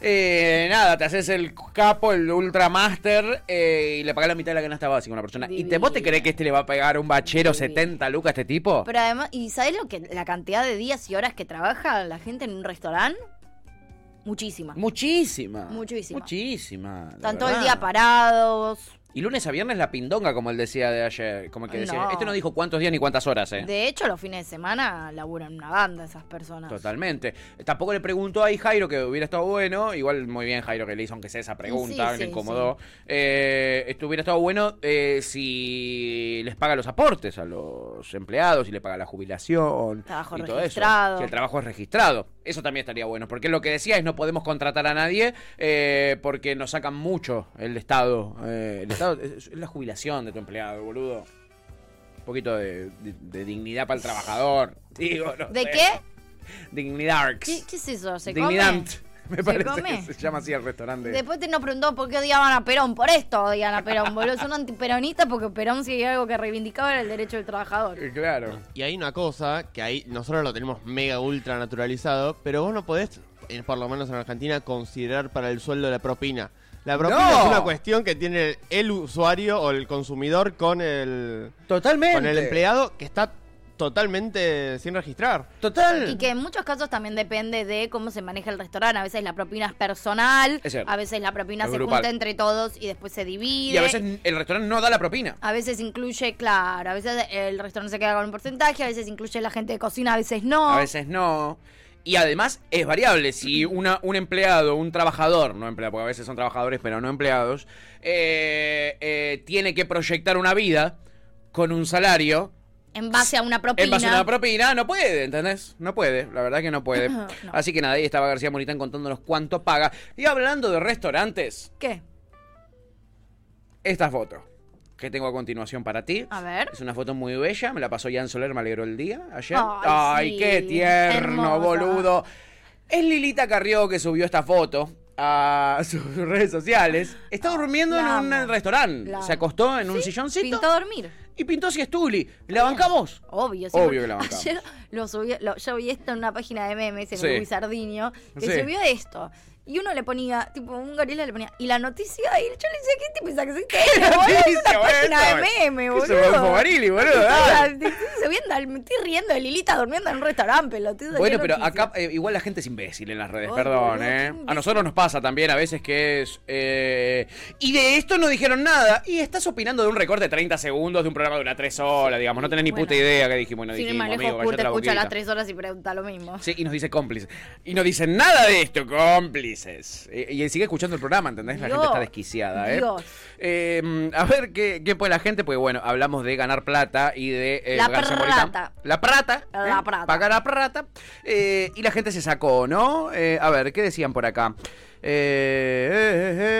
Speaker 2: Eh, nada, te haces el capo, el ultramaster eh, y le pagás la mitad de la canasta básica a una persona. ¿Y te, vos te crees que este le va a pegar un bachero 70 lucas a este tipo?
Speaker 9: Pero además, ¿y sabes lo que la cantidad de días y horas que trabaja la gente en un restaurante? Muchísima.
Speaker 2: Muchísima.
Speaker 9: Muchísima.
Speaker 2: Muchísima. la
Speaker 9: Están todo el
Speaker 2: verdad.
Speaker 9: día parados.
Speaker 2: Y lunes a viernes la pindonga, como él decía de ayer. Como el que decía,
Speaker 9: No.
Speaker 2: este no dijo cuántos días ni cuántas horas, ¿eh?
Speaker 9: De hecho, los fines de semana laburan una banda esas personas.
Speaker 2: Totalmente. Tampoco le preguntó ahí Jairo, que hubiera estado bueno. Igual muy bien Jairo que le hizo, aunque sea esa pregunta,
Speaker 9: Sí,
Speaker 2: le
Speaker 9: sí,
Speaker 2: incomodó. Eh, esto hubiera estado bueno eh, si les paga los aportes a los empleados, si le paga la jubilación
Speaker 9: Trabajo
Speaker 2: y todo
Speaker 9: registrado.
Speaker 2: eso. Si el trabajo es registrado. Eso también estaría bueno. Porque lo que decía es no podemos contratar a nadie eh, porque nos sacan mucho el Estado. Eh, el Estado es es la jubilación de tu empleado, boludo. Un poquito de, de- de dignidad para el trabajador. Digo, no
Speaker 9: ¿De
Speaker 2: sé.
Speaker 9: qué?
Speaker 2: Dignidad.
Speaker 9: ¿Qué, qué es eso? ¿Se
Speaker 2: Dignidant. Me
Speaker 9: ¿Se
Speaker 2: parece
Speaker 9: come?
Speaker 2: que se llama así el
Speaker 9: come?
Speaker 2: restaurante.
Speaker 9: Después te nos preguntó por qué odiaban a Perón. Por esto odian a Perón, boludo. Son antiperonistas porque Perón si hay algo que reivindicaba era el derecho del trabajador.
Speaker 2: Eh, Claro.
Speaker 10: Y hay una cosa que ahí nosotros lo tenemos mega ultra naturalizado, pero vos no podés, eh, por lo menos en Argentina, considerar para el sueldo la propina. La propina
Speaker 2: ¡No!
Speaker 10: es una cuestión que tiene el usuario o el consumidor con el
Speaker 2: Totalmente.
Speaker 10: con el empleado que está totalmente sin registrar.
Speaker 2: Total.
Speaker 9: Y que en muchos casos también depende de cómo se maneja el restaurante. A veces la propina es personal,
Speaker 2: Es cierto.
Speaker 9: a veces la propina
Speaker 2: Es
Speaker 9: se
Speaker 2: grupal.
Speaker 9: junta entre todos y después se divide.
Speaker 2: Y a veces el restaurante no da la propina.
Speaker 9: A veces incluye, claro, a veces el restaurante se queda con un porcentaje, a veces incluye la gente de cocina, a veces no.
Speaker 2: A veces no. Y además es variable. Si una, un empleado, un trabajador, no empleado, porque a veces son trabajadores pero no empleados, eh, eh, tiene que proyectar una vida con un salario
Speaker 9: En base a una propina.
Speaker 2: en base a una propina, no puede, ¿entendés? No puede, la verdad que no puede.
Speaker 9: No.
Speaker 2: Así que nada, ahí estaba García Moritán contándonos cuánto paga. Y hablando de restaurantes,
Speaker 9: ¿Qué?
Speaker 2: esta foto que tengo a continuación para ti.
Speaker 9: A ver.
Speaker 2: Es una foto muy bella, me la pasó Jan Soler, me alegró el día ayer.
Speaker 9: Ay, sí,
Speaker 2: qué tierno,
Speaker 9: hermosa.
Speaker 2: boludo. Es Lilita Carrió que subió esta foto a sus redes sociales. Está durmiendo
Speaker 9: Ah, La
Speaker 2: en un
Speaker 9: amo.
Speaker 2: restaurante.
Speaker 9: La
Speaker 2: Se acostó en un silloncito.
Speaker 9: Pintó dormir.
Speaker 2: Y pintó si es Tuli. ¿La bancamos?
Speaker 9: Obvio,
Speaker 2: Obvio que la bancamos.
Speaker 9: Ayer lo subí, lo- yo vi esto en una página de memes, en
Speaker 2: Sí.
Speaker 9: Luis Sardinio, que
Speaker 2: Sí.
Speaker 9: subió esto. Y uno le ponía, tipo, un gorila le ponía, y la noticia, y yo le decía, ¿qué te pensás que soy
Speaker 2: ¿Qué
Speaker 9: Taylor, boludo? Es
Speaker 2: noticia,
Speaker 9: una página de
Speaker 2: boludo?
Speaker 9: memes,
Speaker 2: ¿Qué
Speaker 9: boludo.
Speaker 2: se fue un fogarili, boludo? Dale.
Speaker 9: Te estoy subiendo al- me estoy riendo de Lilita durmiendo en un restaurante, pelotudo.
Speaker 2: Bueno,
Speaker 9: ¿qué
Speaker 2: pero
Speaker 9: noticia?
Speaker 2: acá eh, igual la gente es imbécil en las redes,
Speaker 9: Ay,
Speaker 2: perdón,
Speaker 9: boludo, qué
Speaker 2: ¿eh? A
Speaker 9: imbécil.
Speaker 2: nosotros nos pasa también a veces que es... eh, y de esto no dijeron nada. Y estás opinando de un recorte de 30 segundos de un programa que dura 3 horas, digamos. No tenés ni puta idea que dijimos, no
Speaker 9: si no
Speaker 2: dijimos,
Speaker 9: manejo
Speaker 2: amigo,
Speaker 9: oscuro,
Speaker 2: callate
Speaker 9: te
Speaker 2: la
Speaker 9: escucha las
Speaker 2: boquita.
Speaker 9: tres horas y pregunta lo mismo.
Speaker 2: Sí, y nos dice cómplices. Y no dicen nada de esto, cómplices. Eh, Y, él sigue escuchando el programa, ¿entendés? La gente
Speaker 9: Dios,
Speaker 2: está desquiciada, ¿eh?
Speaker 9: Dios.
Speaker 2: Eh, mm, a ver qué, qué puede la gente, porque bueno, hablamos de ganar plata y de eh,
Speaker 9: La
Speaker 2: García Moritán.
Speaker 9: plata.
Speaker 2: La plata.
Speaker 9: La
Speaker 2: ¿eh?
Speaker 9: plata.
Speaker 2: Pagar la plata. Eh, y la gente se sacó, ¿no? Eh, a ver, ¿qué decían por acá? eh, eh,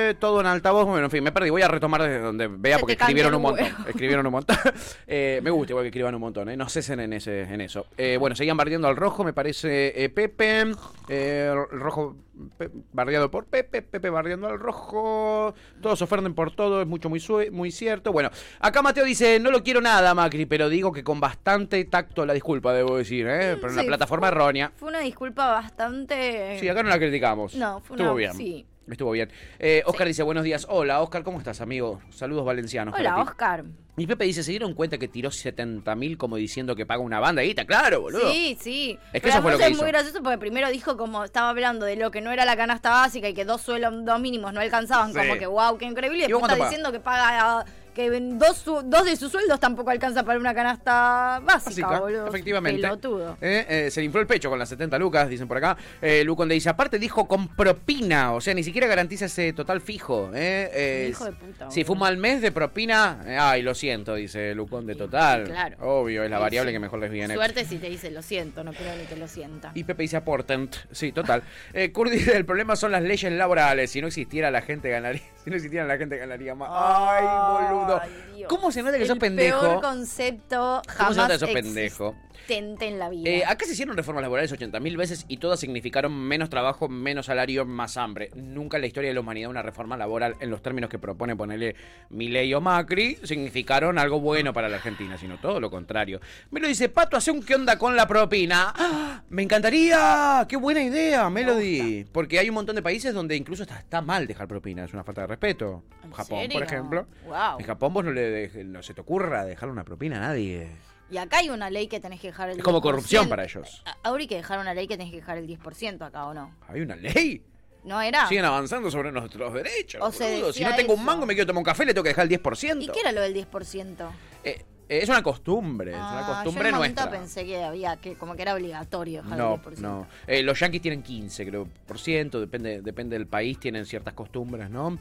Speaker 2: eh, eh, todo en altavoz. Bueno, en fin, me perdí. Voy a retomar desde donde vea
Speaker 9: Se
Speaker 2: porque
Speaker 9: te cambia
Speaker 2: escribieron
Speaker 9: el
Speaker 2: un montón.
Speaker 9: huevo.
Speaker 2: Escribieron un montón. Eh, me gusta igual que escriban un montón, ¿eh? No cesen en, ese, en eso. Eh, bueno, seguían bardeando al rojo, me parece eh, Pepe. Eh, el rojo Pe- bardeado por Pepe, Pepe bardeando al rojo. Todos ofenden por todo, es mucho muy, sue- muy cierto. Bueno, acá Mateo dice, no lo quiero nada, Macri, pero digo que con bastante tacto la disculpa, debo decir, ¿eh? Pero en la
Speaker 9: Mm, sí,
Speaker 2: plataforma errónea.
Speaker 9: Fue una disculpa bastante.
Speaker 2: Sí, acá no la criticamos.
Speaker 9: No, fue una-
Speaker 2: Estuvo bien.
Speaker 9: sí.
Speaker 2: Estuvo bien. Eh, Oscar dice, buenos días. Hola, Oscar, ¿cómo estás, amigo? Saludos valencianos. para
Speaker 9: Hola,
Speaker 2: ti.
Speaker 9: Oscar.
Speaker 2: Y Pepe dice, ¿se dieron cuenta que tiró 70 mil como diciendo que paga una banda de guita? Claro, boludo.
Speaker 9: Sí, sí.
Speaker 2: Es que
Speaker 9: Pero
Speaker 2: eso fue lo
Speaker 9: además
Speaker 2: que
Speaker 9: es muy
Speaker 2: hizo.
Speaker 9: gracioso porque primero dijo como estaba hablando de lo que no era la canasta básica y que dos suelos, dos mínimos no alcanzaban,
Speaker 2: Sí.
Speaker 9: como que wow, qué increíble. Y
Speaker 2: ¿Y vos
Speaker 9: después está
Speaker 2: cuánto
Speaker 9: diciendo que paga que dos, su- dos de sus sueldos tampoco alcanza para una canasta básica,
Speaker 2: Básica,
Speaker 9: boludo.
Speaker 2: efectivamente.
Speaker 9: Pelotudo.
Speaker 2: Eh, eh, se le infló el pecho con las 70 lucas, dicen por acá. Eh, Lucon le dice, aparte dijo con propina, o sea, ni siquiera garantiza ese total fijo. eh, eh,
Speaker 9: Hijo de puta.
Speaker 2: Si fuma al mes de propina, eh, ay, lo siento, dice Lucón de total.
Speaker 9: sí, claro.
Speaker 2: Obvio, es la
Speaker 9: Sí,
Speaker 2: variable
Speaker 9: sí.
Speaker 2: que mejor les viene.
Speaker 9: Suerte si te dice lo siento, no creo ni que lo sienta.
Speaker 2: Y Pepe dice aportant. Sí, total. Eh, Kurt dice, el problema son las leyes laborales. Si no existiera la gente ganaría. Si no existiera la gente ganaría más. Ay, boludo. ¿Cómo se nota que sos pendejo?
Speaker 9: Peor concepto
Speaker 2: ¿Cómo se
Speaker 9: jamás
Speaker 2: nota que sos pendejo?
Speaker 9: existente en la vida.
Speaker 2: Eh, acá se hicieron reformas laborales 80.000 veces y todas significaron menos trabajo, menos salario, más hambre. Nunca en la historia de la humanidad una reforma laboral en los términos que propone ponerle Milei o Macri significaron algo bueno para la Argentina, sino todo lo contrario. Me lo dice Pato, hace un qué onda con la propina. ¡Ah! Me encantaría, qué buena idea, Melody. Porque hay un montón de países donde incluso está, está mal dejar propina, es una falta de respeto. Japón,
Speaker 9: serio?
Speaker 2: por ejemplo.
Speaker 9: Wow.
Speaker 2: En Japón vos no, le dej- no se te ocurra dejar una propina a nadie.
Speaker 9: Y acá hay una ley que tenés que dejar el
Speaker 2: Es como corrupción
Speaker 9: 10%.
Speaker 2: para ellos.
Speaker 9: A- Ahora hay que dejar una ley que tenés que dejar el 10% acá, ¿o no?
Speaker 2: ¿Hay una ley?
Speaker 9: ¿No era?
Speaker 2: Siguen avanzando sobre nuestros derechos.
Speaker 9: Ah. O se
Speaker 2: boludo. Si
Speaker 9: decía
Speaker 2: no tengo un
Speaker 9: eso.
Speaker 2: mango, me quiero tomar un café, le tengo que dejar el 10%.
Speaker 9: ¿Y qué era lo del 10%?
Speaker 2: Eh, eh, es una costumbre, es
Speaker 9: Ah,
Speaker 2: una costumbre
Speaker 9: yo en un momento
Speaker 2: nuestra.
Speaker 9: pensé que había que como que era obligatorio dejar
Speaker 2: No,
Speaker 9: el 10%.
Speaker 2: no. Eh, los yanquis tienen 15, creo, por ciento. Depende, depende del país, tienen ciertas costumbres, ¿no?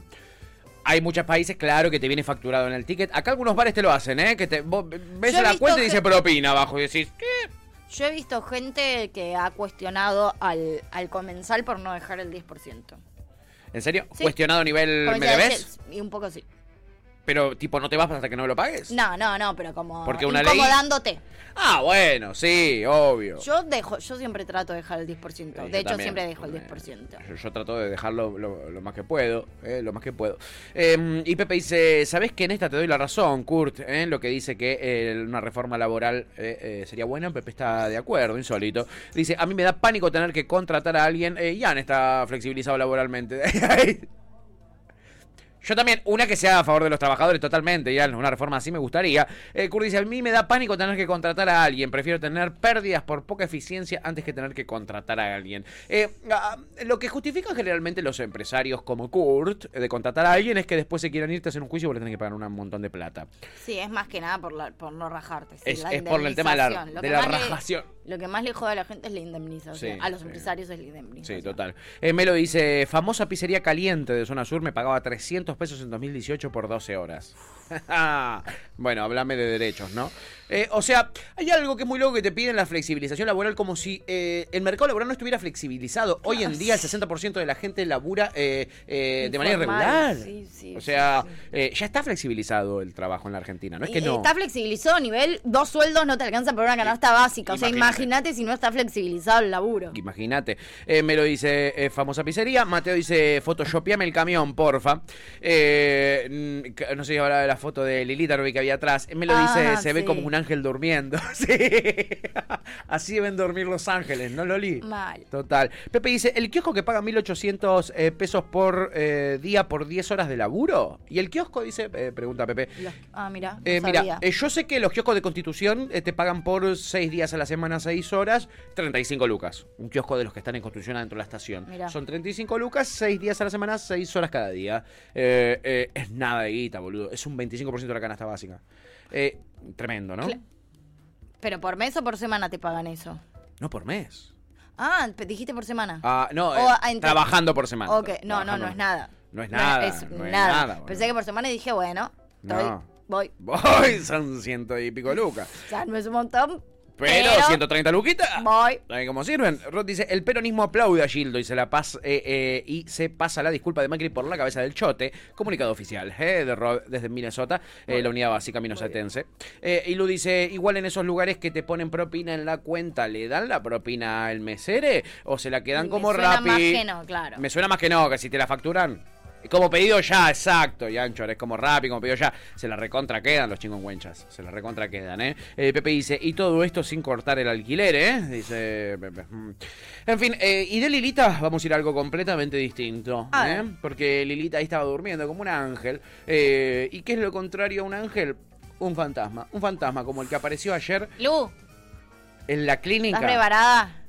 Speaker 2: Hay muchos países, claro, que te viene facturado en el ticket. Acá algunos bares te lo hacen, ¿eh? Que te, vos ves
Speaker 9: Yo he
Speaker 2: la
Speaker 9: visto
Speaker 2: cuenta y dice
Speaker 9: gente-
Speaker 2: propina abajo. Y decís, ¿qué?
Speaker 9: Yo he visto gente que ha cuestionado al, al comensal por no dejar el 10%.
Speaker 2: ¿En serio?
Speaker 9: Sí.
Speaker 2: Cuestionado a nivel,
Speaker 9: Como
Speaker 2: ¿me
Speaker 9: decía,
Speaker 2: debes?
Speaker 9: "Che, Y un poco sí.
Speaker 2: Pero, tipo, no te vas hasta que no me lo pagues.
Speaker 9: No, no, no, pero como
Speaker 2: Porque una ley-
Speaker 9: incomodándote.
Speaker 2: Ah, bueno, sí, obvio.
Speaker 9: Yo dejo, yo siempre trato de dejar el 10%.
Speaker 2: yo
Speaker 9: de hecho,
Speaker 2: también.
Speaker 9: siempre dejo el 10%.
Speaker 2: Yo, yo trato de dejarlo lo, lo más que puedo, eh, lo más que puedo. Eh, y Pepe dice, ¿sabés que en esta te doy la razón, Kurt? eh, lo que dice que eh, una reforma laboral eh, eh, sería buena, Pepe está de acuerdo, insólito. Dice, a mí me da pánico tener que contratar a alguien. Eh, Ian está flexibilizado laboralmente. Yo también, una que sea a favor de los trabajadores totalmente, ya una reforma así me gustaría. Eh, Kurt dice, a mí me da pánico tener que contratar a alguien, prefiero tener pérdidas por poca eficiencia antes que tener que contratar a alguien. Eh, ah, lo que justifican generalmente los empresarios como Kurt eh, de contratar a alguien es que después se quieran ir, te hacen un juicio y vos le tenés que pagar un montón de plata.
Speaker 9: Sí, es más que nada por, la- por no rajarte. sí,
Speaker 2: es
Speaker 9: la
Speaker 2: es por el tema de la,
Speaker 9: indemnización. Lo
Speaker 2: de
Speaker 9: que
Speaker 2: la
Speaker 9: más le-
Speaker 2: rajación.
Speaker 9: lo que más le jode a la gente es la indemnización.
Speaker 2: Sí,
Speaker 9: a los
Speaker 2: sí.
Speaker 9: empresarios es la indemnización.
Speaker 2: Sí, total. Eh, Melo dice, famosa pizzería caliente de Zona Sur me pagaba 300 pesos en 2018 por 12 horas. bueno, háblame de derechos, ¿no? Eh, o sea, hay algo que es muy loco que te piden la flexibilización laboral como si eh, el mercado laboral no estuviera flexibilizado. Hoy en día el 60% de la gente labura eh, eh, de manera
Speaker 9: Informal,
Speaker 2: irregular.
Speaker 9: sí, sí,
Speaker 2: o sea, eh, ya está flexibilizado el trabajo en la Argentina, no es que
Speaker 9: Y
Speaker 2: no.
Speaker 9: Está flexibilizado a nivel, dos sueldos no te alcanza por una canasta básica. O sea,
Speaker 2: imagínate.
Speaker 9: imagínate si no está flexibilizado el laburo.
Speaker 2: Imagínate. Eh, me lo dice eh, famosa pizzería. Mateo dice, photoshopeame el camión, porfa. Eh, mm, c- no sé si hablaba de la foto de Lilita Rubí que había atrás. Me lo
Speaker 9: Ah,
Speaker 2: dice, se ve
Speaker 9: sí.
Speaker 2: como un ángel durmiendo. Sí. Así deben dormir los ángeles, ¿no, Loli?
Speaker 9: Mal.
Speaker 2: Total. Pepe dice, el kiosco que paga 1.800 eh, pesos por eh, día por 10 horas de laburo. Y el kiosco dice, eh, pregunta Pepe,
Speaker 9: Los- ah, mira. no
Speaker 2: eh, mira,
Speaker 9: sabía.
Speaker 2: eh, yo sé que los kioscos de Constitución eh, te pagan por 6 días a la semana, 6 horas, 35 lucas. Un kiosco de los que están en Constitución adentro de la estación.
Speaker 9: Mirá.
Speaker 2: Son 35 lucas, 6 días a la semana, 6 horas cada día. Eh, eh, es nada de guita, boludo. Es un 25% de la canasta básica. Eh, tremendo, ¿no?
Speaker 9: Cla- Pero por mes o por semana te pagan eso.
Speaker 2: No por mes.
Speaker 9: Ah, pe- dijiste por semana.
Speaker 2: Ah, no, eh,
Speaker 9: O, ah, ente-
Speaker 2: trabajando por semana.
Speaker 9: Ok, no, no,
Speaker 2: Trabajando.
Speaker 9: no es nada.
Speaker 2: No es nada.
Speaker 9: es
Speaker 2: no es
Speaker 9: nada.
Speaker 2: nada, boludo.
Speaker 9: Pensé que por semana y dije, bueno, estoy-
Speaker 2: No.
Speaker 9: voy.
Speaker 2: Voy, son ciento y pico lucas.
Speaker 9: O sea, no es un montón,
Speaker 2: Pero,
Speaker 9: Pero-
Speaker 2: 130 luquitas. ¿Saben cómo sirven? Rod dice, el peronismo aplaude a Gildo y se la pasa y se pasa la disculpa de Macri por la cabeza del chote. Comunicado oficial eh, de Rod desde Minnesota, eh, la unidad básica minosatense. Eh, y Lu dice, igual en esos lugares que te ponen propina en la cuenta, ¿le dan la propina al mesere? ¿O se la quedan como
Speaker 9: Me suena
Speaker 2: rapi?
Speaker 9: más que no, claro.
Speaker 2: Me suena más que no, que si te la facturan. Como pedido ya, exacto, y Anchor, es como Rappi, como pedido ya. Se la recontra quedan los chingüengüenchas, se la recontra quedan, ¿eh? Eh, Pepe dice, y todo esto sin cortar el alquiler, ¿eh? Dice Pepe. Mm. En fin, eh, y de Lilita vamos a ir a algo completamente distinto,
Speaker 9: A
Speaker 2: ¿eh?
Speaker 9: ver.
Speaker 2: Porque Lilita ahí estaba durmiendo como un ángel. eh, ¿Y qué es lo contrario a un ángel? Un fantasma, un fantasma como el que apareció ayer
Speaker 9: Lu,
Speaker 2: en la clínica.
Speaker 9: ¿estás preparada?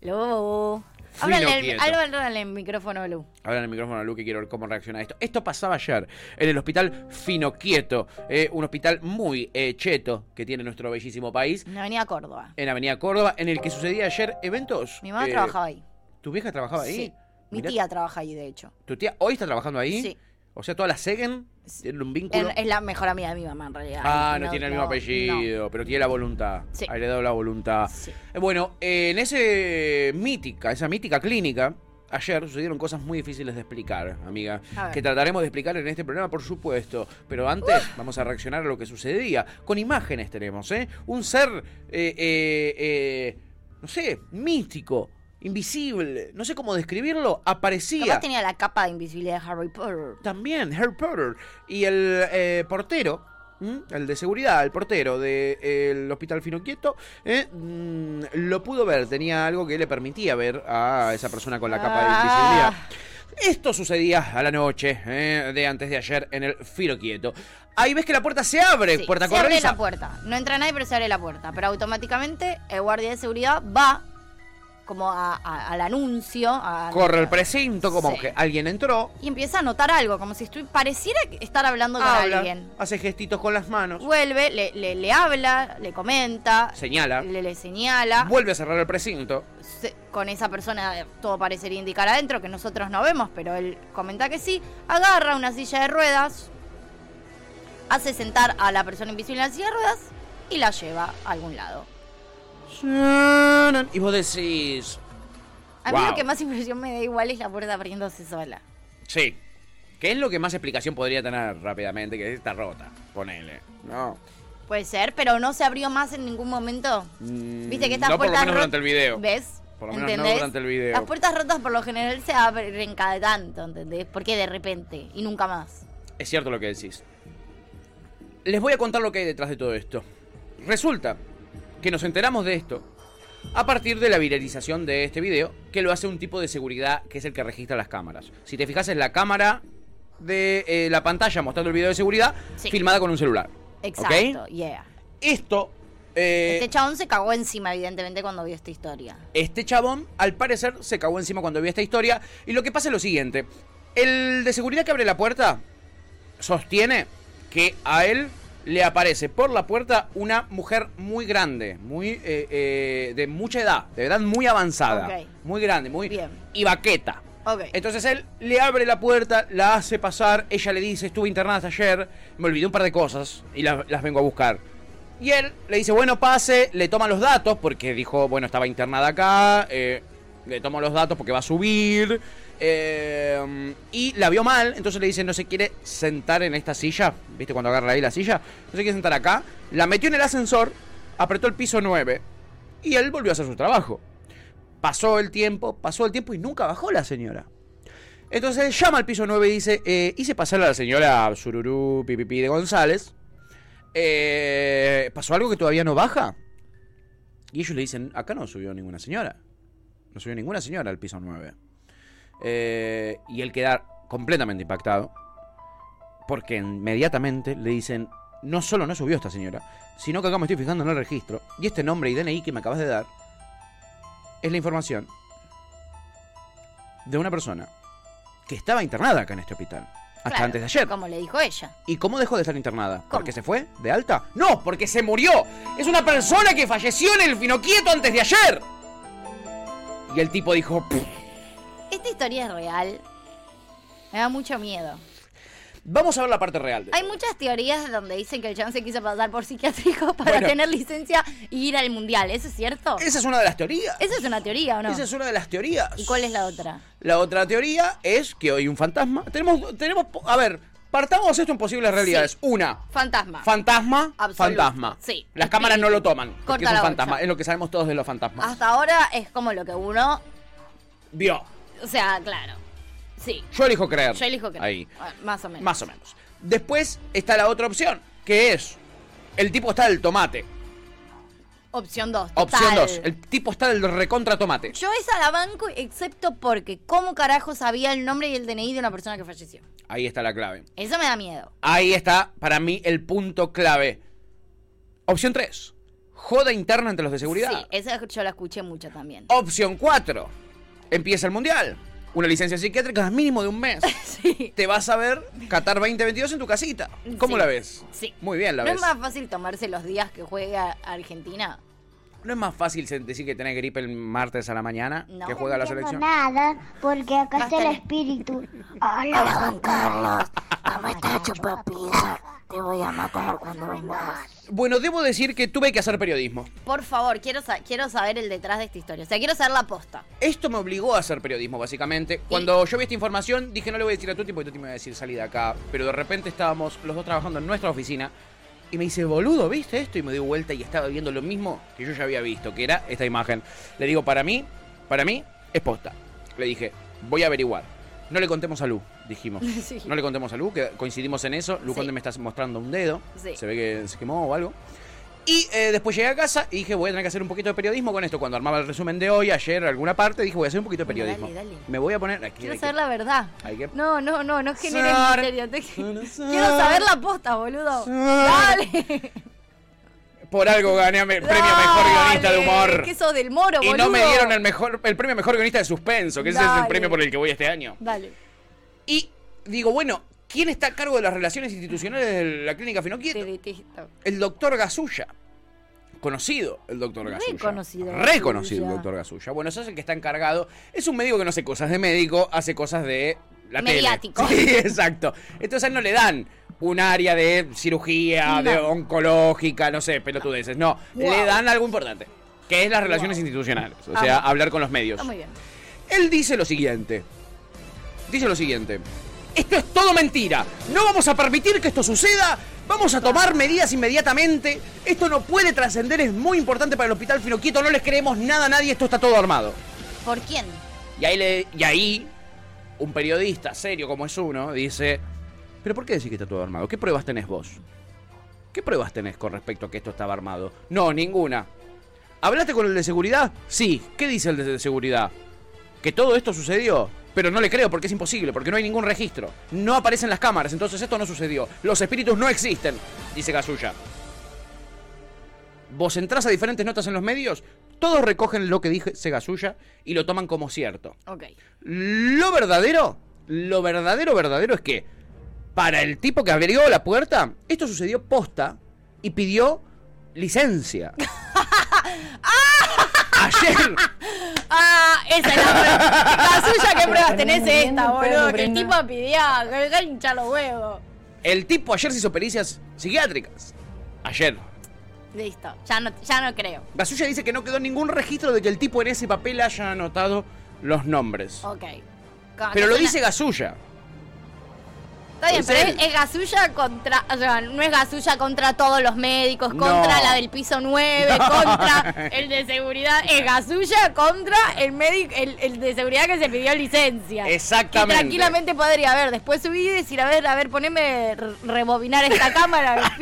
Speaker 9: Lu.
Speaker 2: Fui
Speaker 9: Háblale
Speaker 2: no
Speaker 9: el,
Speaker 2: quieto.
Speaker 9: háblale el micrófono, Lu.
Speaker 2: Ahora en el micrófono a Lu que quiero ver cómo reacciona a esto. Esto pasaba ayer en el hospital Finoquieto, eh, un hospital muy eh, cheto que tiene nuestro bellísimo país,
Speaker 9: En la Avenida Córdoba.
Speaker 2: en Avenida Córdoba, en el que sucedía ayer eventos.
Speaker 9: Mi mamá
Speaker 2: eh,
Speaker 9: trabajaba ahí.
Speaker 2: ¿Tu vieja trabajaba ahí?
Speaker 9: Sí. Mi
Speaker 2: Mirá,
Speaker 9: tía trabaja ahí, de hecho.
Speaker 2: ¿Tu tía hoy está trabajando ahí?
Speaker 9: Sí.
Speaker 2: O sea, todas las Segen tienen un vínculo.
Speaker 9: Es- es la mejor amiga de mi mamá, en realidad.
Speaker 2: Ah, no, tiene el mismo
Speaker 9: no,
Speaker 2: apellido, pero tiene la voluntad.
Speaker 9: Sí.
Speaker 2: Ha heredado la voluntad. Eh, Bueno, eh, en ese mítica, esa mítica clínica, ayer sucedieron cosas muy difíciles de explicar, amiga.
Speaker 1: A ver.
Speaker 2: Que trataremos de explicar en este programa, por supuesto. Pero antes
Speaker 9: Uh.
Speaker 2: vamos a reaccionar a lo que sucedía. Con imágenes tenemos, ¿eh? Un ser, eh, eh, eh, no sé, místico, invisible, no sé cómo describirlo,
Speaker 9: no.
Speaker 2: aparecía.
Speaker 9: Capaz tenía la capa de invisibilidad de Harry Potter.
Speaker 2: También, Harry Potter. Y el eh, portero, ¿m? el de seguridad, el portero del Hospital Finoquieto, eh, mm, lo pudo ver. Tenía algo que le permitía ver a esa persona con la capa de
Speaker 9: Ah.
Speaker 2: invisibilidad. Esto sucedía a la noche eh, de antes de ayer en el Finoquieto. Ahí ves que la puerta se abre,
Speaker 9: Sí,
Speaker 2: puerta
Speaker 9: se abre
Speaker 2: corrediza.
Speaker 9: la puerta. No entra nadie, pero se abre la puerta. Pero automáticamente el guardia de seguridad va como a- a- al anuncio. a-
Speaker 2: Corre el precinto como
Speaker 9: Sí.
Speaker 2: que alguien entró.
Speaker 9: Y empieza a notar algo, como si estu- pareciera que estar hablando con
Speaker 2: habla,
Speaker 9: alguien.
Speaker 2: hace gestitos con las manos,
Speaker 9: Vuelve, le, le- le habla, le comenta,
Speaker 2: señala,
Speaker 9: le, le señala.
Speaker 2: vuelve a cerrar el precinto.
Speaker 9: se- con esa persona eh, todo parecería indicar adentro, que nosotros no vemos, pero él comenta que sí, agarra una silla de ruedas, hace sentar a la persona invisible en la silla de ruedas y la lleva a algún lado.
Speaker 2: Y vos decís,
Speaker 9: A mí
Speaker 2: Wow.
Speaker 9: lo que más impresión me da igual es la puerta abriéndose sola.
Speaker 2: Sí. ¿Qué es lo que más explicación podría tener rápidamente? Que está rota, ponele. No.
Speaker 9: Puede ser, pero no se abrió más en ningún momento. Viste que estas
Speaker 2: Mm, no por lo
Speaker 9: puertas
Speaker 2: menos
Speaker 9: ro-
Speaker 2: durante el video.
Speaker 9: ¿Ves?
Speaker 2: Por lo menos no
Speaker 9: ¿Entendés?
Speaker 2: durante el video.
Speaker 9: Las puertas rotas por lo general se abren cada tanto, ¿entendés? Porque de repente y nunca más.
Speaker 2: Es cierto lo que decís. Les voy a contar lo que hay detrás de todo esto. Resulta que nos enteramos de esto a partir de la viralización de este video, que lo hace un tipo de seguridad que es el que registra las cámaras. Si te fijas, es la cámara de eh, la pantalla mostrando el video de seguridad
Speaker 9: Sí.
Speaker 2: filmada con un celular.
Speaker 9: Exacto, yeah.
Speaker 2: Esto. eh,
Speaker 9: Este chabón se cagó encima, evidentemente, cuando vio esta historia.
Speaker 2: Este chabón, al parecer, se cagó encima cuando vio esta historia. Y lo que pasa es lo siguiente: el de seguridad que abre la puerta sostiene que a él le aparece por la puerta una mujer muy grande, muy eh, eh, de mucha edad, de edad muy avanzada,
Speaker 9: Ok.
Speaker 2: muy grande, muy
Speaker 9: Bien.
Speaker 2: y vaqueta.
Speaker 9: Ok.
Speaker 2: Entonces él le abre la puerta, la hace pasar, ella le dice, estuve internada hasta ayer, me olvidé un par de cosas y la- las vengo a buscar. Y él le dice, bueno, pase, le toma los datos, porque dijo, bueno, estaba internada acá, eh, le tomo los datos porque va a subir, eh, y la vio mal, entonces le dice, no se quiere sentar en esta silla, viste cuando agarra ahí la silla, no se quiere sentar acá, la metió en el ascensor, apretó el piso 9, y él volvió a hacer su trabajo. Pasó el tiempo, pasó el tiempo y nunca bajó la señora. Entonces él llama al piso 9 y dice, eh, hice pasar a la señora Sururú Pipipi de González. Eh, ¿Pasó algo que todavía no baja? Y ellos le dicen, acá no subió ninguna señora. No subió ninguna señora al piso 9. Eh, y él queda completamente impactado. Porque inmediatamente le dicen, no solo no subió esta señora, sino que acá me estoy fijando en el registro. Y este nombre y DNI que me acabas de dar es la información de una persona que estaba internada acá en este hospital. Hasta
Speaker 9: Claro,
Speaker 2: antes de ayer.
Speaker 9: Como le dijo ella.
Speaker 2: ¿Y cómo dejó de estar internada? ¿Porque se fue? ¿De alta? No, porque se murió. Es una persona que falleció en el Finoquieto antes de ayer. Y el tipo dijo, "Pff,
Speaker 9: Esta historia es real. Me da mucho miedo.
Speaker 2: Vamos a ver la parte real. de
Speaker 9: Hay muchas teorías donde dicen que el chabón se quiso pasar por psiquiátrico para
Speaker 2: Bueno.
Speaker 9: tener licencia y ir al mundial. ¿Eso es cierto?
Speaker 2: Esa es una de las teorías.
Speaker 9: Esa es una teoría, ¿o no?
Speaker 2: Esa es una de las teorías.
Speaker 9: ¿Y cuál es la otra?
Speaker 2: La otra teoría es que hoy un fantasma. Tenemos, tenemos, a ver, partamos esto en posibles realidades. Una,
Speaker 9: Fantasma.
Speaker 2: fantasma,
Speaker 9: Absoluto.
Speaker 2: fantasma.
Speaker 9: Sí.
Speaker 2: Las cámaras no lo toman. Porque
Speaker 9: Corta
Speaker 2: es un
Speaker 9: la
Speaker 2: fantasma,
Speaker 9: bocha.
Speaker 2: es lo que sabemos todos de los fantasmas.
Speaker 9: Hasta ahora es como lo que uno.
Speaker 2: Vio.
Speaker 9: O sea, claro. Sí.
Speaker 2: Yo elijo creer.
Speaker 9: Yo elijo que no.
Speaker 2: Ahí.
Speaker 9: Ah, Más o menos.
Speaker 2: Más o menos. Después está la otra opción, que es el tipo está del tomate.
Speaker 9: Opción 2.
Speaker 2: Opción 2, el tipo está del recontra tomate.
Speaker 9: Yo esa la banco, excepto porque, ¿cómo carajo sabía el nombre y el DNI de una persona que falleció?
Speaker 2: Ahí está la clave.
Speaker 9: Eso me da miedo.
Speaker 2: Ahí está, para mí, el punto clave. Opción 3. Joda interna entre los de
Speaker 9: Sí, eh.
Speaker 2: seguridad.
Speaker 9: esa yo la escuché mucho también.
Speaker 2: Opción 4. Empieza el mundial. Una licencia psiquiátrica mínimo de un mes. Te vas a ver Qatar 2022 en tu casita. ¿Cómo
Speaker 9: Sí.
Speaker 2: la ves?
Speaker 9: Sí.
Speaker 2: Oh, Muy bien la
Speaker 9: ¿No
Speaker 2: ves.
Speaker 9: es más fácil tomarse los días que juega Argentina?
Speaker 2: ¿No es más fácil se- decir que tenés gripe el martes a la mañana
Speaker 9: No.
Speaker 2: que juega la selección?
Speaker 18: nada, porque acá está el espíritu. Hola, Juan Carlos. ¿Cómo estás, chupapija? Te voy a matar cuando vengas.
Speaker 2: Bueno, debo decir que tuve que hacer periodismo.
Speaker 9: Por favor, quiero, sa- quiero saber el detrás de esta historia. O sea, quiero saber la posta.
Speaker 2: Esto me obligó a hacer periodismo, básicamente. Cuando yo vi esta información, dije, no le voy a decir a Tuti porque Tuti me va a decir, salí de acá. Pero de repente estábamos los dos trabajando en nuestra oficina. Y me dice, boludo, ¿viste esto? Y me dio vuelta y estaba viendo lo mismo que yo ya había visto, que era esta imagen. Le digo, para mí, para mí, es posta. Le dije, voy a averiguar. No le contemos a Lu, dijimos.
Speaker 9: Sí.
Speaker 2: No le contemos a Lu, que coincidimos en eso. Lu,
Speaker 9: Sí.
Speaker 2: Conde me estás mostrando un dedo.
Speaker 9: Sí.
Speaker 2: Se ve que se quemó o algo. Y eh, después llegué a casa y dije, voy a tener que hacer un poquito de periodismo con esto. Cuando armaba el resumen de hoy, ayer, alguna parte, dije, voy a hacer un poquito de
Speaker 9: Bueno,
Speaker 2: periodismo.
Speaker 9: dale, dale.
Speaker 2: Me voy a poner... Aquí,
Speaker 9: Quiero
Speaker 2: hay que-
Speaker 9: saber la verdad.
Speaker 2: hay que-
Speaker 9: No, no, no, no generes
Speaker 2: Sar-
Speaker 9: misterio. Te- Quiero saber la posta, boludo. Dale.
Speaker 2: Por algo gané a me- premio Mejor Guionista de Humor.
Speaker 9: Que sos del moro,
Speaker 2: Y
Speaker 9: boludo.
Speaker 2: no me dieron el, mejor, el premio Mejor Guionista de Suspenso, que ese es
Speaker 9: Dale.
Speaker 2: el premio por el que voy este año.
Speaker 9: Dale.
Speaker 2: Y digo, bueno, ¿quién está a cargo de las relaciones institucionales de la clínica Finoquieto? El doctor Gasulla. Conocido el doctor Gasulla.
Speaker 9: Reconocido.
Speaker 2: Reconocido el doctor Gasulla. Bueno, ese es el que está encargado. Es un médico que no hace cosas de médico, hace cosas de la tele.
Speaker 9: Mediático.
Speaker 2: Sí, exacto. Entonces a él no le dan un área de cirugía, de
Speaker 9: No.
Speaker 2: oncológica, no sé, pelotudeces. No,
Speaker 9: Wow.
Speaker 2: le dan algo importante, que es las relaciones institucionales. O sea,
Speaker 9: Amo.
Speaker 2: hablar con los medios.
Speaker 9: Está muy bien.
Speaker 2: Él dice lo siguiente. Dice lo siguiente. Esto es todo mentira. No vamos a permitir que esto suceda. Vamos a tomar medidas inmediatamente. Esto no puede trascender. Es muy importante para el hospital Finoquieto. No les creemos nada a nadie. Esto está todo armado.
Speaker 9: ¿Por quién?
Speaker 2: Y ahí, le- y ahí un periodista serio como es uno dice... ¿Pero por qué decís que está todo armado? ¿Qué pruebas tenés vos? ¿Qué pruebas tenés con respecto a que esto estaba armado? No, ninguna. ¿Hablaste con el de seguridad? Sí. ¿Qué dice el de seguridad? que todo esto sucedió. Pero no le creo porque es imposible, porque no hay ningún registro. No aparecen las cámaras, entonces esto no sucedió. Los espíritus no existen, dice Kazuya. Vos entrás a diferentes notas en los medios, todos recogen lo que dice Kazuya y lo toman como cierto.
Speaker 9: Ok.
Speaker 2: Lo verdadero, lo verdadero, verdadero es que para el tipo que abrió la puerta, esto sucedió posta y pidió licencia. Ayer.
Speaker 9: Ah, esa es la prueba. La suya que pruebas tenés es esta, boludo. Que el
Speaker 2: Brenda.
Speaker 9: tipo pidió. Que el hincha los huevos.
Speaker 2: El tipo ayer se hizo pericias psiquiátricas. Ayer.
Speaker 9: Listo. Ya no, ya no creo.
Speaker 2: Basulla dice que no quedó ningún registro de que el tipo en ese papel haya anotado los nombres.
Speaker 9: Ok.
Speaker 2: Pero lo
Speaker 9: Oh, Suena-
Speaker 2: dice Gasulla.
Speaker 9: Está bien,
Speaker 2: Es
Speaker 9: pero
Speaker 2: él.
Speaker 9: es, es Gasulla contra. O sea, no es Gasulla contra todos los médicos, contra
Speaker 2: No.
Speaker 9: la del piso 9,
Speaker 2: No.
Speaker 9: contra el de seguridad. Es Gasulla contra el médico, el, el de seguridad que se pidió licencia.
Speaker 2: Exactamente.
Speaker 9: Que tranquilamente podría haber. Después subí y decir, a ver, a ver, poneme re- rebobinar esta cámara.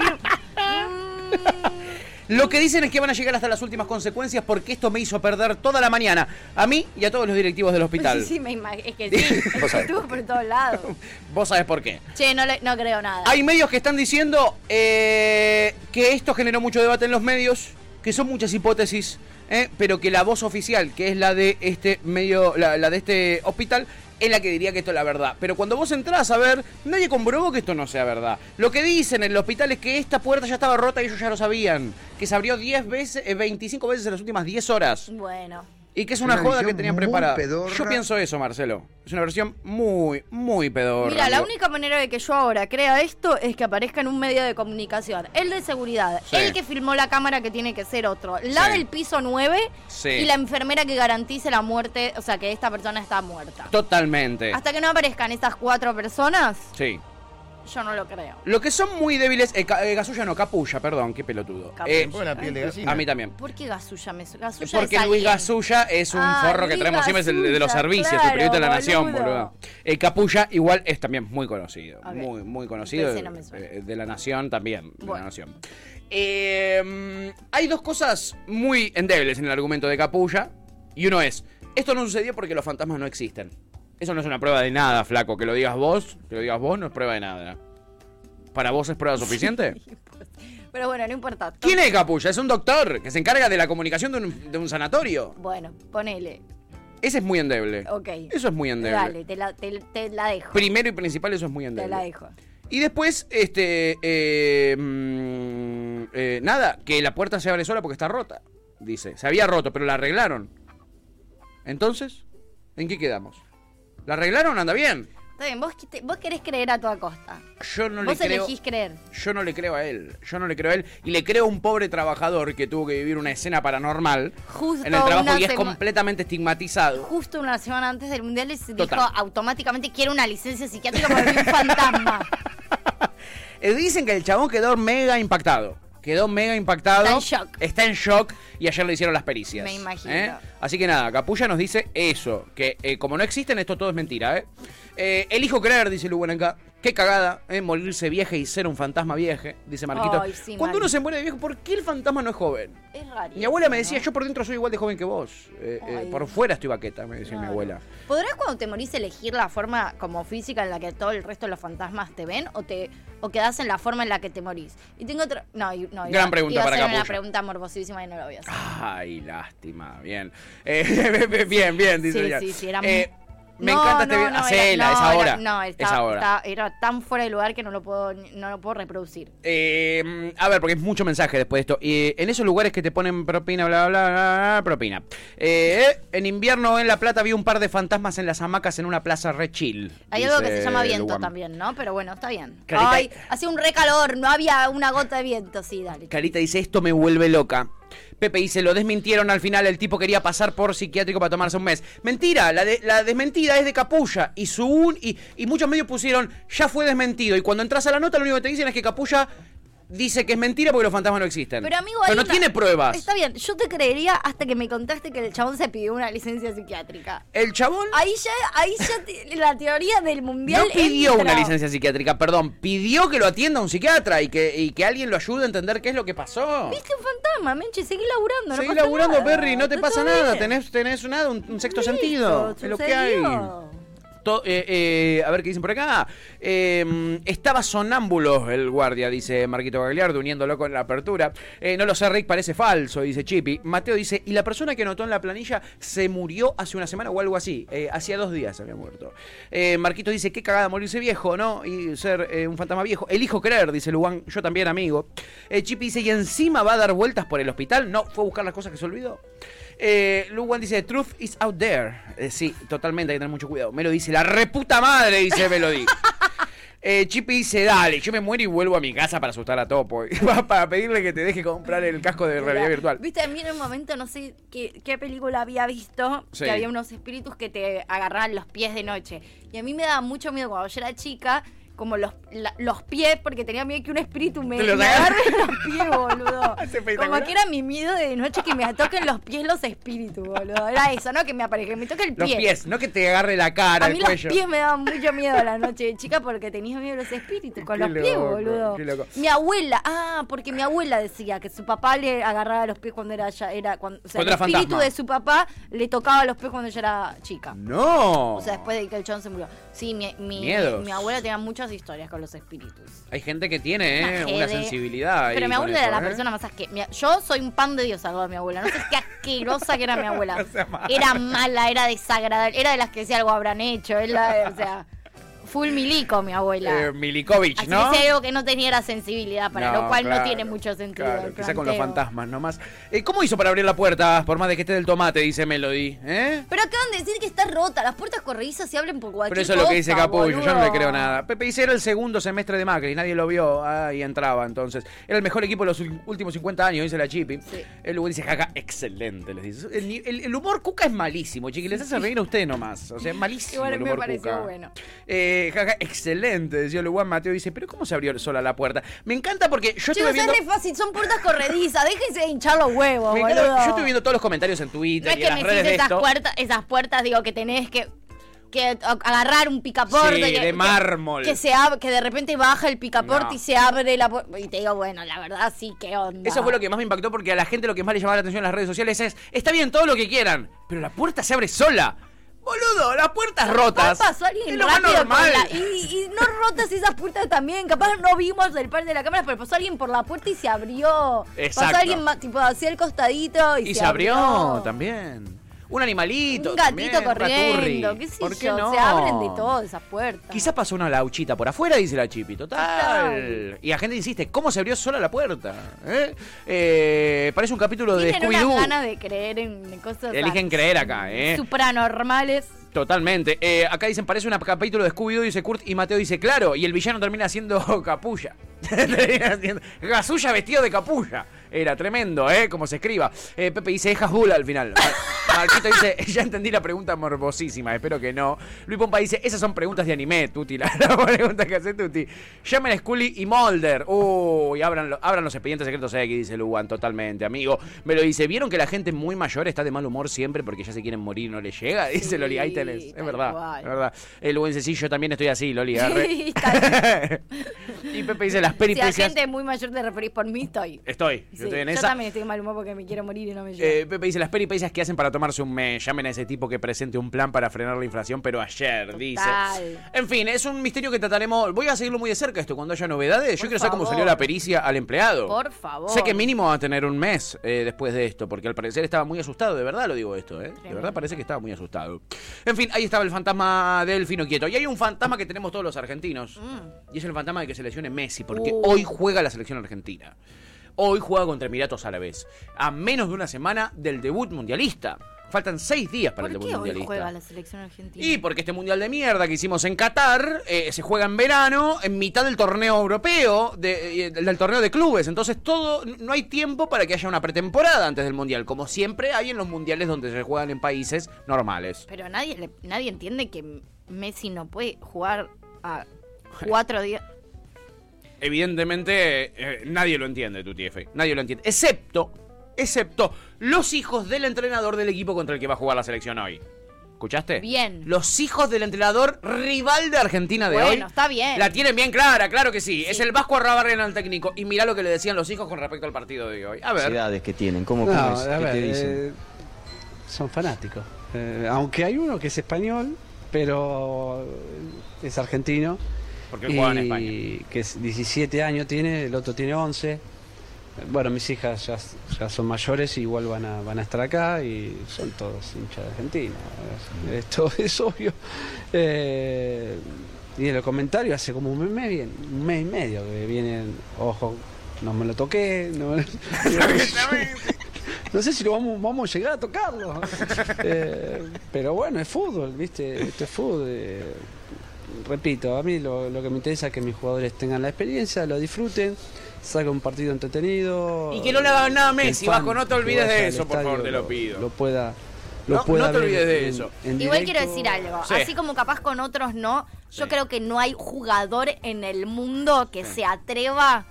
Speaker 2: Lo que dicen es que van a llegar hasta las últimas consecuencias porque esto me hizo perder toda la mañana. A mí y a todos los directivos del hospital.
Speaker 9: Sí, sí, me imagino. Es que sí. es que
Speaker 2: Vos sabés.
Speaker 9: estuvo por todos lados.
Speaker 2: Vos sabés por qué.
Speaker 9: Che, no, le- no creo nada.
Speaker 2: Hay medios que están diciendo eh, que esto generó mucho debate en los medios, que son muchas hipótesis, eh, pero que la voz oficial, que es la de este medio, la, la de este hospital, es la que diría que esto es la verdad. Pero cuando vos entrás a ver, nadie comprobó que esto no sea verdad. Lo que dicen en el hospital es que esta puerta ya estaba rota y ellos ya lo sabían, que se abrió 10 veces, eh, 25 veces en las últimas 10 horas.
Speaker 9: Bueno.
Speaker 2: Y que es una,
Speaker 19: Una
Speaker 2: joda que
Speaker 19: visión
Speaker 2: tenían
Speaker 19: muy
Speaker 2: preparada.
Speaker 19: pedorra.
Speaker 2: Yo pienso eso, Marcelo. Es una versión muy, muy pedorra.
Speaker 9: Mira, la
Speaker 2: amigo.
Speaker 9: única manera de que yo ahora crea esto es que aparezca en un medio de comunicación. El de seguridad,
Speaker 2: Sí.
Speaker 9: el que filmó la cámara que tiene que ser otro, la
Speaker 2: Sí.
Speaker 9: del piso 9
Speaker 2: Sí.
Speaker 9: y la enfermera que garantice la muerte, o sea, que esta persona está muerta.
Speaker 2: Totalmente.
Speaker 9: Hasta que no aparezcan estas cuatro personas,
Speaker 2: Sí.
Speaker 9: yo no lo creo.
Speaker 2: Lo que son muy débiles. Eh, ca- eh, Gasulla no, Capulla, perdón, qué pelotudo.
Speaker 9: Capulla.
Speaker 2: Eh,
Speaker 9: Me pone la piel de gallina.
Speaker 2: A mí también.
Speaker 9: ¿Por qué Gasulla me Gasulla es
Speaker 2: Porque Luis
Speaker 9: alguien.
Speaker 2: Gasulla es un
Speaker 9: Ah,
Speaker 2: forro que
Speaker 9: Luis
Speaker 2: traemos siempre, es el de- de los
Speaker 9: Gasulla,
Speaker 2: servicios, el
Speaker 9: claro,
Speaker 2: periodista de la Nación,
Speaker 9: boludo.
Speaker 2: boludo. Eh, Capulla igual es también muy conocido,
Speaker 9: Ok.
Speaker 2: muy, muy conocido.
Speaker 9: Ese no me suena.
Speaker 2: eh, de la Nación también, de la
Speaker 9: Bueno.
Speaker 2: Nación. Eh, hay dos cosas muy endebles en el argumento de Capulla, y uno es, esto no sucedió porque los fantasmas no existen. Eso no es una prueba de nada, flaco, que lo digas vos, que lo digas vos no es prueba de nada. ¿Para vos es prueba suficiente?
Speaker 9: Pero bueno, no importa.
Speaker 2: ¿Quién es Capulla? Es un doctor que se encarga de la comunicación de un, de un sanatorio.
Speaker 9: Bueno, ponele.
Speaker 2: Ese es muy endeble.
Speaker 9: Ok.
Speaker 2: Eso es muy endeble.
Speaker 9: Dale, te la, te- te la dejo.
Speaker 2: Primero y principal, eso es muy
Speaker 9: Te
Speaker 2: endeble.
Speaker 9: la dejo.
Speaker 2: Y después, este. eh, mm, eh, nada, que la puerta se abre sola porque está rota. Dice. Se había roto, pero la arreglaron. Entonces, ¿en qué quedamos? ¿La arreglaron? Anda bien.
Speaker 9: Está bien, vos, quite- vos querés creer a toda costa.
Speaker 2: Yo no
Speaker 9: vos
Speaker 2: le creo.
Speaker 9: elegís creer.
Speaker 2: Yo no le creo a él. Yo no le creo a él. Y le creo a un pobre trabajador que tuvo que vivir una escena paranormal
Speaker 9: Justo
Speaker 2: en el trabajo
Speaker 9: una
Speaker 2: y es
Speaker 9: sema-
Speaker 2: completamente estigmatizado.
Speaker 9: Justo una semana antes del mundial y se dijo
Speaker 2: Total.
Speaker 9: automáticamente quiero una licencia psiquiátrica porque vi un fantasma.
Speaker 2: Eh, Dicen que el chabón quedó mega impactado. Quedó mega impactado.
Speaker 9: Está en shock.
Speaker 2: Está en shock y ayer le hicieron las pericias.
Speaker 9: Me imagino.
Speaker 2: ¿eh? Así que nada, Capulla nos dice eso. Que eh, como no existen, esto todo es mentira. ¿eh? Eh, elijo creer, dice Lubuenca. Qué cagada, ¿eh? morirse vieja y ser un fantasma vieje, dice Marquito.
Speaker 9: Ay, sí,
Speaker 2: Cuando
Speaker 9: mal.
Speaker 2: uno se muere de viejo, ¿por qué el fantasma no es joven?
Speaker 9: Es raro.
Speaker 2: Mi abuela me decía, yo por dentro soy igual de joven que vos. Eh, eh,
Speaker 9: Ay.
Speaker 2: por fuera estoy vaqueta, me decía mi abuela.
Speaker 9: ¿Podrás cuando te morís elegir la forma como física en la que todo el resto de los fantasmas te ven o te o quedás en la forma en la que te morís? Y tengo otra... No, y- no.
Speaker 2: Gran pregunta
Speaker 9: iba a
Speaker 2: para
Speaker 9: hacer una
Speaker 2: Capullo.
Speaker 9: pregunta morbosísima y no la voy a hacer.
Speaker 2: Ay, lástima. Bien. Eh, bien, bien, dice
Speaker 9: Sí,
Speaker 2: ella.
Speaker 9: sí, sí, era
Speaker 2: Eh, me
Speaker 9: No,
Speaker 2: encanta este
Speaker 9: no,
Speaker 2: video.
Speaker 9: no, era-
Speaker 2: Hacela,
Speaker 9: no,
Speaker 2: es
Speaker 9: era-
Speaker 2: ahora.
Speaker 9: no,
Speaker 2: es
Speaker 9: estaba-
Speaker 2: ahora.
Speaker 9: estaba- era tan fuera de lugar que no lo puedo, ni- no lo puedo reproducir.
Speaker 2: Eh, a ver, porque es mucho mensaje después de esto. Eh, en esos lugares que te ponen propina, bla, bla, bla, bla, propina. Eh, en invierno en La Plata vi un par de fantasmas en las hamacas en una plaza re chill.
Speaker 9: Hay algo que
Speaker 2: dice
Speaker 9: se llama viento
Speaker 2: Luan.
Speaker 9: también, ¿no? Pero bueno, está bien.
Speaker 2: Clarita-
Speaker 9: Ay, hacía un recalor, no había una gota de viento, sí, dale.
Speaker 2: Carita dice, esto me vuelve loca. Pepe dice, lo desmintieron al final, el tipo quería pasar por psiquiátrico para tomarse un mes. Mentira, la, de- la desmentida es de Capulla. Y, su un- y, y muchos medios pusieron, ya fue desmentido. Y cuando entras a la nota, lo único que te dicen es que Capulla dice que es mentira porque los fantasmas no existen.
Speaker 9: Pero amigo, hay
Speaker 2: no
Speaker 9: una-
Speaker 2: tiene pruebas.
Speaker 9: Está bien, yo te creería hasta que me contaste que el chabón se pidió una licencia psiquiátrica.
Speaker 2: El chabón
Speaker 9: Ahí ya, ahí ya te- la teoría del mundial
Speaker 2: no pidió
Speaker 9: entra.
Speaker 2: una licencia psiquiátrica, perdón. Pidió que lo atienda un psiquiatra y que, y que alguien lo ayude a entender qué es lo que pasó.
Speaker 9: Viste Este un fantasma, Menche, seguí laburando,
Speaker 2: Seguí
Speaker 9: no pasa
Speaker 2: laburando,
Speaker 9: nada.
Speaker 2: Perry, no te
Speaker 9: Está
Speaker 2: pasa
Speaker 9: todo
Speaker 2: nada.
Speaker 9: bien.
Speaker 2: Tenés, tenés nada, un, un sexto
Speaker 9: Listo,
Speaker 2: sentido. Es lo que hay.
Speaker 9: sucedió.
Speaker 2: To- eh, eh, a ver qué dicen por acá. Eh, estaba sonámbulo el guardia, dice Marquito Gagliardo, uniéndolo con la apertura. Eh, no lo sé, Rick, parece falso, dice Chippy. Mateo dice, y la persona que anotó en la planilla se murió hace una semana o algo así. Eh, hacía dos días había muerto. Eh, Marquito dice, qué cagada morirse viejo, ¿no? Y ser eh, un fantasma viejo. Elijo creer, dice Luan, yo también, amigo. Eh, Chippy dice, y encima va a dar vueltas por el hospital. No, fue a buscar las cosas que se olvidó. Eh, Luan dice, truth is out there. Eh, sí, totalmente, hay que tener mucho cuidado. Melo dice, la reputa madre, dice Melody. Eh, Chippy dice, dale, yo me muero y vuelvo a mi casa para asustar a Topo. Y va para pedirle que te deje comprar el casco de realidad virtual.
Speaker 9: Viste, a mí en un momento no sé qué, qué película había visto,
Speaker 2: Sí.
Speaker 9: que había unos espíritus que te agarraban los pies de noche. Y a mí me daba mucho miedo cuando yo era chica, como los, la- los pies, porque tenía miedo que un espíritu me,
Speaker 2: Te los
Speaker 9: me
Speaker 2: agarre.
Speaker 9: agarre los pies, boludo.
Speaker 2: espectacular.
Speaker 9: como que era mi miedo de noche que me toquen los pies los espíritus, boludo. Era eso, ¿no? Que me aparezca, que me toque el pie.
Speaker 2: Los pies, no que te agarre la cara,
Speaker 9: a mí
Speaker 2: el
Speaker 9: los
Speaker 2: cuello.
Speaker 9: pies me daban mucho miedo a la noche de chica porque tenía miedo de los espíritus con
Speaker 2: Qué
Speaker 9: los pies,
Speaker 2: loco,
Speaker 9: boludo.
Speaker 2: qué loco.
Speaker 9: Mi abuela, ah, porque mi abuela decía que su papá le agarraba los pies cuando era ya era cuando, o sea, el
Speaker 2: Cuando era
Speaker 9: espíritu
Speaker 2: fantasma.
Speaker 9: de su papá le tocaba los pies cuando ella era chica.
Speaker 2: No.
Speaker 9: O sea, después de que el chabón se murió. Sí, mi, mi,
Speaker 2: Miedos.
Speaker 9: mi abuela tenía muchas historias con los espíritus.
Speaker 2: Hay gente que tiene eh,
Speaker 9: Una
Speaker 2: una
Speaker 9: jede.
Speaker 2: sensibilidad. ahí
Speaker 9: Pero mi
Speaker 2: con
Speaker 9: abuela
Speaker 2: eso,
Speaker 9: era la
Speaker 2: ¿eh?
Speaker 9: persona más asquerosa. Yo soy un pan de Dios al lado de mi abuela. No sé qué asquerosa que era mi abuela.
Speaker 2: O sea, ma-
Speaker 9: Era mala, era desagradable, era de las que decía algo habrán hecho, era, o sea, Full milico, mi abuela.
Speaker 2: Eh, Milikovic,
Speaker 9: Así
Speaker 2: ¿no?
Speaker 9: que si hay algo que no tenía era sensibilidad, para
Speaker 2: No,
Speaker 9: lo cual
Speaker 2: claro,
Speaker 9: no tiene mucho sentido.
Speaker 2: Claro,
Speaker 9: el
Speaker 2: quizá con los
Speaker 9: planteo.
Speaker 2: fantasmas nomás. Eh, ¿Cómo hizo para abrir la puerta, por más de que esté del tomate, dice Melody? ¿Eh?
Speaker 9: Pero acaban de decir que está rota, las puertas corredizas se abren por cualquier
Speaker 2: Pero eso es lo que dice
Speaker 9: cosa,
Speaker 2: Capullo, yo no le
Speaker 9: boludo.
Speaker 2: creo nada. Pepe dice, era el segundo semestre de Macri, nadie lo vio ah, y entraba entonces. Era el mejor equipo de los ul- últimos 50 años, dice la Chipi. El lugar dice, jaja, excelente, les dice. El, ni- el- el humor cuca es malísimo, chiqui, les hace reír a usted nomás. O sea, es malísimo
Speaker 9: Igual
Speaker 2: el
Speaker 9: me
Speaker 2: humor
Speaker 9: pareció
Speaker 2: cuca.
Speaker 9: bueno.
Speaker 2: Eh, jaja, excelente, decía el Luan Mateo. Dice, pero ¿cómo se abrió sola la puerta? Me encanta porque yo estuve
Speaker 9: Chicos,
Speaker 2: viendo...
Speaker 9: es re fácil, son puertas corredizas, déjense de hinchar los huevos,
Speaker 2: me
Speaker 9: boludo.
Speaker 2: encanta- yo estuve viendo todos los comentarios en
Speaker 9: No
Speaker 2: Twitter
Speaker 9: es
Speaker 2: y en
Speaker 9: que
Speaker 2: las
Speaker 9: me
Speaker 2: redes
Speaker 9: hiciste
Speaker 2: de
Speaker 9: esas
Speaker 2: esto.
Speaker 9: puertas, esas puertas, digo, que tenés que, que a- agarrar un picaporte.
Speaker 2: Sí,
Speaker 9: que-
Speaker 2: de
Speaker 9: que-
Speaker 2: mármol.
Speaker 9: Que, se ab- que de repente baja el picaporte
Speaker 2: No.
Speaker 9: y se abre la puerta. Y te digo, bueno, la verdad sí, qué onda.
Speaker 2: Eso fue lo que más me impactó porque a la gente lo que más le llamaba la atención en las redes sociales es, está bien todo lo que quieran, pero la puerta se abre sola. Boludo, las puertas rotas.
Speaker 9: Capaz pasó alguien
Speaker 2: Es lo más
Speaker 9: rápido con
Speaker 2: normal.
Speaker 9: la- y, y no rotas esas puertas también. Capaz no vimos el par de la cámara, pero pasó alguien por la puerta y se abrió.
Speaker 2: Exacto.
Speaker 9: Pasó alguien ma- tipo hacia el costadito y,
Speaker 2: Y se abrió, también. Un animalito.
Speaker 9: Un gatito
Speaker 2: también,
Speaker 9: corriendo,
Speaker 2: raturri.
Speaker 9: qué sé
Speaker 2: ¿Por qué
Speaker 9: yo,
Speaker 2: no?
Speaker 9: se abren de todo esas puertas.
Speaker 2: Quizás pasó una lauchita por afuera, dice la chipi, total. Y la gente insiste, ¿cómo se abrió sola la puerta? ¿Eh? Eh, parece un capítulo de
Speaker 9: Tienen unas ganas
Speaker 2: Scooby-Doo.
Speaker 9: de creer en en cosas
Speaker 2: Eligen creer acá, ¿eh?
Speaker 9: supranormales.
Speaker 2: Totalmente. Eh, acá dicen, parece un capítulo de Scooby-Doo, dice Kurt, y Mateo dice, claro, y el villano termina siendo capulla. Termina siendo Gasulla vestido de capulla. Era tremendo, ¿eh? Como se escriba. Eh, Pepe dice, es Hasbula al final. Mar- Marquito dice, ya entendí la pregunta morbosísima, espero que no. Luis Pompa dice, esas son preguntas de anime, Tuti, la, la pregunta que hace Tuti. Llamen a Scully y Mulder. Uy, abran, lo- abran los expedientes secretos X, dice Luan, totalmente, amigo. Me lo dice, ¿vieron que la gente muy mayor está de mal humor siempre porque ya se quieren morir y no les llega? Dice Loli, ahí tenés. Es verdad,
Speaker 9: cual.
Speaker 2: es verdad. El buen sencillo también estoy así, Loli. arre.
Speaker 9: Sí,
Speaker 2: y Pepe dice, las
Speaker 9: si a
Speaker 2: peripecias...
Speaker 9: gente muy mayor te referís por mí, estoy.
Speaker 2: Estoy, Eh, yo
Speaker 9: Sí,
Speaker 2: estoy en
Speaker 9: yo
Speaker 2: esa.
Speaker 9: también estoy de mal humor porque me quiero morir y no me llega.
Speaker 2: Eh, Pepe dice, las peripecias que hacen para tomarse un mes. Llamen a ese tipo que presente un plan para frenar la inflación, pero ayer, dice.
Speaker 9: Total.
Speaker 2: En fin, es un misterio que trataremos. Voy a seguirlo muy de cerca esto, cuando haya novedades. Yo
Speaker 9: Por
Speaker 2: quiero saber cómo
Speaker 9: favor.
Speaker 2: salió la pericia al empleado.
Speaker 9: Por favor.
Speaker 2: Sé que mínimo va a tener un mes eh, después de esto, porque al parecer estaba muy asustado, de verdad lo digo esto, ¿eh? De verdad parece que estaba muy asustado. En fin, ahí estaba el fantasma del fino quieto. Y hay un fantasma que tenemos todos los argentinos.
Speaker 9: Mm.
Speaker 2: Y es el fantasma de que se lesione Messi, porque
Speaker 10: Uh.
Speaker 2: hoy juega la selección argentina. Hoy juega contra Emiratos Árabes, a menos de una semana del debut mundialista. Faltan seis días para el
Speaker 9: ¿Por
Speaker 2: debut
Speaker 9: qué hoy
Speaker 2: mundialista.
Speaker 9: juega la selección argentina?
Speaker 2: Y porque este mundial de mierda que hicimos en Qatar eh, se juega en verano, en mitad del torneo europeo, de- eh, del torneo de clubes. Entonces todo, no hay tiempo para que haya una pretemporada antes del mundial, como siempre hay en los mundiales donde se juegan en países normales.
Speaker 9: Pero nadie, le- nadie entiende que Messi no puede jugar a cuatro días.
Speaker 2: Evidentemente eh, nadie lo entiende, tu nadie lo entiende, excepto, excepto los hijos del entrenador del equipo contra el que va a jugar la selección hoy. ¿Escuchaste?
Speaker 9: Bien.
Speaker 2: Los hijos del entrenador rival de Argentina de
Speaker 9: bueno,
Speaker 2: hoy.
Speaker 9: está bien.
Speaker 2: La tienen bien clara, claro que sí. Es el Vasco Arrabarrena al técnico. Y mirá lo que le decían los hijos con respecto al partido de hoy. A ver.
Speaker 19: Ansiedades que tienen, ¿cómo,
Speaker 15: No,
Speaker 19: cómo es?
Speaker 15: a
Speaker 19: ¿Qué
Speaker 15: ver,
Speaker 19: te dicen?
Speaker 15: eh, son fanáticos. Eh, aunque hay uno que es español, pero es argentino.
Speaker 2: Porque
Speaker 15: y
Speaker 2: juega en
Speaker 15: que es 17 años tiene, el otro tiene 11. Bueno, mis hijas ya, ya son mayores y igual van a, van a estar acá y son todos hinchas de Argentina. Esto es obvio. Eh, y en los comentarios hace como un mes, bien- un mes y medio que vienen, ojo, no me lo toqué. No, me- no sé si lo vamos, vamos a llegar a tocarlo. Eh, pero bueno, es fútbol, ¿viste? Esto es fútbol. eh, repito, a mí lo, lo que me interesa es que mis jugadores tengan la experiencia, lo disfruten, saquen un partido entretenido.
Speaker 2: Y que no le hagan nada a
Speaker 15: que el
Speaker 2: Messi,
Speaker 15: fan
Speaker 2: Vasco, no te
Speaker 15: que
Speaker 2: olvides
Speaker 15: vaya
Speaker 2: de
Speaker 15: al
Speaker 2: eso, por
Speaker 15: estadio
Speaker 2: favor, te lo pido.
Speaker 15: Lo pueda. Lo
Speaker 2: No-
Speaker 15: pueda
Speaker 2: no te
Speaker 15: ver
Speaker 2: olvides de
Speaker 15: en-
Speaker 2: eso.
Speaker 15: en
Speaker 9: Igual
Speaker 15: directo.
Speaker 9: quiero decir algo.
Speaker 15: Sí.
Speaker 9: Así como capaz con otros no, yo creo que no hay jugador en el mundo que se atreva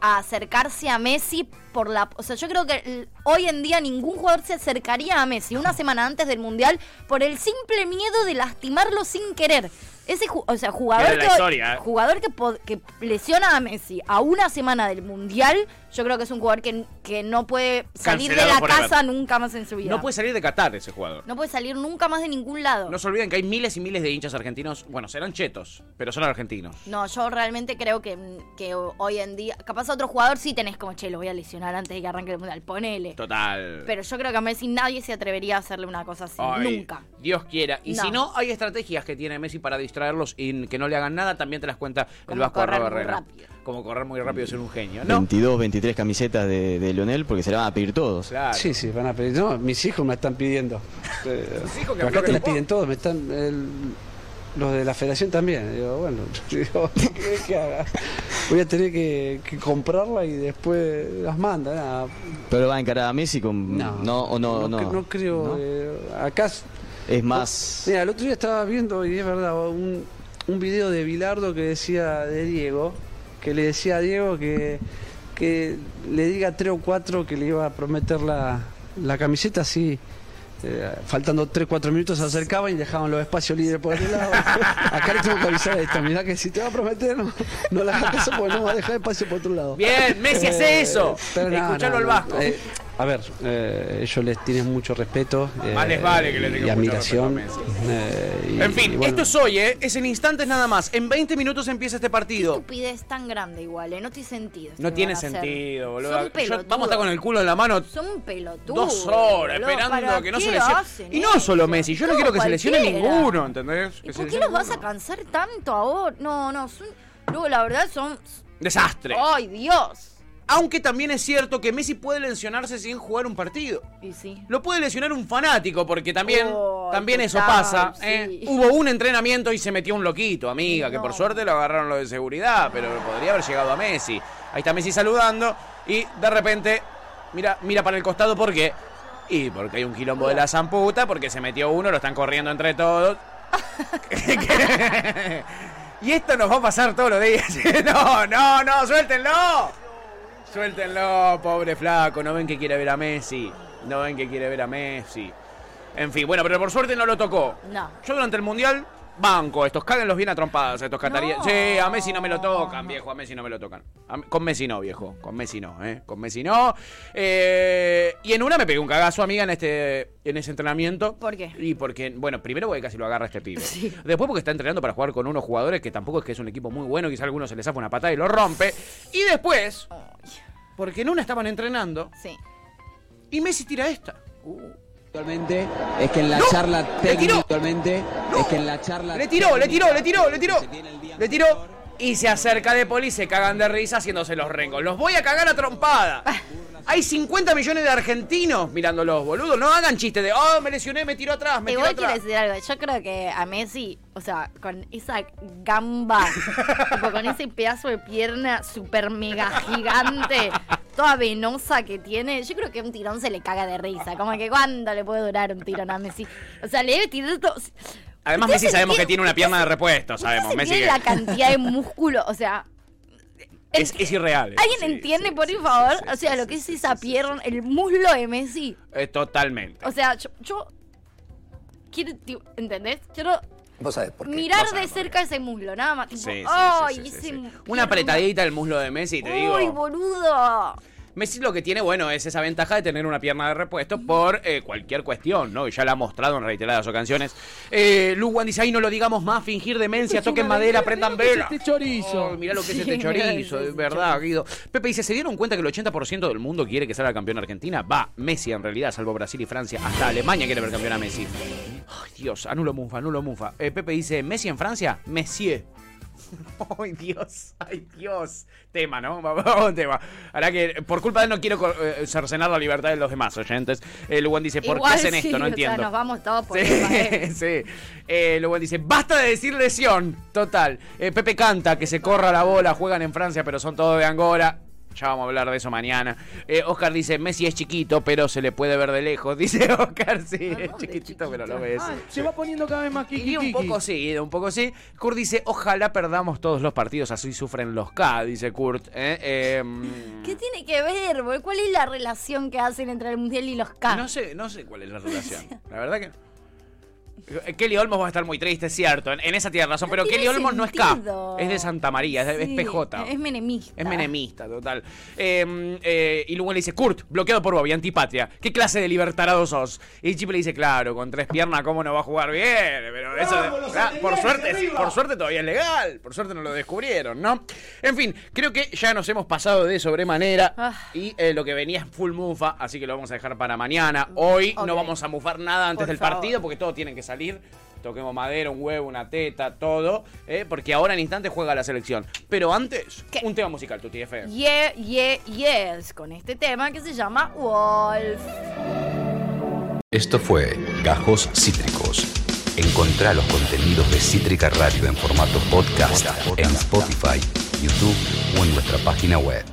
Speaker 9: a acercarse a Messi por la... O sea, yo creo que l- hoy en día ningún jugador se acercaría a Messi una semana antes del Mundial por el simple miedo de lastimarlo sin querer. Ese ju- o sea, jugador,
Speaker 2: Era la
Speaker 9: que, hoy-
Speaker 2: historia, ¿eh?
Speaker 9: jugador que, po- que lesiona a Messi a una semana del Mundial, yo creo que es un jugador que, que no puede salir
Speaker 2: Cancelado
Speaker 9: de la
Speaker 2: forever.
Speaker 9: casa nunca más en su vida.
Speaker 2: No puede salir de Qatar ese jugador.
Speaker 9: No puede salir nunca más de ningún lado.
Speaker 2: No se olviden que hay miles y miles de hinchas argentinos. Bueno, serán chetos, pero son argentinos.
Speaker 9: mm, No, yo realmente creo que, que hoy en día. Capaz a otro jugador sí tenés como che, lo voy a lesionar antes de que arranque el mundial. Ponele.
Speaker 2: Total.
Speaker 9: Pero yo creo que a Messi nadie se atrevería a hacerle una cosa así.
Speaker 2: Ay,
Speaker 9: Nunca.
Speaker 2: Dios quiera. Y
Speaker 9: No.
Speaker 2: si no, hay estrategias que tiene Messi para distraerlos y que no le hagan nada, también te las cuenta el Vasco
Speaker 9: correr
Speaker 2: Arroba
Speaker 9: muy
Speaker 2: Herrera. Como correr muy rápido y ser un genio, ¿no?
Speaker 19: 22, 23 camisetas de, de Lionel porque se la van a pedir todos.
Speaker 15: Sí, sí, van a pedir. No, mis hijos me están pidiendo. Eh,
Speaker 2: hijos que
Speaker 15: acá
Speaker 2: aflojen
Speaker 15: te la
Speaker 2: un poco.
Speaker 15: piden todos, me están. el- los de la federación también. Digo, bueno, digo, ¿qué querés que haga? Voy a tener que, que comprarla y después las manda. nada.
Speaker 19: Pero va a encarar a Messi con. No, o no,
Speaker 15: no,
Speaker 19: no.
Speaker 15: cre- no creo. eh, acá. s-
Speaker 19: Es más.
Speaker 15: Mira, el otro día estaba viendo, y es verdad, un, un video de Bilardo que decía de Diego, que le decía a Diego que, que le diga tres o cuatro que le iba a prometer la, la camiseta así. eh, faltando 3-4 minutos se acercaban y dejaban los espacios libres por aquel lado. Acá le tengo que avisar esto, mirá que si te va a prometer no, no la hagas caso porque no va a dejar espacio por otro lado. Eh,
Speaker 2: Bien, Messi hace eso.
Speaker 15: pero no,
Speaker 2: Escuchalo
Speaker 15: no,
Speaker 2: al
Speaker 15: no.
Speaker 2: Vasco.
Speaker 15: Eh, a ver, eh, ellos les tienen mucho respeto. eh,
Speaker 2: Ah, Más les vale que le tengan
Speaker 15: Y
Speaker 2: mucho
Speaker 15: admiración. eh, y-
Speaker 2: en fin,
Speaker 15: y bueno,
Speaker 2: esto es hoy, ¿eh? Es en instantes nada más. En 20 minutos empieza este partido.
Speaker 9: Estupidez tan grande igual, eh, no tiene sentido. esto
Speaker 2: No
Speaker 9: que
Speaker 2: tiene
Speaker 9: van a hacer.
Speaker 2: sentido, boludo.
Speaker 9: Son
Speaker 2: Yo-
Speaker 9: pelotudos.
Speaker 2: vamos a estar con el culo en la mano
Speaker 9: Son pelotudos.
Speaker 2: dos horas
Speaker 9: boludo,
Speaker 2: esperando
Speaker 9: ¿para
Speaker 2: que no
Speaker 9: qué
Speaker 2: se lesione.
Speaker 9: hacen eh?
Speaker 2: Y no solo Messi, yo no,
Speaker 9: No,
Speaker 2: quiero que se lesione
Speaker 9: cualquiera.
Speaker 2: ninguno, ¿entendés? Que se
Speaker 9: ¿Por qué
Speaker 2: lesione
Speaker 9: los vas a cansar tanto ahora? No, no, son... Luego, la verdad, son...
Speaker 2: Desastre.
Speaker 9: ¡Ay, Dios!
Speaker 2: Aunque también es cierto que Messi puede lesionarse sin jugar un partido.
Speaker 9: Y sí.
Speaker 2: Lo puede lesionar un fanático, porque también,
Speaker 9: Oh,
Speaker 2: también eso
Speaker 9: total,
Speaker 2: pasa.
Speaker 9: sí.
Speaker 2: ¿eh? Hubo un entrenamiento y se metió un loquito, amiga, que por suerte lo agarraron los de seguridad, pero podría haber llegado a Messi. Ahí está Messi saludando y de repente mira, mira para el costado porque. Y porque hay un quilombo de la zamputa, porque se metió uno, lo están corriendo entre todos. y esto nos va a pasar todos los días. no, no, no, suéltenlo. Suéltenlo, pobre flaco. No ven que quiere ver a Messi. No ven que quiere ver a Messi. En fin, bueno, pero por suerte no lo tocó.
Speaker 9: No.
Speaker 2: Yo durante el Mundial banco estos. Cáguenlos bien a trompadas estos cataríes.
Speaker 9: No.
Speaker 2: Sí, a Messi no me lo tocan, viejo. A Messi no me lo tocan. A- con Messi no, viejo. Con Messi no, ¿eh? Con Messi no. Eh, y en una me pegué un cagazo, amiga, en este en ese entrenamiento.
Speaker 9: ¿Por qué?
Speaker 2: Y porque, bueno, primero porque casi lo agarra este pibe. Después porque está entrenando para jugar con unos jugadores que tampoco es que es un equipo muy bueno. Quizá a alguno se les zafa una patada y lo rompe. Y después, porque en una estaban entrenando.
Speaker 9: Sí.
Speaker 2: Y Messi tira esta.
Speaker 20: Actualmente es que en la charla técnica actualmente es que en la charla
Speaker 2: Le tiró, le tiró, le tiró, le tiró. Le tiró y se acerca de poli y se cagan de risa haciéndose los rengos. Los voy a cagar a trompada. Hay 50 millones de argentinos mirándolos, boludo. No hagan chistes de, oh, me lesioné, me tiró atrás, me tiró
Speaker 9: Igual quiero
Speaker 2: atrás.
Speaker 9: decir algo. Yo creo que a Messi, o sea, con esa gamba, tipo, con ese pedazo de pierna super mega gigante, toda venosa que tiene, yo creo que un tirón se le caga de risa. Como que cuándo le puede durar un tirón a Messi. O sea, le debe tirar todo.
Speaker 2: Además,
Speaker 9: ¿Ustedes
Speaker 2: Messi sabemos que
Speaker 9: entienden-
Speaker 2: tiene una pierna de repuesto, sabemos.
Speaker 9: ¿ustedes
Speaker 2: Messi
Speaker 9: entienden
Speaker 2: que-
Speaker 9: la cantidad de músculo, o sea,
Speaker 2: es, es irreal.
Speaker 9: ¿alguien entiende, por favor? o sea, lo que es esa pierna, el muslo de Messi.
Speaker 2: Eh, totalmente.
Speaker 9: O sea, yo, yo quiero, tipo, ¿entendés? Quiero
Speaker 2: Vos sabés
Speaker 9: mirar de cerca ese muslo, nada más. Tipo,
Speaker 2: Sí, sí, sí,
Speaker 9: ¡ay!
Speaker 2: sí, sí,
Speaker 9: ese pierna!
Speaker 2: Una apretadita del muslo de Messi, te digo.
Speaker 9: ¡Uy, boludo!
Speaker 2: Messi lo que tiene, bueno, es esa ventaja de tener una pierna de repuesto por eh, cualquier cuestión, ¿no? Y ya la ha mostrado en reiteradas ocasiones. Eh, Luwan dice, ahí no lo digamos más, fingir demencia,
Speaker 21: Es una
Speaker 2: toquen madera,
Speaker 21: verga,
Speaker 2: prendan
Speaker 21: mirá lo que
Speaker 2: vela.
Speaker 21: es este chorizo.
Speaker 2: Ay, mirá lo que es
Speaker 21: Sí,
Speaker 2: este
Speaker 21: mirá lo que es
Speaker 2: chorizo, es
Speaker 21: este
Speaker 2: verdad, Guido. Pepe dice, ¿se dieron cuenta que el 80% del mundo quiere que salga campeón Argentina? Va, Messi en realidad, salvo Brasil y Francia, hasta Alemania quiere ver campeón a Messi. Ay, Dios, anulo mufa, anulo mufa. Eh, Pepe dice, ¿Messi en Francia? Messier. Ay, Dios, ay, Dios. Tema, ¿no? Vamos a un tema. Ahora que por culpa de él no quiero co- eh, cercenar la libertad de los demás oyentes. Eh, Luwan dice, ¿por
Speaker 9: Igual
Speaker 2: qué hacen
Speaker 9: sí,
Speaker 2: esto? No
Speaker 9: o Sea,
Speaker 2: entiendo.
Speaker 9: nos vamos todos por culpa de
Speaker 2: Sí,
Speaker 9: él.
Speaker 2: sí. Eh, Luwan dice, basta de decir lesión. Total. Eh, Pepe canta, que se corra la bola, juegan en Francia, pero son todos de Angola. Ya vamos a hablar de eso mañana. Eh, Oscar dice, Messi es chiquito, pero se le puede ver de lejos. Dice Oscar, sí, es chiquitito, pero lo ves.
Speaker 21: Ah, se va poniendo cada vez más kiki.
Speaker 2: Y un poco sí, un poco sí. Kurt dice, ojalá perdamos todos los partidos, así sufren los K, dice Kurt. Eh, eh, mm,
Speaker 9: ¿Qué tiene que ver, boludo? ¿Cuál es la relación que hacen entre el Mundial y los K?
Speaker 2: no sé, no sé cuál es la relación. La verdad que... eh, Kelly Olmos va a estar muy triste, es cierto. En, en esa tiene razón, pero
Speaker 9: tiene
Speaker 2: Kelly Olmos no
Speaker 9: sentido.
Speaker 2: es K. Es de Santa María, es, de- es
Speaker 9: Sí,
Speaker 2: PJ.
Speaker 9: Es menemista.
Speaker 2: Es menemista, total. Eh, eh, y luego le dice, Kurt, bloqueado por Bobby, antipatria. ¿Qué clase de libertarado sos? Y Chip le dice, claro, con tres piernas, ¿cómo no va a jugar bien? Pero eso,
Speaker 5: Vamos, los
Speaker 2: ah, por,
Speaker 5: alemanes,
Speaker 2: suerte,
Speaker 5: arriba.
Speaker 2: por suerte todavía es legal. Por suerte no lo descubrieron, ¿no? En fin, creo que ya nos hemos pasado de sobremanera.
Speaker 7: Ah.
Speaker 2: Y eh, lo que venía es full mufa, así que lo vamos a dejar para mañana. Hoy no vamos a mufar nada antes
Speaker 7: Por
Speaker 2: del
Speaker 7: favor.
Speaker 2: partido porque todos tienen que salir. Toquemos madera, un huevo, una teta, todo. eh, porque ahora en instante juega la selección. Pero antes, un tema musical, tu TF.
Speaker 9: Yeah, yeah, yes, con este tema que se llama Wolf.
Speaker 1: Esto fue Gajos Cítricos. Encontrá los contenidos de Cítrica Radio en formato podcast en Spotify, YouTube o en nuestra página web.